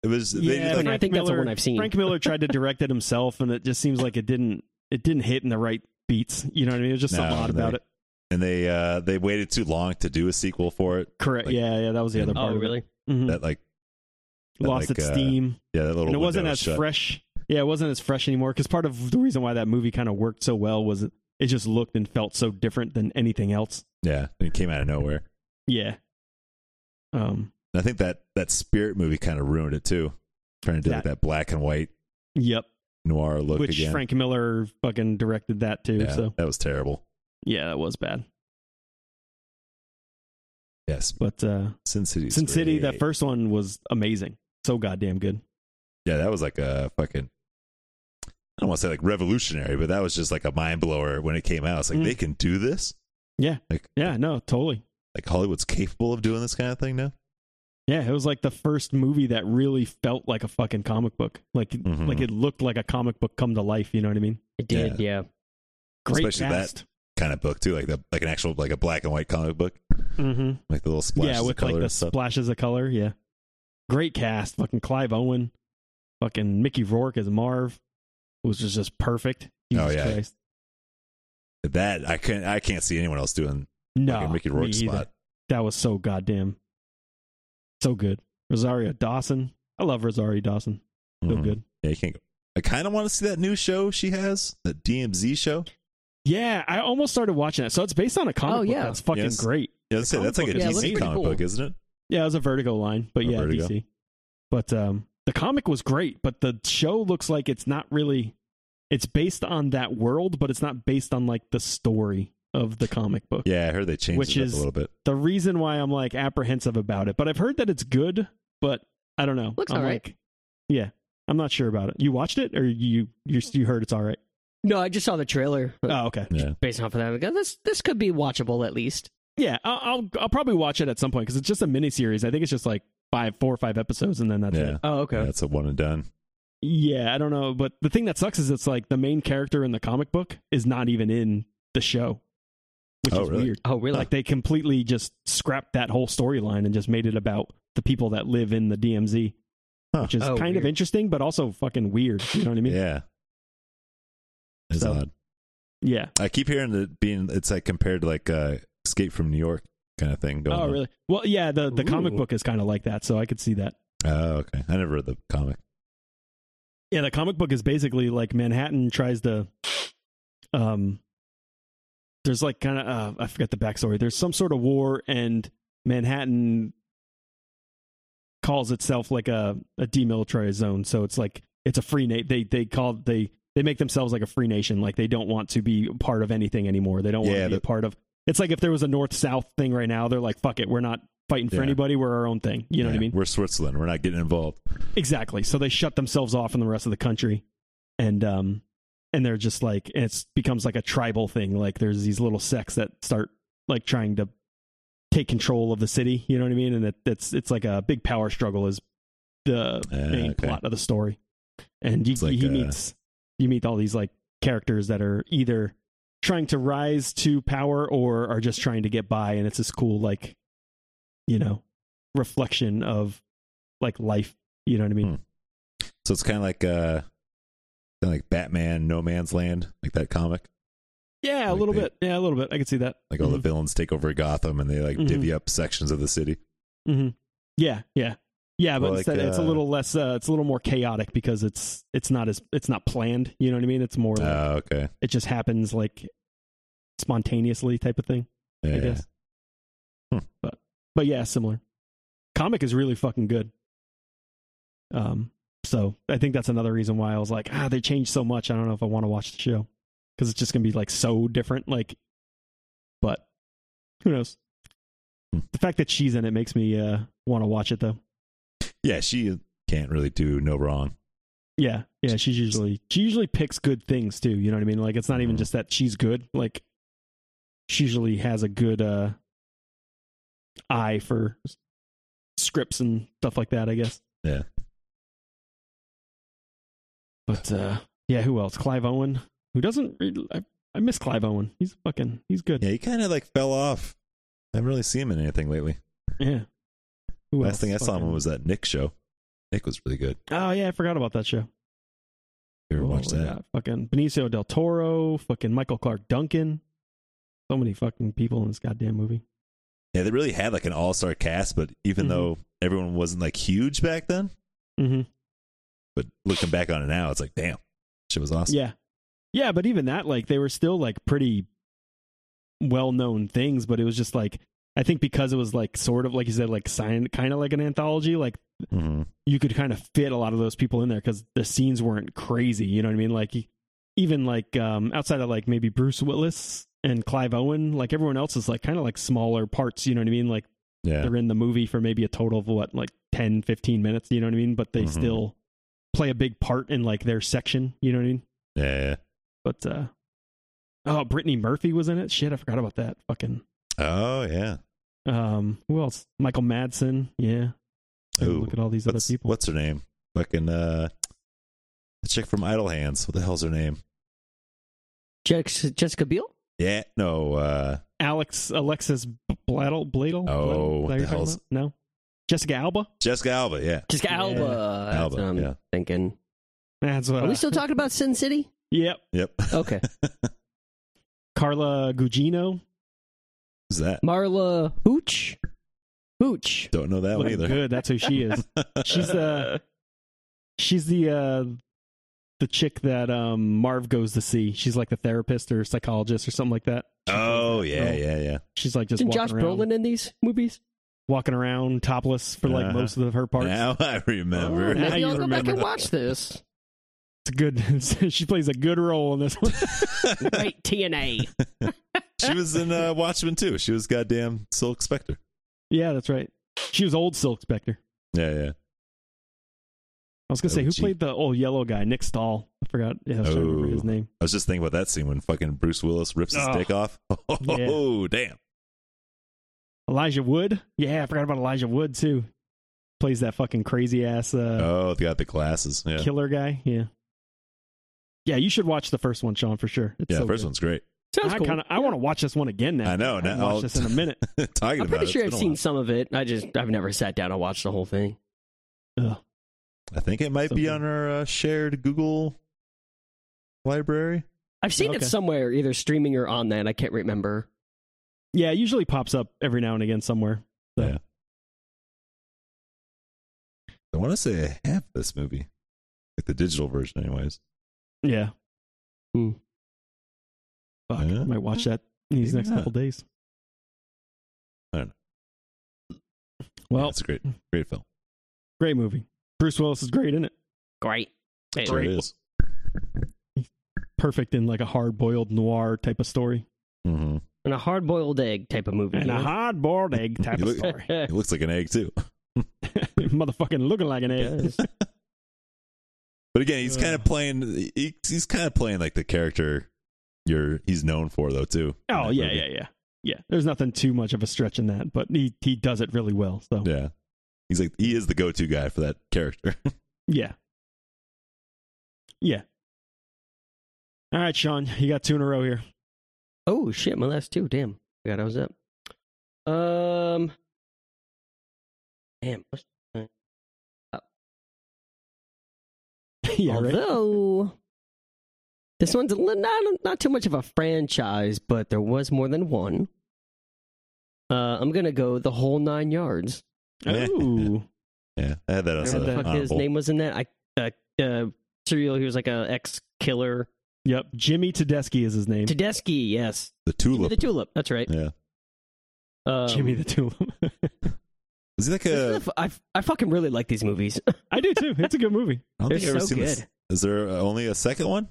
Speaker 2: It was they
Speaker 1: yeah,
Speaker 2: did, like,
Speaker 3: I think that's the one I've seen.
Speaker 1: Frank Miller tried to direct it himself, and it just seems like it didn't. It didn't hit in the right beats. You know what I mean? It was just
Speaker 2: No,
Speaker 1: something odd
Speaker 2: no.
Speaker 1: about it.
Speaker 2: and they uh they waited too long to do a sequel for it.
Speaker 1: Correct.
Speaker 2: Like-
Speaker 1: yeah, yeah. That was the other
Speaker 2: Oh,
Speaker 1: part.
Speaker 3: Oh,
Speaker 1: of it.
Speaker 3: really?
Speaker 1: Mhm.
Speaker 2: That like that,
Speaker 1: Lost
Speaker 2: like,
Speaker 1: its
Speaker 2: uh,
Speaker 1: steam,
Speaker 2: yeah, that little
Speaker 1: and it wasn't
Speaker 2: window
Speaker 1: as
Speaker 2: shut.
Speaker 1: fresh. Yeah, it wasn't as fresh anymore. Because part of the reason why that movie kind of worked so well was it, it just looked and felt so different than anything else.
Speaker 2: Yeah, and it came out of nowhere.
Speaker 1: Yeah. Um.
Speaker 2: And I think that that Spirit movie kind of ruined it too. Trying to do like
Speaker 1: That-
Speaker 2: that black and white
Speaker 1: Yep.
Speaker 2: noir look
Speaker 1: Which
Speaker 2: again.
Speaker 1: Frank Miller fucking directed that too.
Speaker 2: yeah,
Speaker 1: So
Speaker 2: that was terrible.
Speaker 1: yeah, that was bad.
Speaker 2: Yes,
Speaker 1: But uh,
Speaker 2: Sin City.
Speaker 1: Sin City, that first one was amazing. So goddamn good.
Speaker 2: yeah, that was like a fucking. I don't want to say like revolutionary, but that was just like a mind blower when it came out. It's like
Speaker 1: Mm.
Speaker 2: they can do this.
Speaker 1: Yeah.
Speaker 2: Like
Speaker 1: Yeah, no, totally.
Speaker 2: like Hollywood's capable of doing this kind of thing now.
Speaker 1: Yeah, it was like the first movie that really felt like a fucking comic book. Like
Speaker 2: Mhm.
Speaker 1: like it looked like a comic book come to life, you know what I mean?
Speaker 3: It did, yeah.
Speaker 1: Great
Speaker 2: Especially that
Speaker 1: cast.
Speaker 2: kind of book too, like the like an actual like a black and white comic book,
Speaker 1: Mm-hmm.
Speaker 2: like the little splashes
Speaker 1: Yeah,
Speaker 2: of
Speaker 1: with
Speaker 2: color
Speaker 1: like the
Speaker 2: and stuff.
Speaker 1: splashes of color, yeah. Great cast. Fucking Clive Owen. Fucking Mickey Rourke as Marv. It was just, just perfect. Jesus
Speaker 2: Oh, yeah.
Speaker 1: Christ.
Speaker 2: that I can't I can't see anyone else doing
Speaker 1: No.
Speaker 2: like a Mickey
Speaker 1: me
Speaker 2: Rourke
Speaker 1: either.
Speaker 2: spot.
Speaker 1: That was so goddamn so good. Rosario Dawson. I love Rosario Dawson. So
Speaker 2: Mhm.
Speaker 1: good.
Speaker 2: Yeah, you can't go. I kind of want to see that new show she has, that DMZ show.
Speaker 1: Yeah, I almost started watching that. So it's based on a comic
Speaker 3: Oh,
Speaker 1: book.
Speaker 3: yeah.
Speaker 1: That's fucking
Speaker 2: Yes.
Speaker 1: great.
Speaker 2: Yeah, let's say
Speaker 1: comic
Speaker 2: that's like a
Speaker 1: book is
Speaker 2: DC
Speaker 1: amazing.
Speaker 2: comic
Speaker 3: Pretty
Speaker 2: book, isn't it?
Speaker 1: Yeah, it was a Vertigo line, but
Speaker 2: Oh,
Speaker 1: yeah,
Speaker 2: Vertigo.
Speaker 1: DC. But um, the comic was great, but the show looks like it's not really. It's based on that world, but it's not based on like the story of the comic book.
Speaker 2: Yeah, I heard they changed
Speaker 1: Which
Speaker 2: it up
Speaker 1: is-
Speaker 2: a little bit.
Speaker 1: The reason why I'm like apprehensive about it, but I've heard that it's good, but I don't know.
Speaker 3: Looks
Speaker 1: I'm
Speaker 3: all right.
Speaker 1: like, yeah, I'm not sure about it. You watched it, or you you you heard it's all right?
Speaker 3: No, I just saw the trailer. uh,
Speaker 1: Oh, okay.
Speaker 2: Yeah,
Speaker 3: Based off of that, I go, this this could be watchable at least.
Speaker 1: Yeah, I'll I'll, I'll probably watch it at some point because it's just a mini series. I think it's just like five, four or five episodes, and then that's it.
Speaker 2: yeah.
Speaker 3: Oh,
Speaker 2: yeah, that's a one and done.
Speaker 1: Yeah, I don't know, but the thing that sucks is it's like the main character in the comic book is not even in the show, which
Speaker 2: Oh,
Speaker 1: is
Speaker 2: really?
Speaker 1: weird.
Speaker 3: Oh, really?
Speaker 1: Like they completely just scrapped that whole storyline and just made it about the people that live in the DMZ,
Speaker 2: Huh.
Speaker 1: which is
Speaker 3: Oh,
Speaker 1: kind of
Speaker 3: weird.
Speaker 1: interesting, but also fucking weird. You know what I mean?
Speaker 2: Yeah, it's
Speaker 1: So-
Speaker 2: odd.
Speaker 1: Yeah.
Speaker 2: I keep hearing that being it's like compared to like uh, Escape from New York kind of thing. Going
Speaker 1: Oh,
Speaker 2: on.
Speaker 1: really? Well, yeah. The the comic
Speaker 3: Ooh.
Speaker 1: book is kind of like that, so I could see that.
Speaker 2: Oh, okay. I never read the comic.
Speaker 1: Yeah, the comic book is basically like Manhattan tries to um there's like kind of uh, I forget the backstory. There's some sort of war and Manhattan calls itself like a a demilitarized zone. So it's like it's a free nation. They they call they they make themselves like a free nation. Like they don't want to be part of anything anymore. They don't want
Speaker 2: Yeah,
Speaker 1: to be a
Speaker 2: the-
Speaker 1: part of. It's like if there was a north south thing right now, they're like fuck it, we're not fighting for
Speaker 2: Yeah.
Speaker 1: anybody. We're our own thing. You know what
Speaker 2: Yeah,
Speaker 1: I mean?
Speaker 2: We're Switzerland. We're not getting involved.
Speaker 1: Exactly. So they shut themselves off from the rest of the country, and um, and they're just like and it's becomes like a tribal thing. Like there's these little sects that start like trying to take control of the city. You know what I mean? And it, it's it's like a big power struggle is the
Speaker 2: Ah,
Speaker 1: main
Speaker 2: okay.
Speaker 1: plot of the story. And you,
Speaker 2: It's like,
Speaker 1: he
Speaker 2: uh,
Speaker 1: meets you meet all these like characters that are either trying to rise to power or are just trying to get by, and it's this cool like you know reflection of like life. You know what I mean?
Speaker 2: Hmm. So it's kind of like uh, kind of like Batman, No Man's Land, like that comic.
Speaker 1: Yeah, a
Speaker 2: Like
Speaker 1: little
Speaker 2: they-
Speaker 1: bit. Yeah, a little bit. I could see that.
Speaker 2: Like all the villains take over Gotham and they like
Speaker 1: Mhm.
Speaker 2: divvy up sections of the city.
Speaker 1: hmm Yeah, yeah, yeah. But
Speaker 2: Well,
Speaker 1: instead,
Speaker 2: like,
Speaker 1: it's a
Speaker 2: uh,
Speaker 1: little less. Uh, it's a little more chaotic because it's it's not as it's not planned. You know what I mean? It's more like
Speaker 2: Oh, okay.
Speaker 1: it just happens like spontaneously type of thing.
Speaker 2: Yeah.
Speaker 1: I guess.
Speaker 2: Hmm.
Speaker 1: But but yeah, similar. Comic is really fucking good. Um, so I think that's another reason why I was like, ah, they changed so much. I don't know if I want to watch the show because it's just gonna be like so different. Like, but who knows?
Speaker 2: Hmm.
Speaker 1: The fact that she's in it makes me uh want to watch it though.
Speaker 2: Yeah, she can't really do no wrong.
Speaker 1: Yeah, yeah. She's usually she usually picks good things too. You know what I mean? Like it's not even
Speaker 2: Mhm.
Speaker 1: just that she's good. Like she usually has a good uh eye for s- scripts and stuff like that. I guess.
Speaker 2: Yeah.
Speaker 1: But uh yeah, who else? Clive Owen, who doesn't. Really, I, I miss Clive Owen. He's fucking. He's good.
Speaker 2: Yeah, he kind of like fell off. I haven't really seen him in anything lately.
Speaker 1: Yeah. Who
Speaker 2: Last
Speaker 1: else?
Speaker 2: thing I saw him
Speaker 1: Fucking-
Speaker 2: was that Nick show. Nick was really good.
Speaker 1: Oh yeah, I forgot about that show.
Speaker 2: You ever
Speaker 1: Oh,
Speaker 2: watched that?
Speaker 1: yeah. Fucking Benicio del Toro, fucking Michael Clark Duncan. So many fucking people in this goddamn movie.
Speaker 2: Yeah, they really had like an all star cast, but even
Speaker 1: Mhm.
Speaker 2: though everyone wasn't like huge back then,
Speaker 1: Mm-hmm.
Speaker 2: but looking back on it now, it's like, damn, shit was awesome.
Speaker 1: Yeah. Yeah, but even that, like, they were still, like, pretty well known things, but it was just like, I think because it was, like, sort of, like you said, like, sign, kind of like an anthology, like,
Speaker 2: hmm
Speaker 1: you could kind of fit a lot of those people in there because the scenes weren't crazy. You know what I mean? Like e, even like um, outside of like maybe Bruce Willis and Clive Owen, like everyone else is like kind of like smaller parts. You know what I mean? Like
Speaker 2: Yeah.
Speaker 1: they're in the movie for maybe a total of what like 10, 15 minutes. You know what I mean? But they
Speaker 2: Mhm.
Speaker 1: still play a big part in like their section. You know what I mean?
Speaker 2: Yeah.
Speaker 1: But uh oh, Brittany Murphy was in it. Shit, I forgot about that. Fucking
Speaker 2: Oh yeah.
Speaker 1: um, who else? Michael Madsen. Yeah. Gotta
Speaker 2: Ooh,
Speaker 1: look at all these other
Speaker 2: What's,
Speaker 1: people.
Speaker 2: what's her name? Fucking uh, the chick from Idle Hands. What the hell's her name?
Speaker 3: Jessica, Jessica Biel?
Speaker 2: Yeah. No. uh
Speaker 1: Alex Alexis Bladel Bladel?
Speaker 2: Oh, what
Speaker 1: Bladel? Is that who
Speaker 2: the
Speaker 1: you're talking
Speaker 2: hell's-
Speaker 1: about? no. Jessica Alba.
Speaker 2: Jessica Alba. Yeah.
Speaker 3: Jessica
Speaker 1: Yeah.
Speaker 3: Alba. That's
Speaker 2: Alba,
Speaker 3: what I'm
Speaker 2: yeah.
Speaker 3: thinking.
Speaker 1: That's what.
Speaker 3: Are
Speaker 1: I-
Speaker 3: we still talking about Sin City?
Speaker 1: Yep.
Speaker 2: Yep.
Speaker 3: Okay.
Speaker 1: Carla Gugino.
Speaker 2: Who's that?
Speaker 3: Marla Hooch? Hooch.
Speaker 2: Don't know that one
Speaker 1: Looking
Speaker 2: either.
Speaker 1: good. That's who she is. She's the she's the uh the chick that um Marv goes to see. She's like the therapist or psychologist or something like that.
Speaker 2: oh yeah, yeah, yeah.
Speaker 1: She's like just
Speaker 3: Isn't
Speaker 1: walking
Speaker 3: Josh
Speaker 1: around,
Speaker 3: Brolin in these movies?
Speaker 1: walking around topless for like
Speaker 2: Uh-huh.
Speaker 1: most of her parts.
Speaker 2: Now I remember.
Speaker 3: Oh,
Speaker 1: Now
Speaker 3: maybe
Speaker 1: you
Speaker 3: I'll go back
Speaker 1: remember.
Speaker 3: and watch this.
Speaker 1: It's a good. she plays a good role in this one.
Speaker 3: Great TNA.
Speaker 1: Oh.
Speaker 2: she was in uh, Watchmen too. She was goddamn Silk Spectre.
Speaker 1: yeah, that's right. She was old Silk Spectre.
Speaker 2: Yeah, yeah.
Speaker 1: I was gonna say who
Speaker 2: OG.
Speaker 1: played the old yellow guy, Nick Stahl. I forgot. Yeah, I was trying to remember
Speaker 2: Oh.
Speaker 1: his name.
Speaker 2: I was just thinking about that scene when fucking Bruce Willis rips his
Speaker 1: Ugh.
Speaker 2: dick off. Oh, damn.
Speaker 1: Elijah Wood. Yeah, I forgot about Elijah Wood too. Plays that fucking crazy ass uh,
Speaker 2: Oh, they got the glasses. Yeah,
Speaker 1: killer guy. Yeah. Yeah, you should watch the first one, Sean, for sure. It's
Speaker 2: yeah.
Speaker 1: so
Speaker 2: first
Speaker 1: good.
Speaker 2: one's great.
Speaker 3: Sounds
Speaker 1: I
Speaker 3: cool.
Speaker 1: kind of I want to watch this one again now.
Speaker 2: I know,
Speaker 1: haven't
Speaker 2: now
Speaker 1: watched
Speaker 2: I'll-
Speaker 1: this in a minute.
Speaker 2: Talking
Speaker 3: I'm
Speaker 2: about
Speaker 3: pretty
Speaker 2: it,
Speaker 3: sure I've
Speaker 2: it's been a
Speaker 3: seen
Speaker 2: while.
Speaker 3: some of it. I just I've never sat down and watched the whole thing.
Speaker 2: I think it might be
Speaker 1: something.
Speaker 2: on our uh, shared Google library.
Speaker 3: I've seen
Speaker 1: Okay.
Speaker 3: it somewhere, either streaming or on that. I can't remember.
Speaker 1: Yeah, it usually pops up every now and again somewhere. So.
Speaker 2: Yeah. I want to say I have this movie, like the digital version, anyways.
Speaker 1: Yeah.
Speaker 3: Hmm.
Speaker 1: Fuck,
Speaker 2: Yeah.
Speaker 1: might watch that in these
Speaker 2: Maybe
Speaker 1: next
Speaker 2: not.
Speaker 1: couple days.
Speaker 2: I don't
Speaker 1: Well,
Speaker 2: yeah, it's a great, great film.
Speaker 1: great movie. Bruce Willis is great in it.
Speaker 3: Great. Hey,
Speaker 2: Sure is.
Speaker 1: Perfect in like a hard boiled noir type of story.
Speaker 2: Mhm.
Speaker 3: And a hard boiled egg type of movie.
Speaker 1: And
Speaker 3: you
Speaker 1: a
Speaker 3: know?
Speaker 1: hard boiled egg type
Speaker 2: You
Speaker 1: of
Speaker 2: look-
Speaker 1: story.
Speaker 2: It looks like an egg too.
Speaker 1: Motherfucking looking like an egg.
Speaker 3: Yes.
Speaker 2: But again, he's
Speaker 1: Ugh.
Speaker 2: kind of playing. He, he's kind of playing like the character you're he's known for though too. in
Speaker 1: Oh
Speaker 2: that
Speaker 1: yeah,
Speaker 2: movie.
Speaker 1: yeah, yeah, yeah. There's nothing too much of a stretch in that, but he he does it really well. So yeah,
Speaker 2: yeah. He's like he is the go-to guy for that character.
Speaker 1: yeah. All right, Sean, you got two in a row here.
Speaker 3: Oh shit, my last two. Damn. Forgot I was up. Um Damn. what's-
Speaker 1: yeah, right.
Speaker 3: Although this one's a li- not not too much of a franchise, but there was more than one. Uh, I'm gonna go the whole nine yards.
Speaker 1: Ooh,
Speaker 2: yeah, I had that as
Speaker 1: Yeah,
Speaker 2: an
Speaker 1: the
Speaker 3: Fuck his
Speaker 2: honorable.
Speaker 3: name was in that. I uh, uh, serial. He was like a ex killer.
Speaker 1: yep. Jimmy Tedeschi is his name.
Speaker 3: Tedeschi. Yes.
Speaker 2: The
Speaker 3: Jimmy
Speaker 2: tulip.
Speaker 3: the tulip. That's right.
Speaker 2: Yeah.
Speaker 3: Um,
Speaker 1: Jimmy the Tulip.
Speaker 2: Is he like
Speaker 3: this
Speaker 2: a?
Speaker 3: is a f- I I fucking really like these movies.
Speaker 1: I do too. It's a good movie.
Speaker 2: I don't
Speaker 3: They're
Speaker 2: think I've ever
Speaker 3: so
Speaker 2: seen this.
Speaker 3: good.
Speaker 2: Is there uh, only a second one?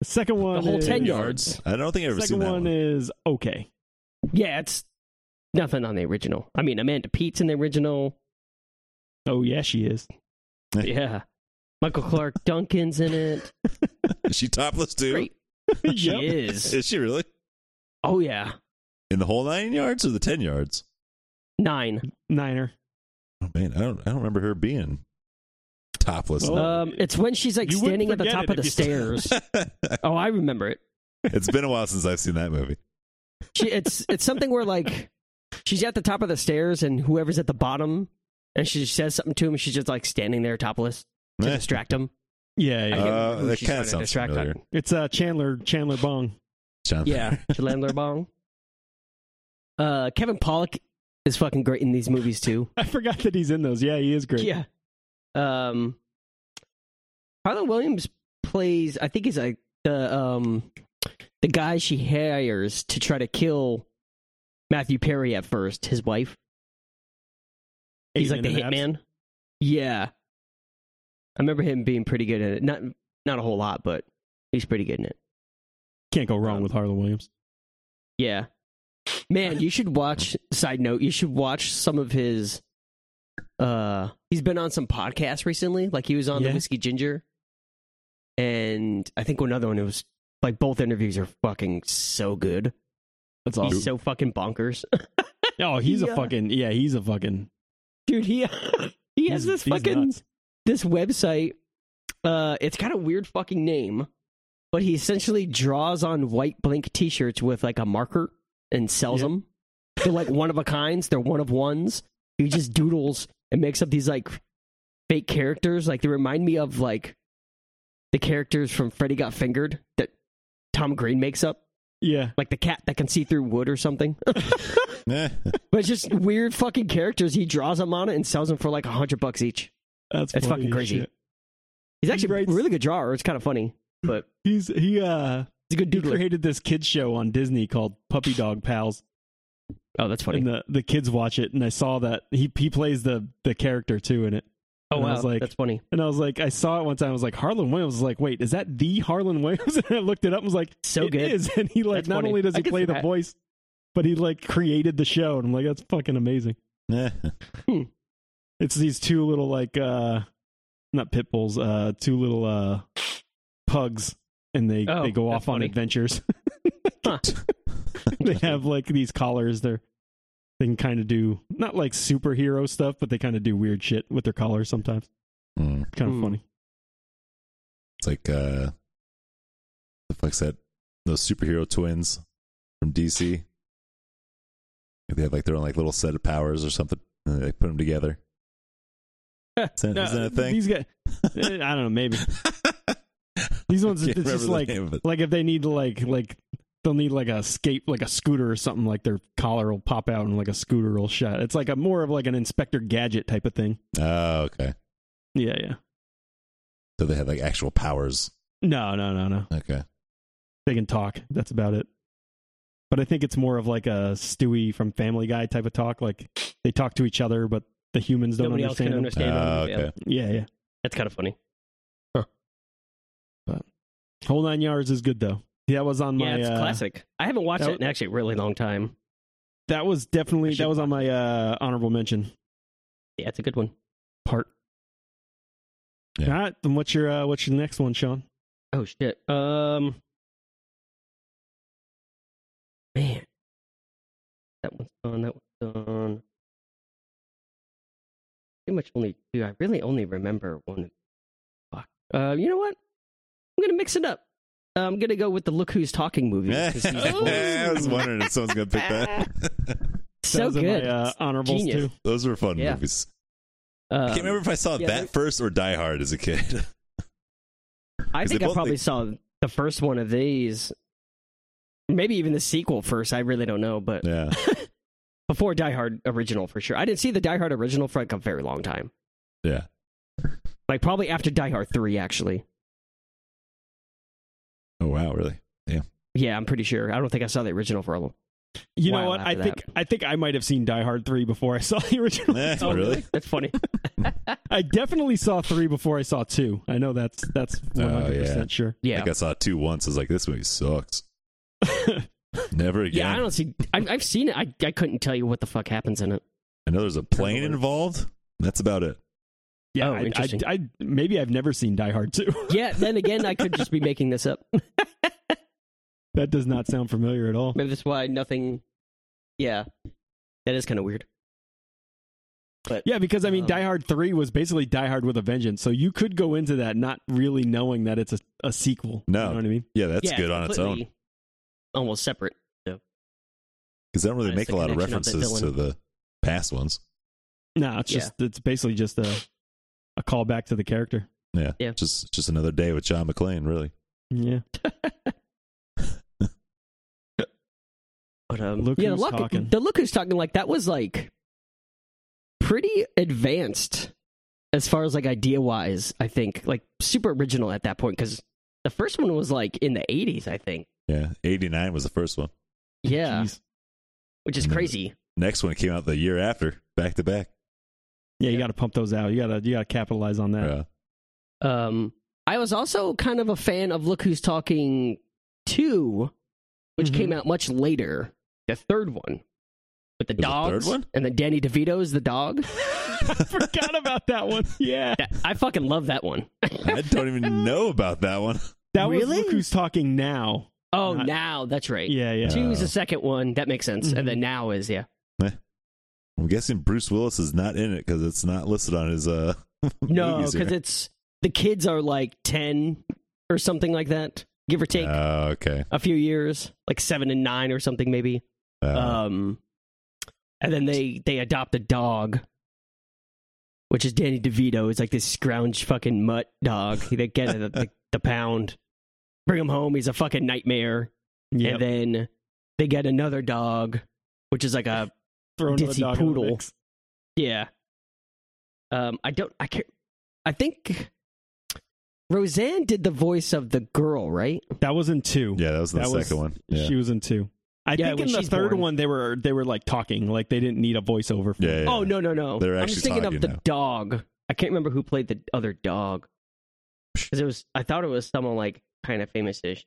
Speaker 1: The second one,
Speaker 3: The whole
Speaker 1: is,
Speaker 3: ten yards.
Speaker 2: I don't think I've ever
Speaker 1: Second
Speaker 2: seen that
Speaker 1: one
Speaker 2: one.
Speaker 1: is okay.
Speaker 3: Yeah, it's nothing on the original. I mean, Amanda Pete's in the original.
Speaker 1: Oh yeah, she is.
Speaker 3: Yeah. Michael Clark Duncan's in it.
Speaker 2: Is she topless too?
Speaker 3: Great. She
Speaker 1: Yep.
Speaker 3: is.
Speaker 2: Is she really
Speaker 3: Oh yeah.
Speaker 2: in the whole nine yards or the ten yards?
Speaker 3: Nine.
Speaker 1: Niner.
Speaker 2: Oh man, I don't. I don't remember her being topless. in that
Speaker 3: Um, it's when she's like
Speaker 1: Oh, You wouldn't
Speaker 3: standing at the
Speaker 1: forget
Speaker 3: top
Speaker 1: it
Speaker 3: of
Speaker 1: if
Speaker 3: the
Speaker 1: you-
Speaker 3: stairs.
Speaker 2: movie.
Speaker 3: oh, I remember it.
Speaker 2: it's been a while since I've seen that movie.
Speaker 3: She, it's it's something where like she's at the top of the stairs and whoever's at the bottom and she says something to him. She's just like standing there topless to
Speaker 2: Eh.
Speaker 3: distract him.
Speaker 1: Yeah,
Speaker 3: I
Speaker 1: yeah.
Speaker 3: can't
Speaker 2: Uh,
Speaker 3: remember who
Speaker 2: that
Speaker 3: she's
Speaker 2: kinda
Speaker 3: trying to
Speaker 2: sounds
Speaker 3: distract
Speaker 2: familiar.
Speaker 3: on.
Speaker 1: it's uh, Chandler Chandler Bong.
Speaker 2: John
Speaker 3: Yeah, Chandler Bong. Uh, Kevin Pollock is fucking great in these movies too.
Speaker 1: I forgot that he's in those. Yeah, he is great.
Speaker 3: Yeah. Um, Harlan Williams plays. I think he's like the um the guy she hires to try to kill Matthew Perry at first. His wife.
Speaker 1: Eight
Speaker 3: he's like the
Speaker 1: minute abs.
Speaker 3: hitman. Yeah. I remember him being pretty good at it. Not not a whole lot, but he's pretty good in it.
Speaker 1: Can't go wrong with Harlan Williams.
Speaker 3: Yeah. Man, you should watch side note, you should watch some of his Uh, he's been on some podcasts recently. Like he was on
Speaker 1: Yeah.
Speaker 3: the Whiskey Ginger, and I think another one. It was like both interviews are fucking so good.
Speaker 1: That's
Speaker 3: He's
Speaker 1: awesome.
Speaker 3: so uh, fucking bonkers,
Speaker 1: Oh, he's
Speaker 3: Yeah.
Speaker 1: a fucking yeah. He's a fucking.
Speaker 3: dude. He he
Speaker 1: he's-
Speaker 3: has this
Speaker 1: he's
Speaker 3: fucking
Speaker 1: nuts.
Speaker 3: this website. Uh, it's got a weird fucking name, but he essentially draws on white blank T-shirts with like a marker and sells
Speaker 1: Yeah.
Speaker 3: them. They're like one of a kinds. They're one of ones. He just doodles and makes up these like fake characters. Like they remind me of like the characters from Freddy Got Fingered that Tom Green makes up,
Speaker 1: yeah.
Speaker 3: like the cat that can see through wood or something.
Speaker 2: Eh.
Speaker 3: but it's just weird fucking characters. He draws them on it and sells them for like a hundred bucks each.
Speaker 1: That's
Speaker 3: It's
Speaker 1: funny as
Speaker 3: fucking crazy.
Speaker 1: shit.
Speaker 3: He's actually
Speaker 1: writes-
Speaker 3: a really good drawer. It's kind of funny, but
Speaker 1: He's he uh
Speaker 3: he's a good
Speaker 1: he
Speaker 3: doodler.
Speaker 1: created this kids show on Disney called Puppy Dog Pals,
Speaker 3: Oh, that's funny.
Speaker 1: and the the kids watch it. And I saw that he he plays the the character too in it.
Speaker 3: oh
Speaker 1: and I
Speaker 3: wow,
Speaker 1: was like-
Speaker 3: that's funny.
Speaker 1: And I was like, I saw it one time. I was like, Harlan Williams. I was like, wait, is that the Harlan Williams? And I looked it up. and was like,
Speaker 3: So
Speaker 1: it
Speaker 3: good.
Speaker 1: is. And he like
Speaker 3: That's
Speaker 1: not
Speaker 3: funny.
Speaker 1: only does
Speaker 3: I
Speaker 1: he
Speaker 3: could
Speaker 1: play
Speaker 3: see
Speaker 1: the
Speaker 3: that.
Speaker 1: voice, but he like created the show. And I'm like, that's fucking amazing.
Speaker 2: Eh.
Speaker 1: It's these two little like uh not pit bulls, uh two little uh pugs and they
Speaker 3: Oh,
Speaker 1: they go
Speaker 3: that's
Speaker 1: off on
Speaker 3: funny.
Speaker 1: adventures.
Speaker 3: Huh.
Speaker 1: they have like these collars they're they can kind of do not like superhero stuff, but they kind of do weird shit with their collars sometimes.
Speaker 2: Mm.
Speaker 1: Kind of
Speaker 3: Hmm.
Speaker 1: funny.
Speaker 2: It's like uh the fuck's that those superhero twins from DC. They have like their own like little set of powers or something. And they put them together. Is that, is that
Speaker 1: Uh,
Speaker 2: a thing?
Speaker 1: These guys, I don't know, maybe these ones.
Speaker 2: Can't
Speaker 1: It's
Speaker 2: remember
Speaker 1: just
Speaker 2: the
Speaker 1: like
Speaker 2: name of it.
Speaker 1: like if they need to like like they'll need like a skate like a scooter or something like their collar will pop out and like a scooter will shut it's like a more of like an inspector gadget type of thing
Speaker 2: Oh, okay.
Speaker 1: yeah yeah
Speaker 2: So they had like actual powers.
Speaker 1: no no no no
Speaker 2: Okay.
Speaker 1: they can talk that's about it but i think it's more of like a stewie from family guy type of talk like they talk to each other but the humans don't
Speaker 3: Nobody else
Speaker 1: understand
Speaker 3: can
Speaker 1: them.
Speaker 3: understand.
Speaker 2: Oh,
Speaker 3: him. Yeah,
Speaker 2: okay.
Speaker 1: yeah yeah
Speaker 3: that's kind of funny.
Speaker 1: whole nine yards is good though that was on
Speaker 3: yeah,
Speaker 1: my
Speaker 3: it's
Speaker 1: uh,
Speaker 3: classic. I haven't watched
Speaker 1: that
Speaker 3: it in actually a really long time.
Speaker 1: that was
Speaker 3: I
Speaker 1: definitely
Speaker 3: should
Speaker 1: that was on my uh honorable mention
Speaker 3: Yeah, it's a good one.
Speaker 1: part.
Speaker 2: Yeah.
Speaker 1: All right. Then what's your uh, what's your next one, Sean?
Speaker 3: Oh shit. Um, man, that one's gone. That one's gone. Pretty much only two. I really only remember one. Fuck. Uh, you know what? I'm gonna mix it up. Uh, I'm gonna go with the Look Who's Talking movie. 'cause he's the voice.
Speaker 2: I was wondering if someone's gonna pick that.
Speaker 1: That
Speaker 3: so
Speaker 1: was in
Speaker 3: good.
Speaker 1: My, uh, honorables
Speaker 3: Genius.
Speaker 1: too.
Speaker 2: Those were fun
Speaker 3: Yeah.
Speaker 2: movies.
Speaker 3: Um,
Speaker 2: I can't remember if I saw
Speaker 3: yeah,
Speaker 2: that
Speaker 3: they're-
Speaker 2: first or Die Hard as a kid.
Speaker 3: I
Speaker 2: 'Cause
Speaker 3: think
Speaker 2: they
Speaker 3: I
Speaker 2: both
Speaker 3: probably
Speaker 2: make-
Speaker 3: saw the first one of these, maybe even the sequel first. I really don't know, but
Speaker 2: yeah.
Speaker 3: before Die Hard original for sure. I didn't see the Die Hard original for like a very long time.
Speaker 2: Yeah.
Speaker 3: Like probably after Die Hard three, actually.
Speaker 2: Oh wow, really?
Speaker 3: Yeah, I'm pretty sure. I don't think I saw the original for a long.
Speaker 1: You know
Speaker 3: Wow,
Speaker 1: what? I
Speaker 3: after
Speaker 1: think I think I might have seen Die Hard three before I saw the original.
Speaker 2: Eh,
Speaker 3: Oh,
Speaker 2: really?
Speaker 3: That's funny.
Speaker 1: I definitely saw three before I saw two. I know that's that's
Speaker 2: Oh,
Speaker 1: one hundred percent sure.
Speaker 2: I
Speaker 3: Yeah,
Speaker 2: think I saw two once. I was like, this movie sucks. Never again.
Speaker 3: yeah. I don't see. I've, I've seen it. I I couldn't tell you what the fuck happens in it.
Speaker 2: I know there's a plane
Speaker 3: Probably.
Speaker 2: involved. That's about it.
Speaker 1: Yeah,
Speaker 3: Oh,
Speaker 1: I, I,
Speaker 3: interesting.
Speaker 1: I, maybe I've never seen Die Hard two.
Speaker 3: Yeah. Then again, I could just be making this up.
Speaker 1: that does not sound familiar at all.
Speaker 3: Maybe that's why nothing. Yeah, that is kind of weird.
Speaker 1: Yeah, because I mean,
Speaker 3: Um,
Speaker 1: Die Hard three was basically Die Hard with a vengeance, so you could go into that not really knowing that it's a, a sequel.
Speaker 2: No.
Speaker 1: you know what I mean.
Speaker 2: Yeah, that's
Speaker 3: Yeah,
Speaker 2: good on its own
Speaker 3: completely Almost separate.
Speaker 2: because they don't really
Speaker 3: Minus
Speaker 2: make
Speaker 3: the
Speaker 2: a lot of
Speaker 3: connection of the
Speaker 2: references to
Speaker 3: villain.
Speaker 2: the past ones.
Speaker 1: No, it's
Speaker 3: Yeah.
Speaker 1: just it's basically just a a callback to the character.
Speaker 2: Yeah,
Speaker 3: Yeah.
Speaker 2: just just another day with John McClane. Really,
Speaker 1: Yeah.
Speaker 3: But um,
Speaker 1: Look
Speaker 3: yeah,
Speaker 1: who's
Speaker 3: the look,
Speaker 1: talking.
Speaker 3: the look who's talking like that was like pretty advanced as far as like idea wise. I think like super original at that point because the first one was like in the eighties, I think.
Speaker 2: yeah. Eighty nine was the first one.
Speaker 3: Yeah,
Speaker 1: Jeez.
Speaker 3: which is crazy.
Speaker 2: Next one came out the year after, back to back.
Speaker 1: Yeah, you
Speaker 3: Yeah.
Speaker 1: got to pump those out. You got to you got to capitalize
Speaker 3: Uh.
Speaker 1: on that.
Speaker 2: Yeah.
Speaker 3: Um, I was also kind of a fan of Look Who's Talking two, which
Speaker 1: Mhm.
Speaker 3: came out much later, the third one, with the
Speaker 2: There's a third
Speaker 3: dogs,
Speaker 2: one?
Speaker 3: and then Danny DeVito's the dog.
Speaker 1: I forgot about that one. Yeah.
Speaker 3: That- I fucking love that one.
Speaker 2: I don't even know about that one.
Speaker 1: That was
Speaker 3: Really?
Speaker 1: Look Who's Talking Now.
Speaker 3: Oh,
Speaker 1: Not-
Speaker 3: now that's right.
Speaker 1: Yeah, yeah.
Speaker 3: Two is
Speaker 2: Oh.
Speaker 3: the second one. That makes sense.
Speaker 1: Mhm.
Speaker 3: And then now is yeah.
Speaker 2: I'm guessing Bruce Willis is not in it because it's not listed on his uh.
Speaker 3: No,
Speaker 2: movies here.
Speaker 3: because it's the kids are like ten or something like that, give or take
Speaker 2: Oh, okay.
Speaker 3: a few years, like seven and nine or something maybe.
Speaker 2: Uh,
Speaker 3: Um, and then they they adopt a dog, which is Danny DeVito. It's like this scrounge fucking mutt dog. They get it at the, the pound, bring him home. He's a fucking nightmare.
Speaker 1: Yeah.
Speaker 3: And then they get another dog, which is like a
Speaker 1: Throw another
Speaker 3: ditzy
Speaker 1: dog in the
Speaker 3: poodle.
Speaker 1: mix.
Speaker 3: yeah. Um, I don't. I can't. I think Roseanne did the voice of the girl, right?
Speaker 1: That was in two.
Speaker 2: yeah, that was the
Speaker 1: that was-
Speaker 2: second one. Yeah.
Speaker 1: She was in two. I
Speaker 3: Yeah,
Speaker 1: think
Speaker 3: when
Speaker 1: in the
Speaker 3: she's
Speaker 1: third
Speaker 3: born.
Speaker 1: one they were they were like talking, like they didn't need a voiceover. For
Speaker 2: yeah, yeah,
Speaker 3: Oh
Speaker 2: yeah.
Speaker 3: no no no!
Speaker 2: They're
Speaker 3: I'm
Speaker 2: actually
Speaker 3: just thinking
Speaker 2: talking
Speaker 3: of the
Speaker 2: now.
Speaker 3: dog. I can't remember who played the other dog because it was. I thought it was someone like kind of famous-ish.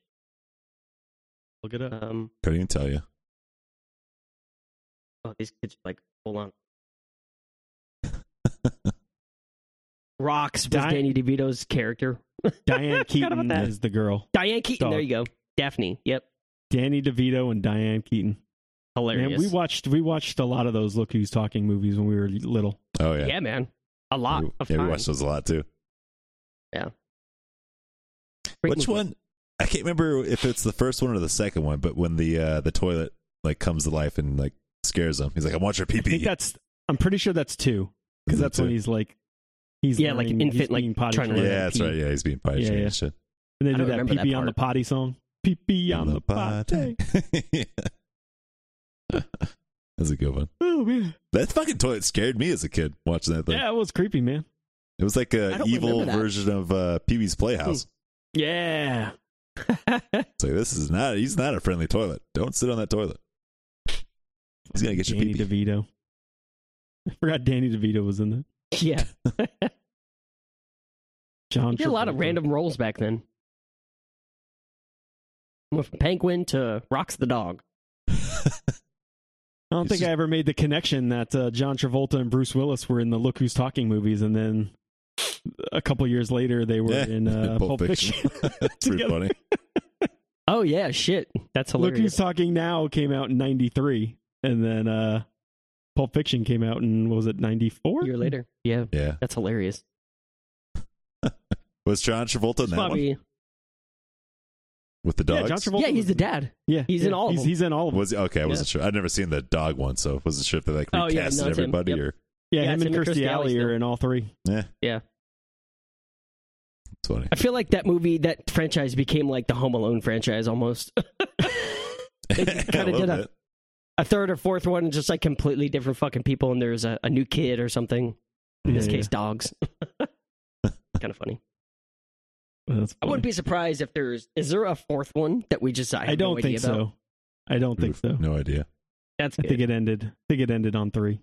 Speaker 1: Look it up.
Speaker 3: Um,
Speaker 2: Couldn't even tell you.
Speaker 3: oh, these kids are like hold on. Rocks was
Speaker 1: Di-
Speaker 3: Danny DeVito's character.
Speaker 1: Diane Keaton
Speaker 3: that.
Speaker 1: is the girl.
Speaker 3: Diane Keaton. There
Speaker 1: Dog.
Speaker 3: you go. Daphne. Yep.
Speaker 1: Danny DeVito and Diane Keaton.
Speaker 3: Hilarious.
Speaker 1: Man, we watched we watched a lot of those Look Who's Talking movies when we were little.
Speaker 2: Oh yeah.
Speaker 3: yeah. man. A lot
Speaker 2: We-
Speaker 3: of
Speaker 2: yeah,
Speaker 3: time.
Speaker 2: we watched those a lot too.
Speaker 3: Great
Speaker 2: Which
Speaker 3: movie.
Speaker 2: one? I can't remember if it's the first one or the second one, but when the uh the toilet like comes to life and like scares him, he's like, "I want your pee
Speaker 1: I think
Speaker 2: pee."
Speaker 1: that's I'm pretty sure that's two because that's when he's like he's
Speaker 3: Yeah, like
Speaker 1: learning-
Speaker 3: infant,
Speaker 1: he's
Speaker 3: like,
Speaker 1: being potty
Speaker 3: trying to
Speaker 2: yeah,
Speaker 1: trained.
Speaker 3: learn.
Speaker 2: that's
Speaker 3: pee.
Speaker 2: right. Yeah, he's being potty
Speaker 1: Yeah,
Speaker 2: trained
Speaker 1: yeah.
Speaker 2: and shit.
Speaker 1: And they
Speaker 3: I
Speaker 1: did
Speaker 3: don't
Speaker 1: that
Speaker 3: remember
Speaker 1: pee
Speaker 3: that
Speaker 1: pee on the
Speaker 3: part.
Speaker 1: potty song. Pee pee on the potty.
Speaker 2: Yeah. That's a good one.
Speaker 1: Oh man,
Speaker 2: That fucking toilet scared me as a kid watching that thing.
Speaker 1: yeah, it was creepy, man.
Speaker 2: It was like
Speaker 3: I
Speaker 2: a
Speaker 3: don't
Speaker 2: evil
Speaker 3: remember that.
Speaker 2: version of uh, Pee Wee's Playhouse.
Speaker 3: Yeah.
Speaker 2: It's like this is not. He's not a friendly toilet. Don't sit on that toilet. He's gonna get your
Speaker 1: Danny
Speaker 2: pee pee.
Speaker 1: DeVito. I forgot Danny DeVito was in that.
Speaker 3: yeah.
Speaker 1: John
Speaker 3: He did a lot of
Speaker 1: Travolta.
Speaker 3: random roles back then. Went from Penguin to Rocks the Dog.
Speaker 1: I don't
Speaker 2: It's
Speaker 1: think
Speaker 2: just-
Speaker 1: I ever made the connection that uh, John Travolta and Bruce Willis were in the Look Who's Talking movies, and then a couple years later they were
Speaker 2: Yeah,
Speaker 1: in uh, Pulp, Fiction.
Speaker 2: it's pretty
Speaker 1: Together.
Speaker 2: funny.
Speaker 3: Oh yeah, shit. That's
Speaker 1: Look Who's
Speaker 3: hilarious.
Speaker 1: Talking Now came out in '93, and then uh, Pulp Fiction came out in what was it '94?
Speaker 3: A year later. Yeah,
Speaker 2: Yeah.
Speaker 3: that's hilarious.
Speaker 2: Was John Travolta in that one
Speaker 3: Probably.
Speaker 2: with the
Speaker 1: Yeah,
Speaker 2: dogs?
Speaker 1: John Travolta.
Speaker 3: Yeah, he's
Speaker 1: was-
Speaker 3: the dad.
Speaker 1: Yeah,
Speaker 3: He's in
Speaker 1: yeah,
Speaker 3: all of
Speaker 1: he's,
Speaker 3: them.
Speaker 1: He's in all of them.
Speaker 2: Was he? Okay, I wasn't sure. I'd never seen the dog one, so wasn't sure if they like
Speaker 3: Oh,
Speaker 2: recasted
Speaker 3: yeah, no, it's him.
Speaker 2: everybody
Speaker 3: Yep.
Speaker 2: or.
Speaker 1: Yeah,
Speaker 3: Yeah,
Speaker 1: him
Speaker 3: it's
Speaker 1: and
Speaker 3: him and
Speaker 1: Kirstie
Speaker 3: Kirstie
Speaker 1: Alley
Speaker 3: Alley
Speaker 1: are
Speaker 3: still.
Speaker 1: in all three.
Speaker 2: Yeah.
Speaker 3: Yeah.
Speaker 2: It's funny.
Speaker 3: I feel like that movie, that franchise became like the Home Alone franchise almost.
Speaker 2: kind
Speaker 3: did a- a third or fourth one, just like completely different fucking people, and there's a, a new kid or something. In this
Speaker 1: Yeah,
Speaker 3: case, dogs. kind of
Speaker 1: yeah.
Speaker 3: funny.
Speaker 1: That's
Speaker 3: I
Speaker 1: funny.
Speaker 3: wouldn't be surprised if there's is there a fourth one that we just I, have
Speaker 1: I don't
Speaker 3: no
Speaker 1: think
Speaker 3: idea about?
Speaker 1: so. I don't think so.
Speaker 2: No idea.
Speaker 3: That's
Speaker 1: I
Speaker 3: good.
Speaker 1: think it ended. I think it ended on three.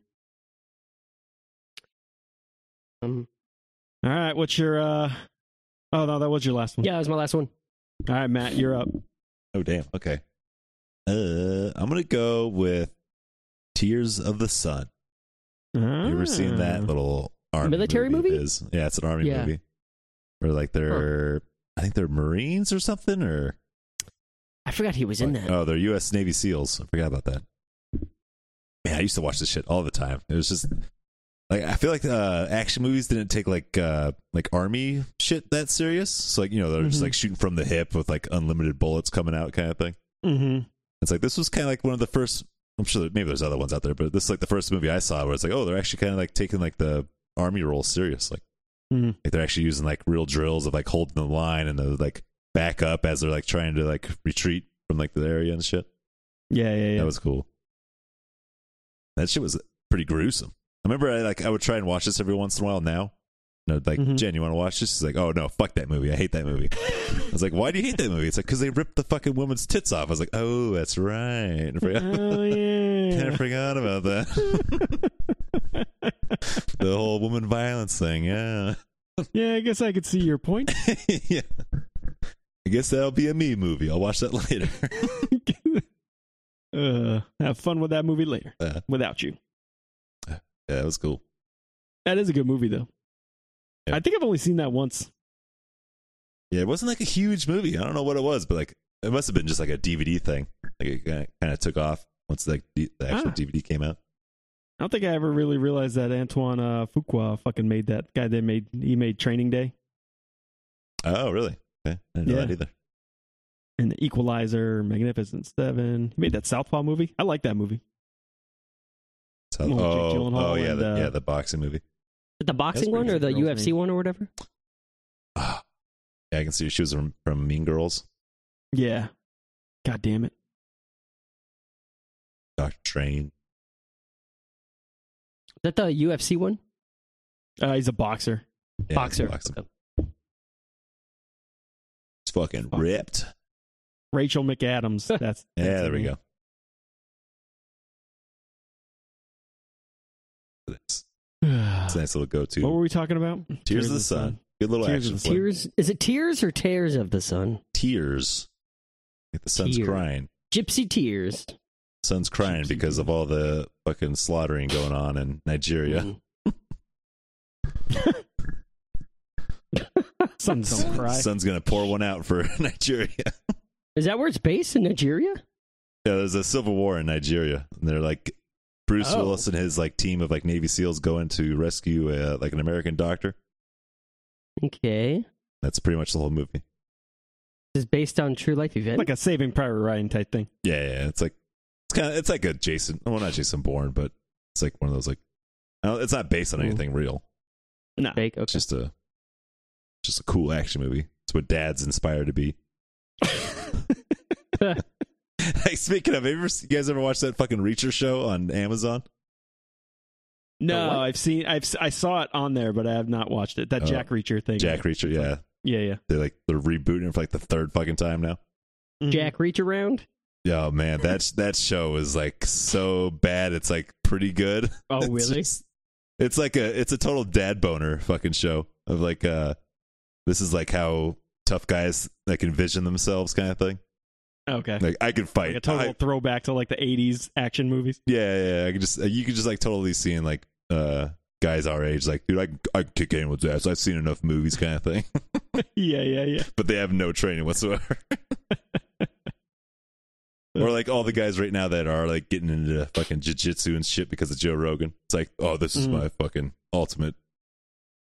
Speaker 3: Um,
Speaker 1: All right, what's your? uh Oh no, that was your last one.
Speaker 3: yeah, that was my last one.
Speaker 1: All right, Matt, you're up.
Speaker 2: Oh damn. Okay. Uh, I'm gonna go with Tears of the Sun. You ever seen that little army
Speaker 3: Mm. Military movie?
Speaker 2: Is. Yeah, it's an army
Speaker 3: Yeah.
Speaker 2: movie. Where like they're, I think they're Marines or something, or
Speaker 3: I forgot he was in that.
Speaker 2: oh, they're U.S. Navy SEALs. I forgot about that. Man, I used to watch this shit all the time. It was just like I feel like uh, action movies didn't take like uh, like army shit that serious. So like you know they're just
Speaker 3: Mm-hmm.
Speaker 1: Mhm.
Speaker 2: like shooting from the hip with like unlimited bullets coming out kind of thing.
Speaker 1: Mm-hmm.
Speaker 2: It's like this was kind of like one of the first. I'm sure that maybe there's other ones out there, but this is like the first movie I saw where it's like, oh, they're actually kind of like taking like the army role serious. Like,
Speaker 1: Mhm.
Speaker 2: like they're actually using like real drills of like holding the line and the like back up as they're like trying to like retreat from like the area and shit.
Speaker 1: Yeah, yeah, yeah.
Speaker 2: That was cool. That shit was pretty gruesome. I remember I like I would try and watch this every once in a while now. And I'd like,
Speaker 1: Mhm.
Speaker 2: Jen, you want to watch this? She's like, oh no, fuck that movie. I hate that movie. I was like, why do you hate that movie? It's like, because they ripped the fucking woman's tits off. I was like, oh, that's right. I forgot,
Speaker 1: oh
Speaker 2: I
Speaker 1: yeah.
Speaker 2: forgot about that. the whole woman violence thing. Yeah.
Speaker 1: yeah, I guess I could see your point.
Speaker 2: yeah. I guess that'll be a me movie. I'll watch that later.
Speaker 1: oh Uh, have fun with that movie later
Speaker 2: Uh.
Speaker 1: without you.
Speaker 2: Yeah, that was cool.
Speaker 1: That is a good movie, though.
Speaker 2: Yeah.
Speaker 1: I think I've only seen that once.
Speaker 2: Yeah, it wasn't like a huge movie. I don't know what it was, but like it must have been just like a DVD thing. Like it kind of took off once like the, the actual
Speaker 1: Ah.
Speaker 2: DVD came out.
Speaker 1: I don't think I ever really realized that Antoine uh, Fuqua fucking made that guy that made he made Training Day
Speaker 2: Oh, really? Okay, I didn't know
Speaker 1: Yeah.
Speaker 2: that either.
Speaker 1: and The Equalizer, Magnificent Seven. He made that Southpaw movie. I like that movie.
Speaker 2: So,
Speaker 1: Well, Jake
Speaker 2: oh,
Speaker 1: Gyllenhaal
Speaker 2: oh, yeah,
Speaker 1: and,
Speaker 2: the,
Speaker 1: uh,
Speaker 2: yeah, the boxing movie.
Speaker 3: The boxing one
Speaker 1: pretty
Speaker 3: or the
Speaker 1: good girl's
Speaker 3: UFC
Speaker 1: name.
Speaker 3: one or whatever?
Speaker 2: Ah. yeah, I can see she was from, from Mean Girls,
Speaker 1: Yeah. God damn it.
Speaker 2: Doctor Train.
Speaker 3: Is that the UFC one?
Speaker 1: Uh, he's a boxer.
Speaker 2: Yeah,
Speaker 3: Boxer.
Speaker 2: Boxing.
Speaker 3: Okay.
Speaker 2: It's fucking
Speaker 1: Fuck.
Speaker 2: ripped.
Speaker 1: Rachel McAdams. That's
Speaker 2: Yeah,
Speaker 1: that's
Speaker 2: there
Speaker 1: her
Speaker 2: we
Speaker 1: name.
Speaker 2: go. It's, it's a nice little go-to.
Speaker 1: what were we talking about?
Speaker 2: Tears of the Sun. Good little
Speaker 1: Tears of
Speaker 2: action.
Speaker 1: the
Speaker 2: flick.
Speaker 3: Tears. Is it Tears or Tears of the Sun?
Speaker 2: Tears. Like the sun's
Speaker 3: Tears.
Speaker 2: crying.
Speaker 3: Gypsy Tears.
Speaker 2: Sun's crying because of all the fucking slaughtering going on in Nigeria.
Speaker 3: Mm.
Speaker 1: Sun don't cry.
Speaker 2: Sun's gonna pour one out for Nigeria. Yeah,
Speaker 3: Is that where it's based in Nigeria?
Speaker 2: there's a civil war in Nigeria, and they're like Bruce
Speaker 3: Oh.
Speaker 2: Willis and his like team of like Navy SEALs going to rescue uh, like an American doctor.
Speaker 3: Okay.
Speaker 2: That's pretty much the whole movie.
Speaker 3: This is based on true life event.
Speaker 1: Like a Saving Private Ryan type thing.
Speaker 2: Yeah, yeah, it's like it's kind of it's like a Jason. Well, not Jason Bourne, but it's like one of those like. no, It's not based on
Speaker 3: Mm.
Speaker 2: anything real.
Speaker 1: No.
Speaker 3: Fake. Okay.
Speaker 2: It's just a just a cool action movie. It's what dads inspire to be. Hey, speaking of, ever, you guys ever watch that fucking Reacher show on Amazon?
Speaker 3: The what?
Speaker 1: No, I've seen I've s- I saw it on there, but I have not watched it. That
Speaker 2: Oh.
Speaker 1: Jack Reacher thing.
Speaker 2: Jack Reacher, yeah,
Speaker 1: Yeah, yeah.
Speaker 2: they like they're rebooting it for like the third fucking time now.
Speaker 1: Mhm.
Speaker 3: Jack reach around.
Speaker 2: Yeah, oh, man, that's that show is like so bad. It's like pretty good.
Speaker 3: Oh,
Speaker 2: It's
Speaker 3: really?
Speaker 2: just- it's like a it's a total dad boner fucking show of like uh, this is like how tough guys like envision themselves kind of thing.
Speaker 1: Okay.
Speaker 2: Like I could fight.
Speaker 1: Like a total
Speaker 2: I-
Speaker 1: throwback to like the '80s action movies.
Speaker 2: Yeah, yeah, yeah. I could just you could just like totally seeing like uh guys our age like dude I can- I can kick anyone's ass. I've seen enough movies kind of thing.
Speaker 1: yeah, yeah, yeah.
Speaker 2: but they have no training whatsoever. or like all the guys right now that are like getting into fucking jiu-jitsu and shit because of Joe Rogan. It's like, "Oh, this is
Speaker 1: Mhm.
Speaker 2: my fucking ultimate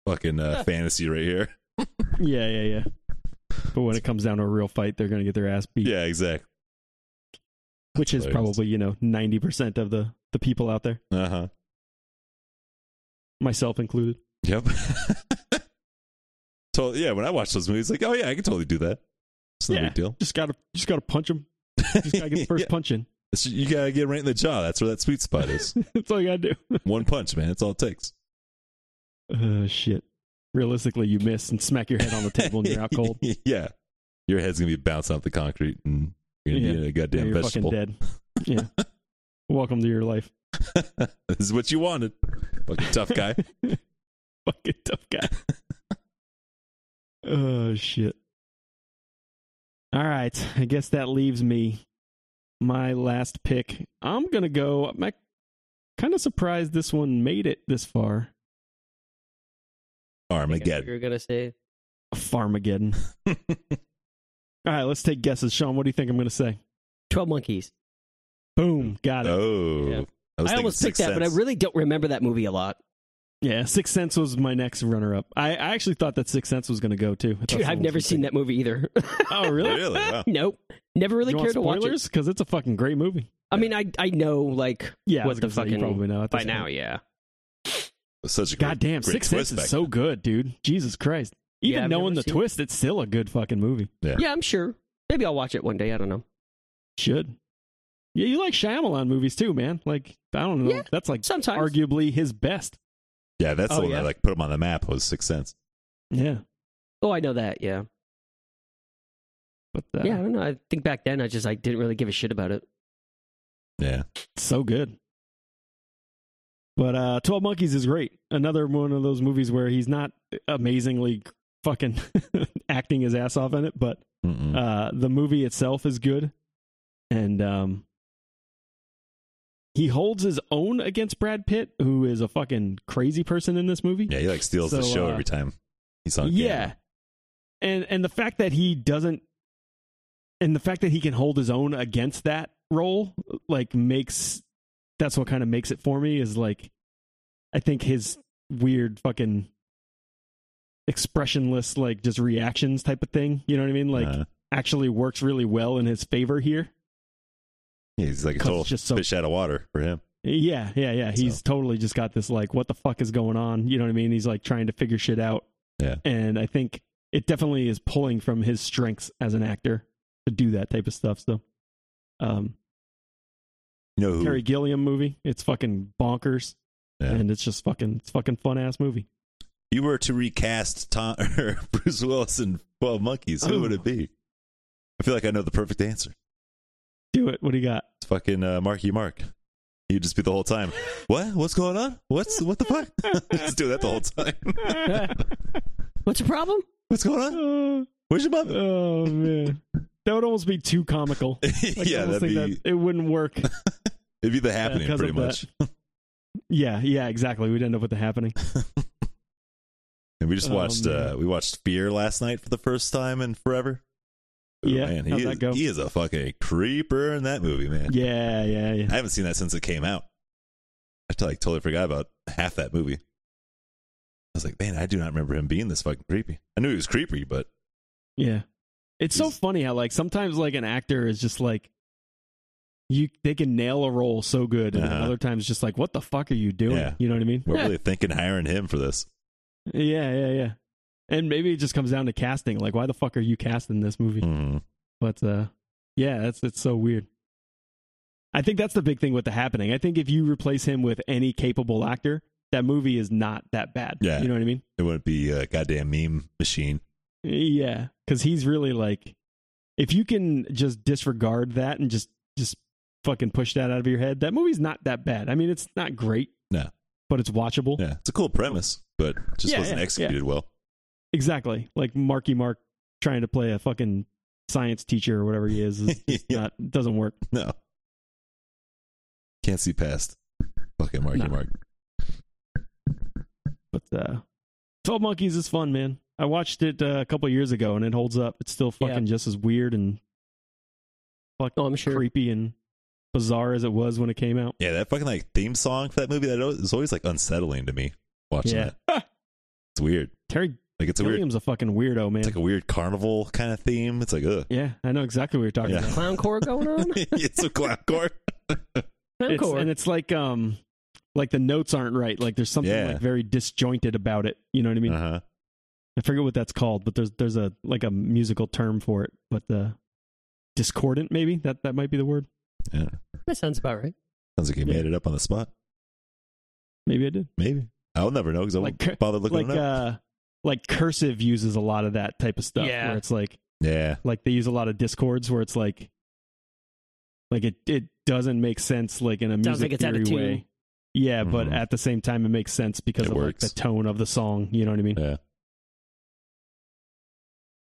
Speaker 2: fucking uh, fantasy right here."
Speaker 1: Yeah, yeah, yeah. But when it comes down to a real fight, they're gonna get their ass beat.
Speaker 2: Yeah, exactly.
Speaker 1: which is
Speaker 2: hilarious.
Speaker 1: probably you know ninety percent of the the people out there,
Speaker 2: Uh-huh.
Speaker 1: myself included.
Speaker 2: Yep. totally, yeah, when I watch those movies like, "Oh yeah, I can totally do that." It's no
Speaker 1: Yeah.
Speaker 2: big deal.
Speaker 1: Just gotta just gotta punch them. Just gotta get the first
Speaker 2: Yeah.
Speaker 1: punch in.
Speaker 2: It's- You gotta get right in the jaw. That's where that sweet spot is.
Speaker 1: That's all you gotta do.
Speaker 2: One punch, man. That's all it takes.
Speaker 1: Oh shit. Realistically, you miss and smack your head on the table and you're out cold.
Speaker 2: yeah, your head's gonna be bouncing off the concrete, and you're gonna
Speaker 1: Yeah.
Speaker 2: be in a
Speaker 1: Yeah,
Speaker 2: goddamn
Speaker 1: you're
Speaker 2: vegetable.
Speaker 1: fucking dead. Yeah. Welcome to your life.
Speaker 2: this is what you wanted. Fucking tough guy.
Speaker 1: Fucking tough guy. oh shit. All right, I guess that leaves me my last pick. I'm gonna go. I'm kind of surprised this one made it this far.
Speaker 2: Armageddon.
Speaker 3: You're gonna say
Speaker 1: Farmageddon. All right, let's take guesses. Sean, what do you think I'm gonna say?
Speaker 3: Twelve Monkeys.
Speaker 1: Boom, got it.
Speaker 3: Uh,
Speaker 2: Oh,
Speaker 3: Yeah.
Speaker 2: was
Speaker 3: I
Speaker 2: thinking
Speaker 3: almost picked
Speaker 2: Sixth
Speaker 3: that, but I
Speaker 2: Sense.
Speaker 3: really don't remember that movie a lot.
Speaker 1: Yeah, Sixth Sense was my next runner-up. I, I actually thought that Sixth Sense was gonna go too. I thought
Speaker 3: Dude, I've
Speaker 1: someone
Speaker 3: never
Speaker 1: was
Speaker 3: seen
Speaker 1: gonna
Speaker 3: that movie either.
Speaker 1: take it. Oh, really?
Speaker 2: really. Wow.
Speaker 3: nope. Never really
Speaker 1: you
Speaker 3: cared to
Speaker 1: want
Speaker 3: watch it.
Speaker 1: spoilers? Because it's a fucking great movie.
Speaker 3: I mean, I I know like
Speaker 1: Yeah, I
Speaker 3: What
Speaker 1: was
Speaker 3: the
Speaker 1: gonna say, you
Speaker 3: fucking-
Speaker 1: probably know at
Speaker 3: by
Speaker 1: this
Speaker 3: now,
Speaker 1: point.
Speaker 3: yeah.
Speaker 2: Such a great,
Speaker 1: Goddamn,
Speaker 2: great
Speaker 1: Sixth
Speaker 2: twist
Speaker 1: Sense is
Speaker 2: back
Speaker 1: so
Speaker 2: then.
Speaker 1: good, dude. Jesus Christ! Even
Speaker 3: Yeah, I've
Speaker 1: knowing the
Speaker 3: never seen it.
Speaker 1: twist, it's still a good fucking movie.
Speaker 2: Yeah.
Speaker 3: yeah, I'm sure. Maybe I'll watch it one day. I don't know.
Speaker 1: Should. Yeah, you like Shyamalan movies too, man. Like I don't know,
Speaker 3: Yeah,
Speaker 1: that's like
Speaker 3: Sometimes
Speaker 1: arguably his best.
Speaker 2: Yeah, that's
Speaker 3: Oh,
Speaker 2: the one
Speaker 3: yeah.
Speaker 2: that like put him on the map. Was Sixth Sense.
Speaker 1: Yeah,
Speaker 3: Oh, I know that. Yeah.
Speaker 1: but uh,
Speaker 3: Yeah, I don't know. I think back then I just I didn't really give a shit about it.
Speaker 2: Yeah.
Speaker 1: it's so good. But uh, Twelve Monkeys is great. Another one of those movies where he's not amazingly fucking acting his ass off in it, but
Speaker 2: Mm. Mm-mm.
Speaker 1: uh, the movie itself is good, and um, He holds his own against Brad Pitt, who is a fucking crazy person in this movie.
Speaker 2: Yeah, he like steals the
Speaker 1: So,
Speaker 2: show
Speaker 1: uh,
Speaker 2: every time he's on.
Speaker 1: yeah.
Speaker 2: camera.
Speaker 1: And and the fact that he doesn't and the fact that he can hold his own against that role like makes that's what kind of makes it for me is like I think his weird fucking expressionless like just reactions type of thing, you know what I mean? Like
Speaker 2: Uh,
Speaker 1: actually works really well in his favor here.
Speaker 2: yeah, he's like a
Speaker 1: 'cause
Speaker 2: total
Speaker 1: it's just so-
Speaker 2: fish out of water for him.
Speaker 1: Yeah, yeah, yeah. He's
Speaker 2: So-
Speaker 1: totally just got this like, what the fuck is going on? You know what I mean? He's like trying to figure shit out.
Speaker 2: Yeah.
Speaker 1: And I think it definitely is pulling from his strengths as an actor to do that type of stuff. So, um,
Speaker 2: You know who?
Speaker 1: Terry Gilliam movie. It's fucking bonkers,
Speaker 2: Yeah.
Speaker 1: and it's just fucking it's fucking fun ass movie.
Speaker 2: you were to recast Tom or Bruce Willis in Twelve Monkeys. Who
Speaker 1: Ooh.
Speaker 2: would it be? I feel like I know the perfect answer.
Speaker 1: Do it. What do you got?
Speaker 2: It's fucking uh, Marky Mark. He'd just be the whole time. What? What's going on? What's what the fuck? just do that the whole time.
Speaker 3: What's the problem?
Speaker 2: What's going on?
Speaker 1: oh,
Speaker 2: Where's your mother?
Speaker 1: oh, man, that would almost be too comical. Like, I
Speaker 2: yeah,
Speaker 1: almost
Speaker 2: that'd be
Speaker 1: think that it wouldn't work.
Speaker 2: it'd be the happening
Speaker 1: 'cause
Speaker 2: pretty
Speaker 1: of that.
Speaker 2: much.
Speaker 1: Yeah, yeah, exactly. We'd end up with the happening.
Speaker 2: And we just
Speaker 1: Oh,
Speaker 2: watched uh
Speaker 1: man.
Speaker 2: we watched Fear last night for the first time in forever. Oh,
Speaker 1: Yeah,
Speaker 2: man, he
Speaker 1: how'd
Speaker 2: is,
Speaker 1: that go?
Speaker 2: he is a fucking creeper in that movie, man.
Speaker 1: Yeah, yeah, yeah.
Speaker 2: I haven't seen that since it came out. I t- like totally forgot about half that movie. I was like, man, I do not remember him being this fucking creepy. I knew he was creepy, but
Speaker 1: Yeah. It's so
Speaker 2: He's-
Speaker 1: funny how like sometimes like an actor is just like you they can nail a role so good and then
Speaker 2: Uh-huh.
Speaker 1: other times just like what the fuck are you doing?
Speaker 2: Yeah.
Speaker 1: You know what I mean?
Speaker 2: we're really thinking hiring him for this.
Speaker 1: Yeah, yeah, yeah. And maybe it just comes down to casting. Like why the fuck are you casting this movie?
Speaker 2: Mhm.
Speaker 1: But uh yeah, that's it's so weird. I think that's the big thing with the happening. I think if you replace him with any capable actor, that movie is not that bad.
Speaker 2: Yeah.
Speaker 1: You know what I mean?
Speaker 2: It wouldn't be a goddamn meme machine.
Speaker 1: Yeah, because he's really like, if you can just disregard that and just just fucking push that out of your head, that movie's not that bad. I mean, it's not great.
Speaker 2: No.
Speaker 1: but it's watchable.
Speaker 2: Yeah, it's a cool premise, but just
Speaker 1: Yeah,
Speaker 2: wasn't
Speaker 1: yeah,
Speaker 2: executed well.
Speaker 1: Exactly, like Marky Mark trying to play a fucking science teacher or whatever he is, is
Speaker 2: Yeah,
Speaker 1: not doesn't work.
Speaker 2: No, can't see past fucking Marky
Speaker 1: No.
Speaker 2: Mark.
Speaker 1: But uh, Twelve Monkeys is fun, man. I watched it uh, a couple years ago and it holds up. It's still
Speaker 3: Yeah.
Speaker 1: fucking just as weird and fucking
Speaker 3: Oh, I'm sure.
Speaker 1: creepy and bizarre as it was when it came out.
Speaker 2: Yeah, that fucking like theme song for that movie that is always like unsettling to me watching
Speaker 1: Yeah.
Speaker 2: that. it's weird.
Speaker 1: Terry
Speaker 2: Like it's a weird,
Speaker 1: Gilliam's a fucking weirdo, man.
Speaker 2: it's like a weird carnival kind of theme. It's like ugh.
Speaker 1: Yeah, I know exactly what you're talking
Speaker 2: Yeah.
Speaker 1: about.
Speaker 3: Clown core going on?
Speaker 2: it's a clown core.
Speaker 3: Clown
Speaker 1: It's-
Speaker 3: core.
Speaker 1: and it's like um like the notes aren't right. Like there's something
Speaker 2: Yeah.
Speaker 1: like very disjointed about it. You know what I mean?
Speaker 2: Uh huh.
Speaker 1: I forget what that's called, but there's there's a like a musical term for it. But uh discordant maybe? That that might be the word.
Speaker 3: that sounds about right.
Speaker 2: Sounds like you
Speaker 1: Yeah.
Speaker 2: made it up on the spot.
Speaker 1: Maybe I did.
Speaker 2: Maybe I'll never know because I won't
Speaker 1: Like cur-
Speaker 2: bother looking
Speaker 1: like
Speaker 2: it up.
Speaker 1: uh like cursive uses a lot of that type of stuff
Speaker 3: Yeah.
Speaker 1: where it's like
Speaker 2: yeah,
Speaker 1: like they use a lot of discords where it's like like it it doesn't make sense like in a music
Speaker 3: Sounds like it's out
Speaker 1: theory
Speaker 3: of tune.
Speaker 1: way. Yeah, but
Speaker 2: Mhm.
Speaker 1: at the same time it makes sense because
Speaker 2: It
Speaker 1: of
Speaker 2: works.
Speaker 1: like the tone of the song, you know what I mean?
Speaker 2: yeah.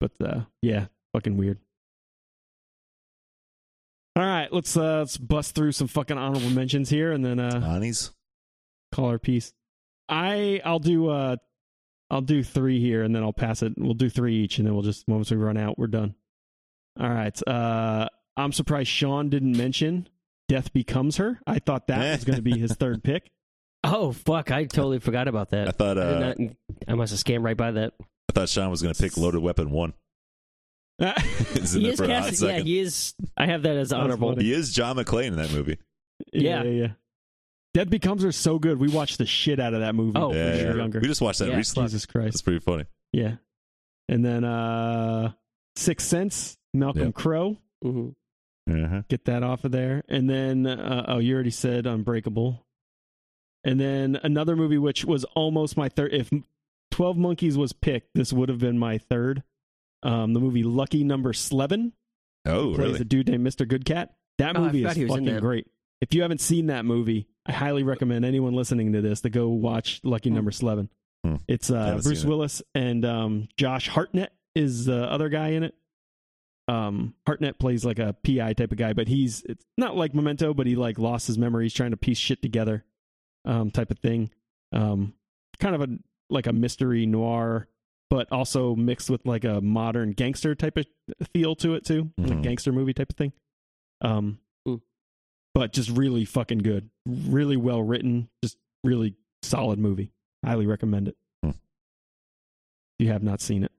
Speaker 1: But uh yeah, fucking weird. All right, let's uh let's bust through some fucking honorable mentions here and then uh
Speaker 2: Ani's.
Speaker 1: call our piece. I I'll do uh I'll do three here and then I'll pass it. We'll do three each and then we'll just once we run out, we're done. All right. Uh I'm surprised Sean didn't mention Death Becomes Her. I thought that was gonna be his third pick.
Speaker 3: Oh fuck! I totally forgot about
Speaker 2: I
Speaker 3: that.
Speaker 2: thought
Speaker 3: I,
Speaker 2: uh,
Speaker 3: did not, I must have scammed right by that.
Speaker 2: I thought Sean was going to pick Loaded Weapon One. He's in
Speaker 3: He
Speaker 2: there
Speaker 3: is
Speaker 2: for a hot
Speaker 3: cast. Yeah,
Speaker 2: second.
Speaker 3: he is. I have that as
Speaker 1: That's
Speaker 3: honorable.
Speaker 1: funny.
Speaker 2: He is John McClane in that movie.
Speaker 1: yeah,
Speaker 3: Yeah.
Speaker 1: yeah. Death Becomes Her is so good. We watched the shit out of that movie.
Speaker 3: Oh, for
Speaker 1: when we were
Speaker 3: sure.
Speaker 1: Younger.
Speaker 2: We just watched that
Speaker 3: Yeah,
Speaker 2: recently.
Speaker 1: Jesus Christ.
Speaker 2: It's pretty funny.
Speaker 1: Yeah. And then uh Sixth Sense, Malcolm
Speaker 2: Yep.
Speaker 1: Crowe.
Speaker 3: Mhm.
Speaker 2: Uh-huh.
Speaker 1: Get that off of there. And then uh, oh, you already said Unbreakable. And then another movie which was almost my third if 12 Monkeys was picked, this would have been my third. Um the movie Lucky Number 11
Speaker 2: Oh,
Speaker 1: plays
Speaker 2: really?
Speaker 1: a dude named Mr. Good Cat. That
Speaker 3: Oh, I
Speaker 1: movie
Speaker 3: forgot
Speaker 1: is
Speaker 3: he was in
Speaker 1: fucking
Speaker 3: that.
Speaker 1: great. If you haven't seen that movie, I highly recommend anyone listening to this to go watch Lucky
Speaker 3: Hmm.
Speaker 1: Number Eleven.
Speaker 2: Hmm.
Speaker 1: It's uh,
Speaker 2: Haven't
Speaker 1: Bruce
Speaker 2: seen it.
Speaker 1: Willis and um, Josh Hartnett is the other guy in it, um Hartnett plays like a PI type of guy, but he's it's not like Memento, but he like lost his memory. He's trying to piece shit together, um, type of thing. Um, kind of a like a mystery noir, but also mixed with like a modern gangster type of feel to it too, like
Speaker 2: Mhm.
Speaker 1: gangster movie type of thing. Um,
Speaker 3: Mm.
Speaker 1: but just really fucking good, really well written, just really solid movie. Highly recommend it.
Speaker 2: Hmm.
Speaker 1: If you have not seen it.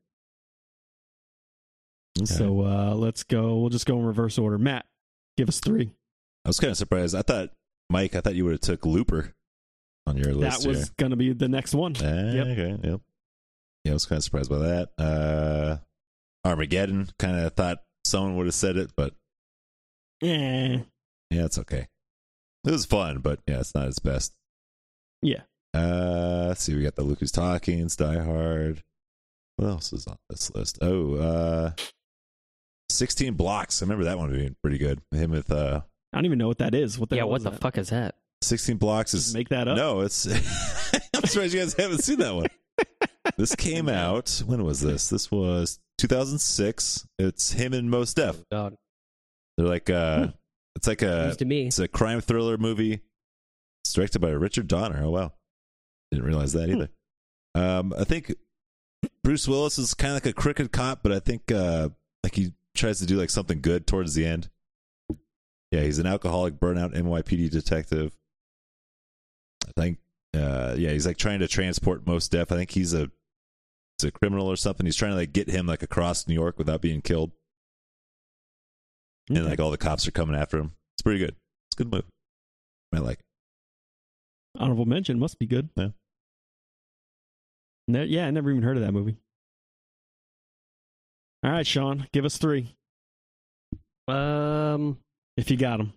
Speaker 2: Okay.
Speaker 1: So uh, let's go. We'll just go in reverse order. Matt, give us three.
Speaker 2: I was kind of surprised. I thought, Mike, I thought you would have took Looper on your list.
Speaker 1: that was gonna be the next one.
Speaker 2: here. Ah,
Speaker 1: yep.
Speaker 2: Okay. Yep. Yeah, I was kind of surprised by that. Uh, Armageddon. Kind of thought someone would have said it, but
Speaker 1: Eh.
Speaker 2: yeah, it's okay. It was fun, but yeah, it's not its best.
Speaker 1: Yeah.
Speaker 2: Uh, let's see. We got the Luke Who's Talking, it's Die Hard. What else is on this list? Oh, uh, 16 Blocks. I remember that one being pretty good. Him with uh,
Speaker 1: I don't even know what that is. What the
Speaker 3: yeah,
Speaker 1: hell
Speaker 3: what
Speaker 1: is
Speaker 3: the
Speaker 1: that?
Speaker 3: fuck is that?
Speaker 2: 16 Blocks
Speaker 1: Just
Speaker 2: is.
Speaker 1: make that up.
Speaker 2: No, it's. I'm surprised you guys haven't seen that one. This came out. When was this? This was 2006. It's him and Mos Def.
Speaker 3: God,
Speaker 2: They're like, uh, it's like a,
Speaker 3: seems to me.
Speaker 2: it's a crime thriller movie. It's directed by Richard Donner. Oh wow, didn't realize that either. Um, I think Bruce Willis is kind of like a crooked cop, but I think uh, like he tries to do like something good towards the end. Yeah, he's an alcoholic burnout NYPD detective. I think, uh, yeah, he's like trying to transport most deaf. I think he's a he's a criminal or something. He's trying to like get him like across New York without being killed, and
Speaker 1: Okay.
Speaker 2: like all the cops are coming after him. It's pretty good. It's a good movie. I like. it.
Speaker 1: Honorable mention must be good.
Speaker 2: Yeah.
Speaker 1: Ne- yeah, I never even heard of that movie. All right, Sean, give us three
Speaker 3: Um,
Speaker 1: if you got them.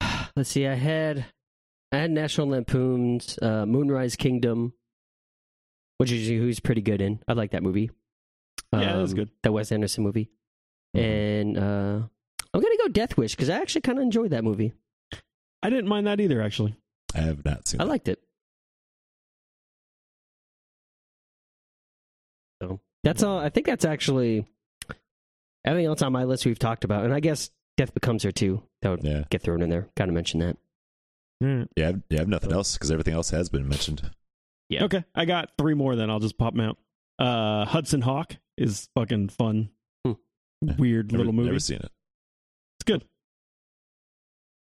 Speaker 3: let's see. I had I had National Lampoon's uh, Moonrise Kingdom, which is who's pretty good in. I like that movie. Um,
Speaker 1: Yeah, that was good. Mm-hmm.
Speaker 3: That Wes Anderson movie, and uh, I'm gonna go Death Wish because I actually kind of enjoyed that movie.
Speaker 1: I didn't mind that either, actually.
Speaker 2: I have not seen.
Speaker 3: I
Speaker 2: that.
Speaker 3: liked it. So that's all. I think that's actually everything else on my list we've talked about, and I guess Death Becomes Her too. That would
Speaker 2: Yeah,
Speaker 3: get thrown in there. Got to mention that.
Speaker 2: yeah, I have, yeah. I have nothing else because everything else has been mentioned.
Speaker 3: Yeah.
Speaker 1: Okay, I got three more. Then I'll just pop them out. Uh, Hudson Hawk is fucking fun,
Speaker 3: Hmm.
Speaker 1: weird
Speaker 2: Never-
Speaker 1: little movie.
Speaker 2: Never seen it.
Speaker 1: It's good.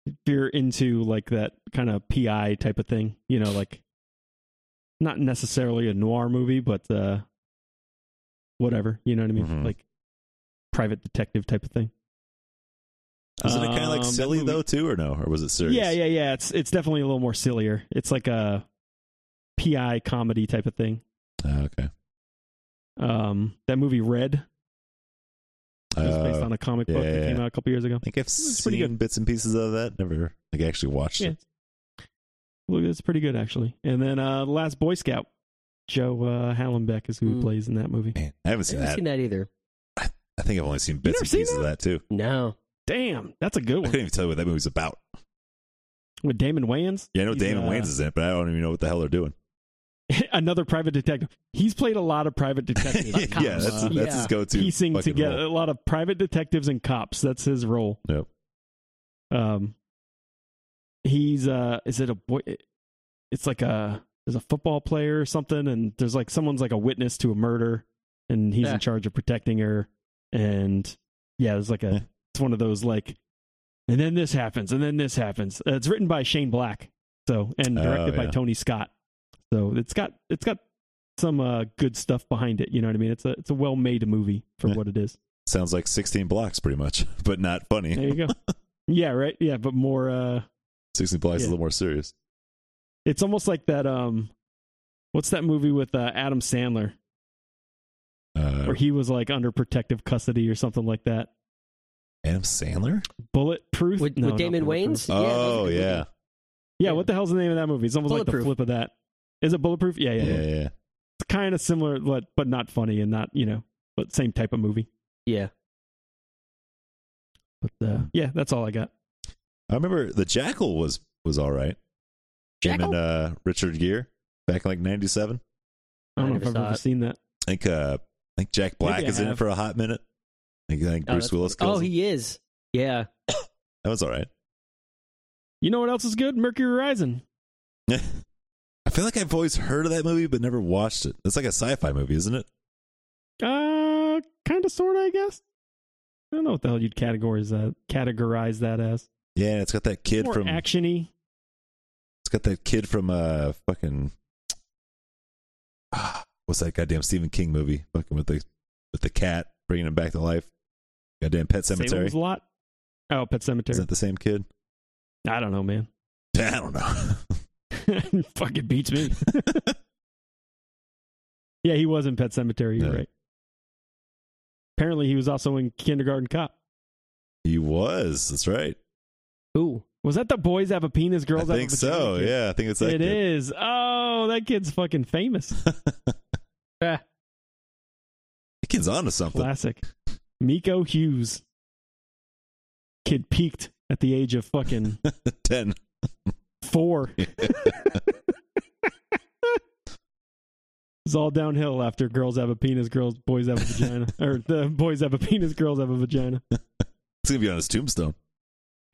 Speaker 1: If you're into like that kind of PI type of thing, you know, like not necessarily a noir movie, but uh whatever, you know what I mean?
Speaker 2: Mhm.
Speaker 1: Like private detective type of thing.
Speaker 2: Isn't it kind of like
Speaker 1: Um, that
Speaker 2: silly
Speaker 1: movie-
Speaker 2: though too, or no? Or was it serious?
Speaker 1: Yeah, yeah, yeah. It's it's definitely a little more sillier. It's like a PI comedy type of thing.
Speaker 2: Oh, okay.
Speaker 1: Um that movie Red it was based
Speaker 2: Uh,
Speaker 1: on a comic book
Speaker 2: yeah,
Speaker 1: that came
Speaker 2: yeah.
Speaker 1: out a couple years ago.
Speaker 2: I think I've
Speaker 1: It's
Speaker 2: seen
Speaker 1: pretty good.
Speaker 2: bits and pieces of that. Never like actually watched
Speaker 1: Yeah.
Speaker 2: it.
Speaker 1: Well, it's pretty good actually. And then uh Last Boy Scout, Joe uh, Hallenbeck is who he
Speaker 3: Hmm.
Speaker 1: plays in that movie.
Speaker 2: Man, I haven't seen
Speaker 3: I haven't
Speaker 2: that.
Speaker 3: seen that either.
Speaker 2: I think I've only seen bits
Speaker 1: never
Speaker 2: and
Speaker 1: seen
Speaker 2: pieces of that too.
Speaker 3: No.
Speaker 1: Damn, that's a good
Speaker 2: I
Speaker 1: one.
Speaker 2: couldn't even tell you what that movie's about.
Speaker 1: With Damon Wayans,
Speaker 2: Yeah, I know
Speaker 1: He's,
Speaker 2: Damon
Speaker 1: uh,
Speaker 2: Wayans is in it, but I don't even know what the hell they're doing.
Speaker 1: another private detective. He's played a lot of private detectives.
Speaker 2: yeah, that's that's
Speaker 1: Uh,
Speaker 2: his
Speaker 3: Yeah.
Speaker 2: go-to.
Speaker 1: piecing
Speaker 2: fucking
Speaker 1: together
Speaker 2: role.
Speaker 1: a lot of private detectives and cops. That's his role.
Speaker 2: Yep.
Speaker 1: Um, he's uh, is it a boy? It's like a there's a football player or something, and there's like someone's like a witness to a murder, and he's
Speaker 3: Yeah.
Speaker 1: in charge of protecting her. And yeah, there's like
Speaker 2: Yeah.
Speaker 1: a it's one of those like, and then this happens, and then this happens. Uh, it's written by Shane Black, so and
Speaker 2: Oh,
Speaker 1: directed by
Speaker 2: yeah.
Speaker 1: Tony Scott. So it's got it's got some uh, good stuff behind it. You know what I mean? It's a it's a well made movie for
Speaker 2: Yeah.
Speaker 1: what it is.
Speaker 2: Sounds like 16 blocks, pretty much, but not funny.
Speaker 1: There you go. yeah, right. Yeah, but more. uh
Speaker 2: 16 blocks is
Speaker 1: Yeah.
Speaker 2: a little more serious.
Speaker 1: It's almost like that. um What's that movie with uh, Adam Sandler
Speaker 2: Uh,
Speaker 1: where he was like under protective custody or something like that?
Speaker 2: Adam Sandler?
Speaker 1: Bulletproof
Speaker 3: With,
Speaker 1: No,
Speaker 3: with
Speaker 1: not
Speaker 3: Damon
Speaker 1: Bulletproof.
Speaker 3: Wayans? Yeah, that was a
Speaker 2: oh
Speaker 3: good
Speaker 2: yeah,
Speaker 3: movie.
Speaker 1: Yeah, what the hell's the name of that movie? It's almost like the
Speaker 3: Bulletproof.
Speaker 1: flip of that. Is it bulletproof? Yeah, yeah.
Speaker 2: yeah,
Speaker 1: yeah.
Speaker 2: yeah. yeah.
Speaker 1: It's kind of similar, but but not funny and not you know, but same type of movie.
Speaker 3: Yeah.
Speaker 1: But uh, yeah, that's all I got.
Speaker 2: I remember the Jackal was was all right. Him
Speaker 3: Jackal?
Speaker 2: and uh, Richard Gere back in like '97.
Speaker 1: I don't
Speaker 3: I
Speaker 1: know if
Speaker 3: never
Speaker 1: I've
Speaker 3: saw
Speaker 1: ever
Speaker 3: it.
Speaker 1: seen that.
Speaker 2: I think uh, I think Jack Black
Speaker 1: Maybe I
Speaker 2: is in it
Speaker 1: have.
Speaker 2: for a hot minute. I Like, you think
Speaker 3: Oh,
Speaker 2: Bruce
Speaker 3: that's-
Speaker 2: Willis kills
Speaker 3: Oh,
Speaker 2: him?
Speaker 3: he is. Yeah.
Speaker 2: That was all right.
Speaker 1: You know what else is good? Mercury Rising.
Speaker 2: I feel like I've always heard of that movie but never watched it. It's like a sci-fi movie, isn't it?
Speaker 1: Uh, kind of, sort of, I guess. I don't know what the hell you'd categorize that. Categorize that as
Speaker 2: Yeah, it's got that kid
Speaker 1: more
Speaker 2: from
Speaker 1: actiony.
Speaker 2: it's got that kid from uh fucking what's that goddamn Stephen King movie? Fucking with the with the cat bringing him back to life. Goddamn Pet
Speaker 1: Say what
Speaker 2: Cemetery.
Speaker 1: was a lot. Oh, Pet Cemetery.
Speaker 2: Is that the same kid?
Speaker 1: I don't know, man.
Speaker 2: I don't know.
Speaker 1: Fucking beats me. yeah, he was in Pet Cemetery. You're
Speaker 2: Yeah.
Speaker 1: right. Apparently, he was also in Kindergarten Cop.
Speaker 2: he was. That's right.
Speaker 3: Ooh.
Speaker 1: Was that the boys have a penis, girls
Speaker 2: I
Speaker 1: have
Speaker 2: think
Speaker 1: a vagina?
Speaker 2: so.
Speaker 1: kid?
Speaker 2: Yeah, I think it's that
Speaker 1: It
Speaker 2: kid.
Speaker 1: is. Oh, that kid's fucking famous. Ah,
Speaker 2: That kid's onto something.
Speaker 1: Classic. Miko Hughes. Kid peaked at the age of fucking
Speaker 2: Ten.
Speaker 1: four. It's all downhill after girls have a penis, girls boys have a vagina, or the boys have a penis, girls have a vagina.
Speaker 2: It's gonna be on his tombstone.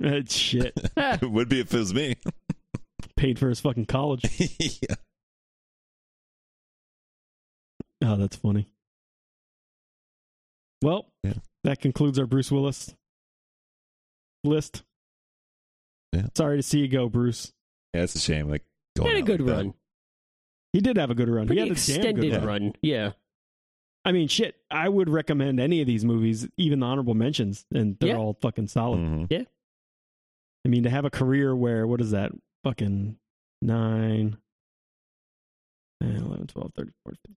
Speaker 1: Eh, shit.
Speaker 2: it would be if it was me.
Speaker 1: Paid for his fucking college.
Speaker 2: yeah.
Speaker 1: Oh, that's funny. Well,
Speaker 2: Yeah.
Speaker 1: that concludes our Bruce Willis list.
Speaker 2: Yeah.
Speaker 1: Sorry to see you go, Bruce.
Speaker 2: Yeah, it's a shame. Like
Speaker 3: He
Speaker 2: going
Speaker 3: had a
Speaker 2: out
Speaker 3: good
Speaker 2: like that.
Speaker 3: run.
Speaker 1: He did have a good run.
Speaker 3: Pretty
Speaker 1: he had a damn
Speaker 3: extended
Speaker 1: good run.
Speaker 2: run.
Speaker 3: run. Yeah.
Speaker 1: I mean, shit. I would recommend any of these movies, even the honorable mentions, and they're
Speaker 3: Yeah.
Speaker 1: all fucking solid.
Speaker 2: Mhm.
Speaker 1: I mean, to have a career where what is that? Fucking nine, eh, 11, 12, 13, 14,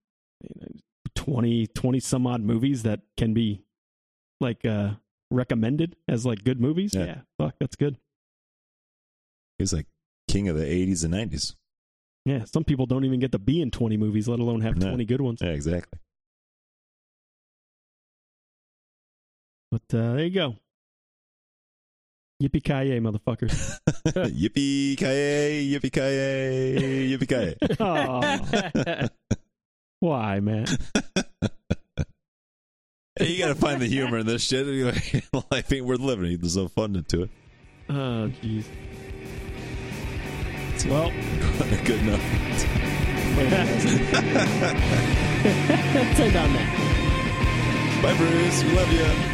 Speaker 1: 15, 20, 20 some odd movies that can be like uh recommended as like good movies.
Speaker 2: Yeah.
Speaker 1: Yeah, fuck, that's good.
Speaker 2: He was like king of the 80s and 90s.
Speaker 1: Yeah, some people don't even get to be in twenty movies, let alone have
Speaker 2: No.
Speaker 1: twenty good ones.
Speaker 2: Yeah, exactly.
Speaker 1: But uh, there you go. Yippee ki yay, motherfuckers!
Speaker 2: yippee ki yay, yippee ki yay, yippee ki yay.
Speaker 1: Aw, why, man?
Speaker 2: You gotta find the humor in this shit. Anyway, life ain't worth living. There's no fun into it.
Speaker 1: Oh, jeez. Well,
Speaker 2: good enough.
Speaker 1: send on that.
Speaker 3: oh,
Speaker 2: Bye, Bruce. We love you.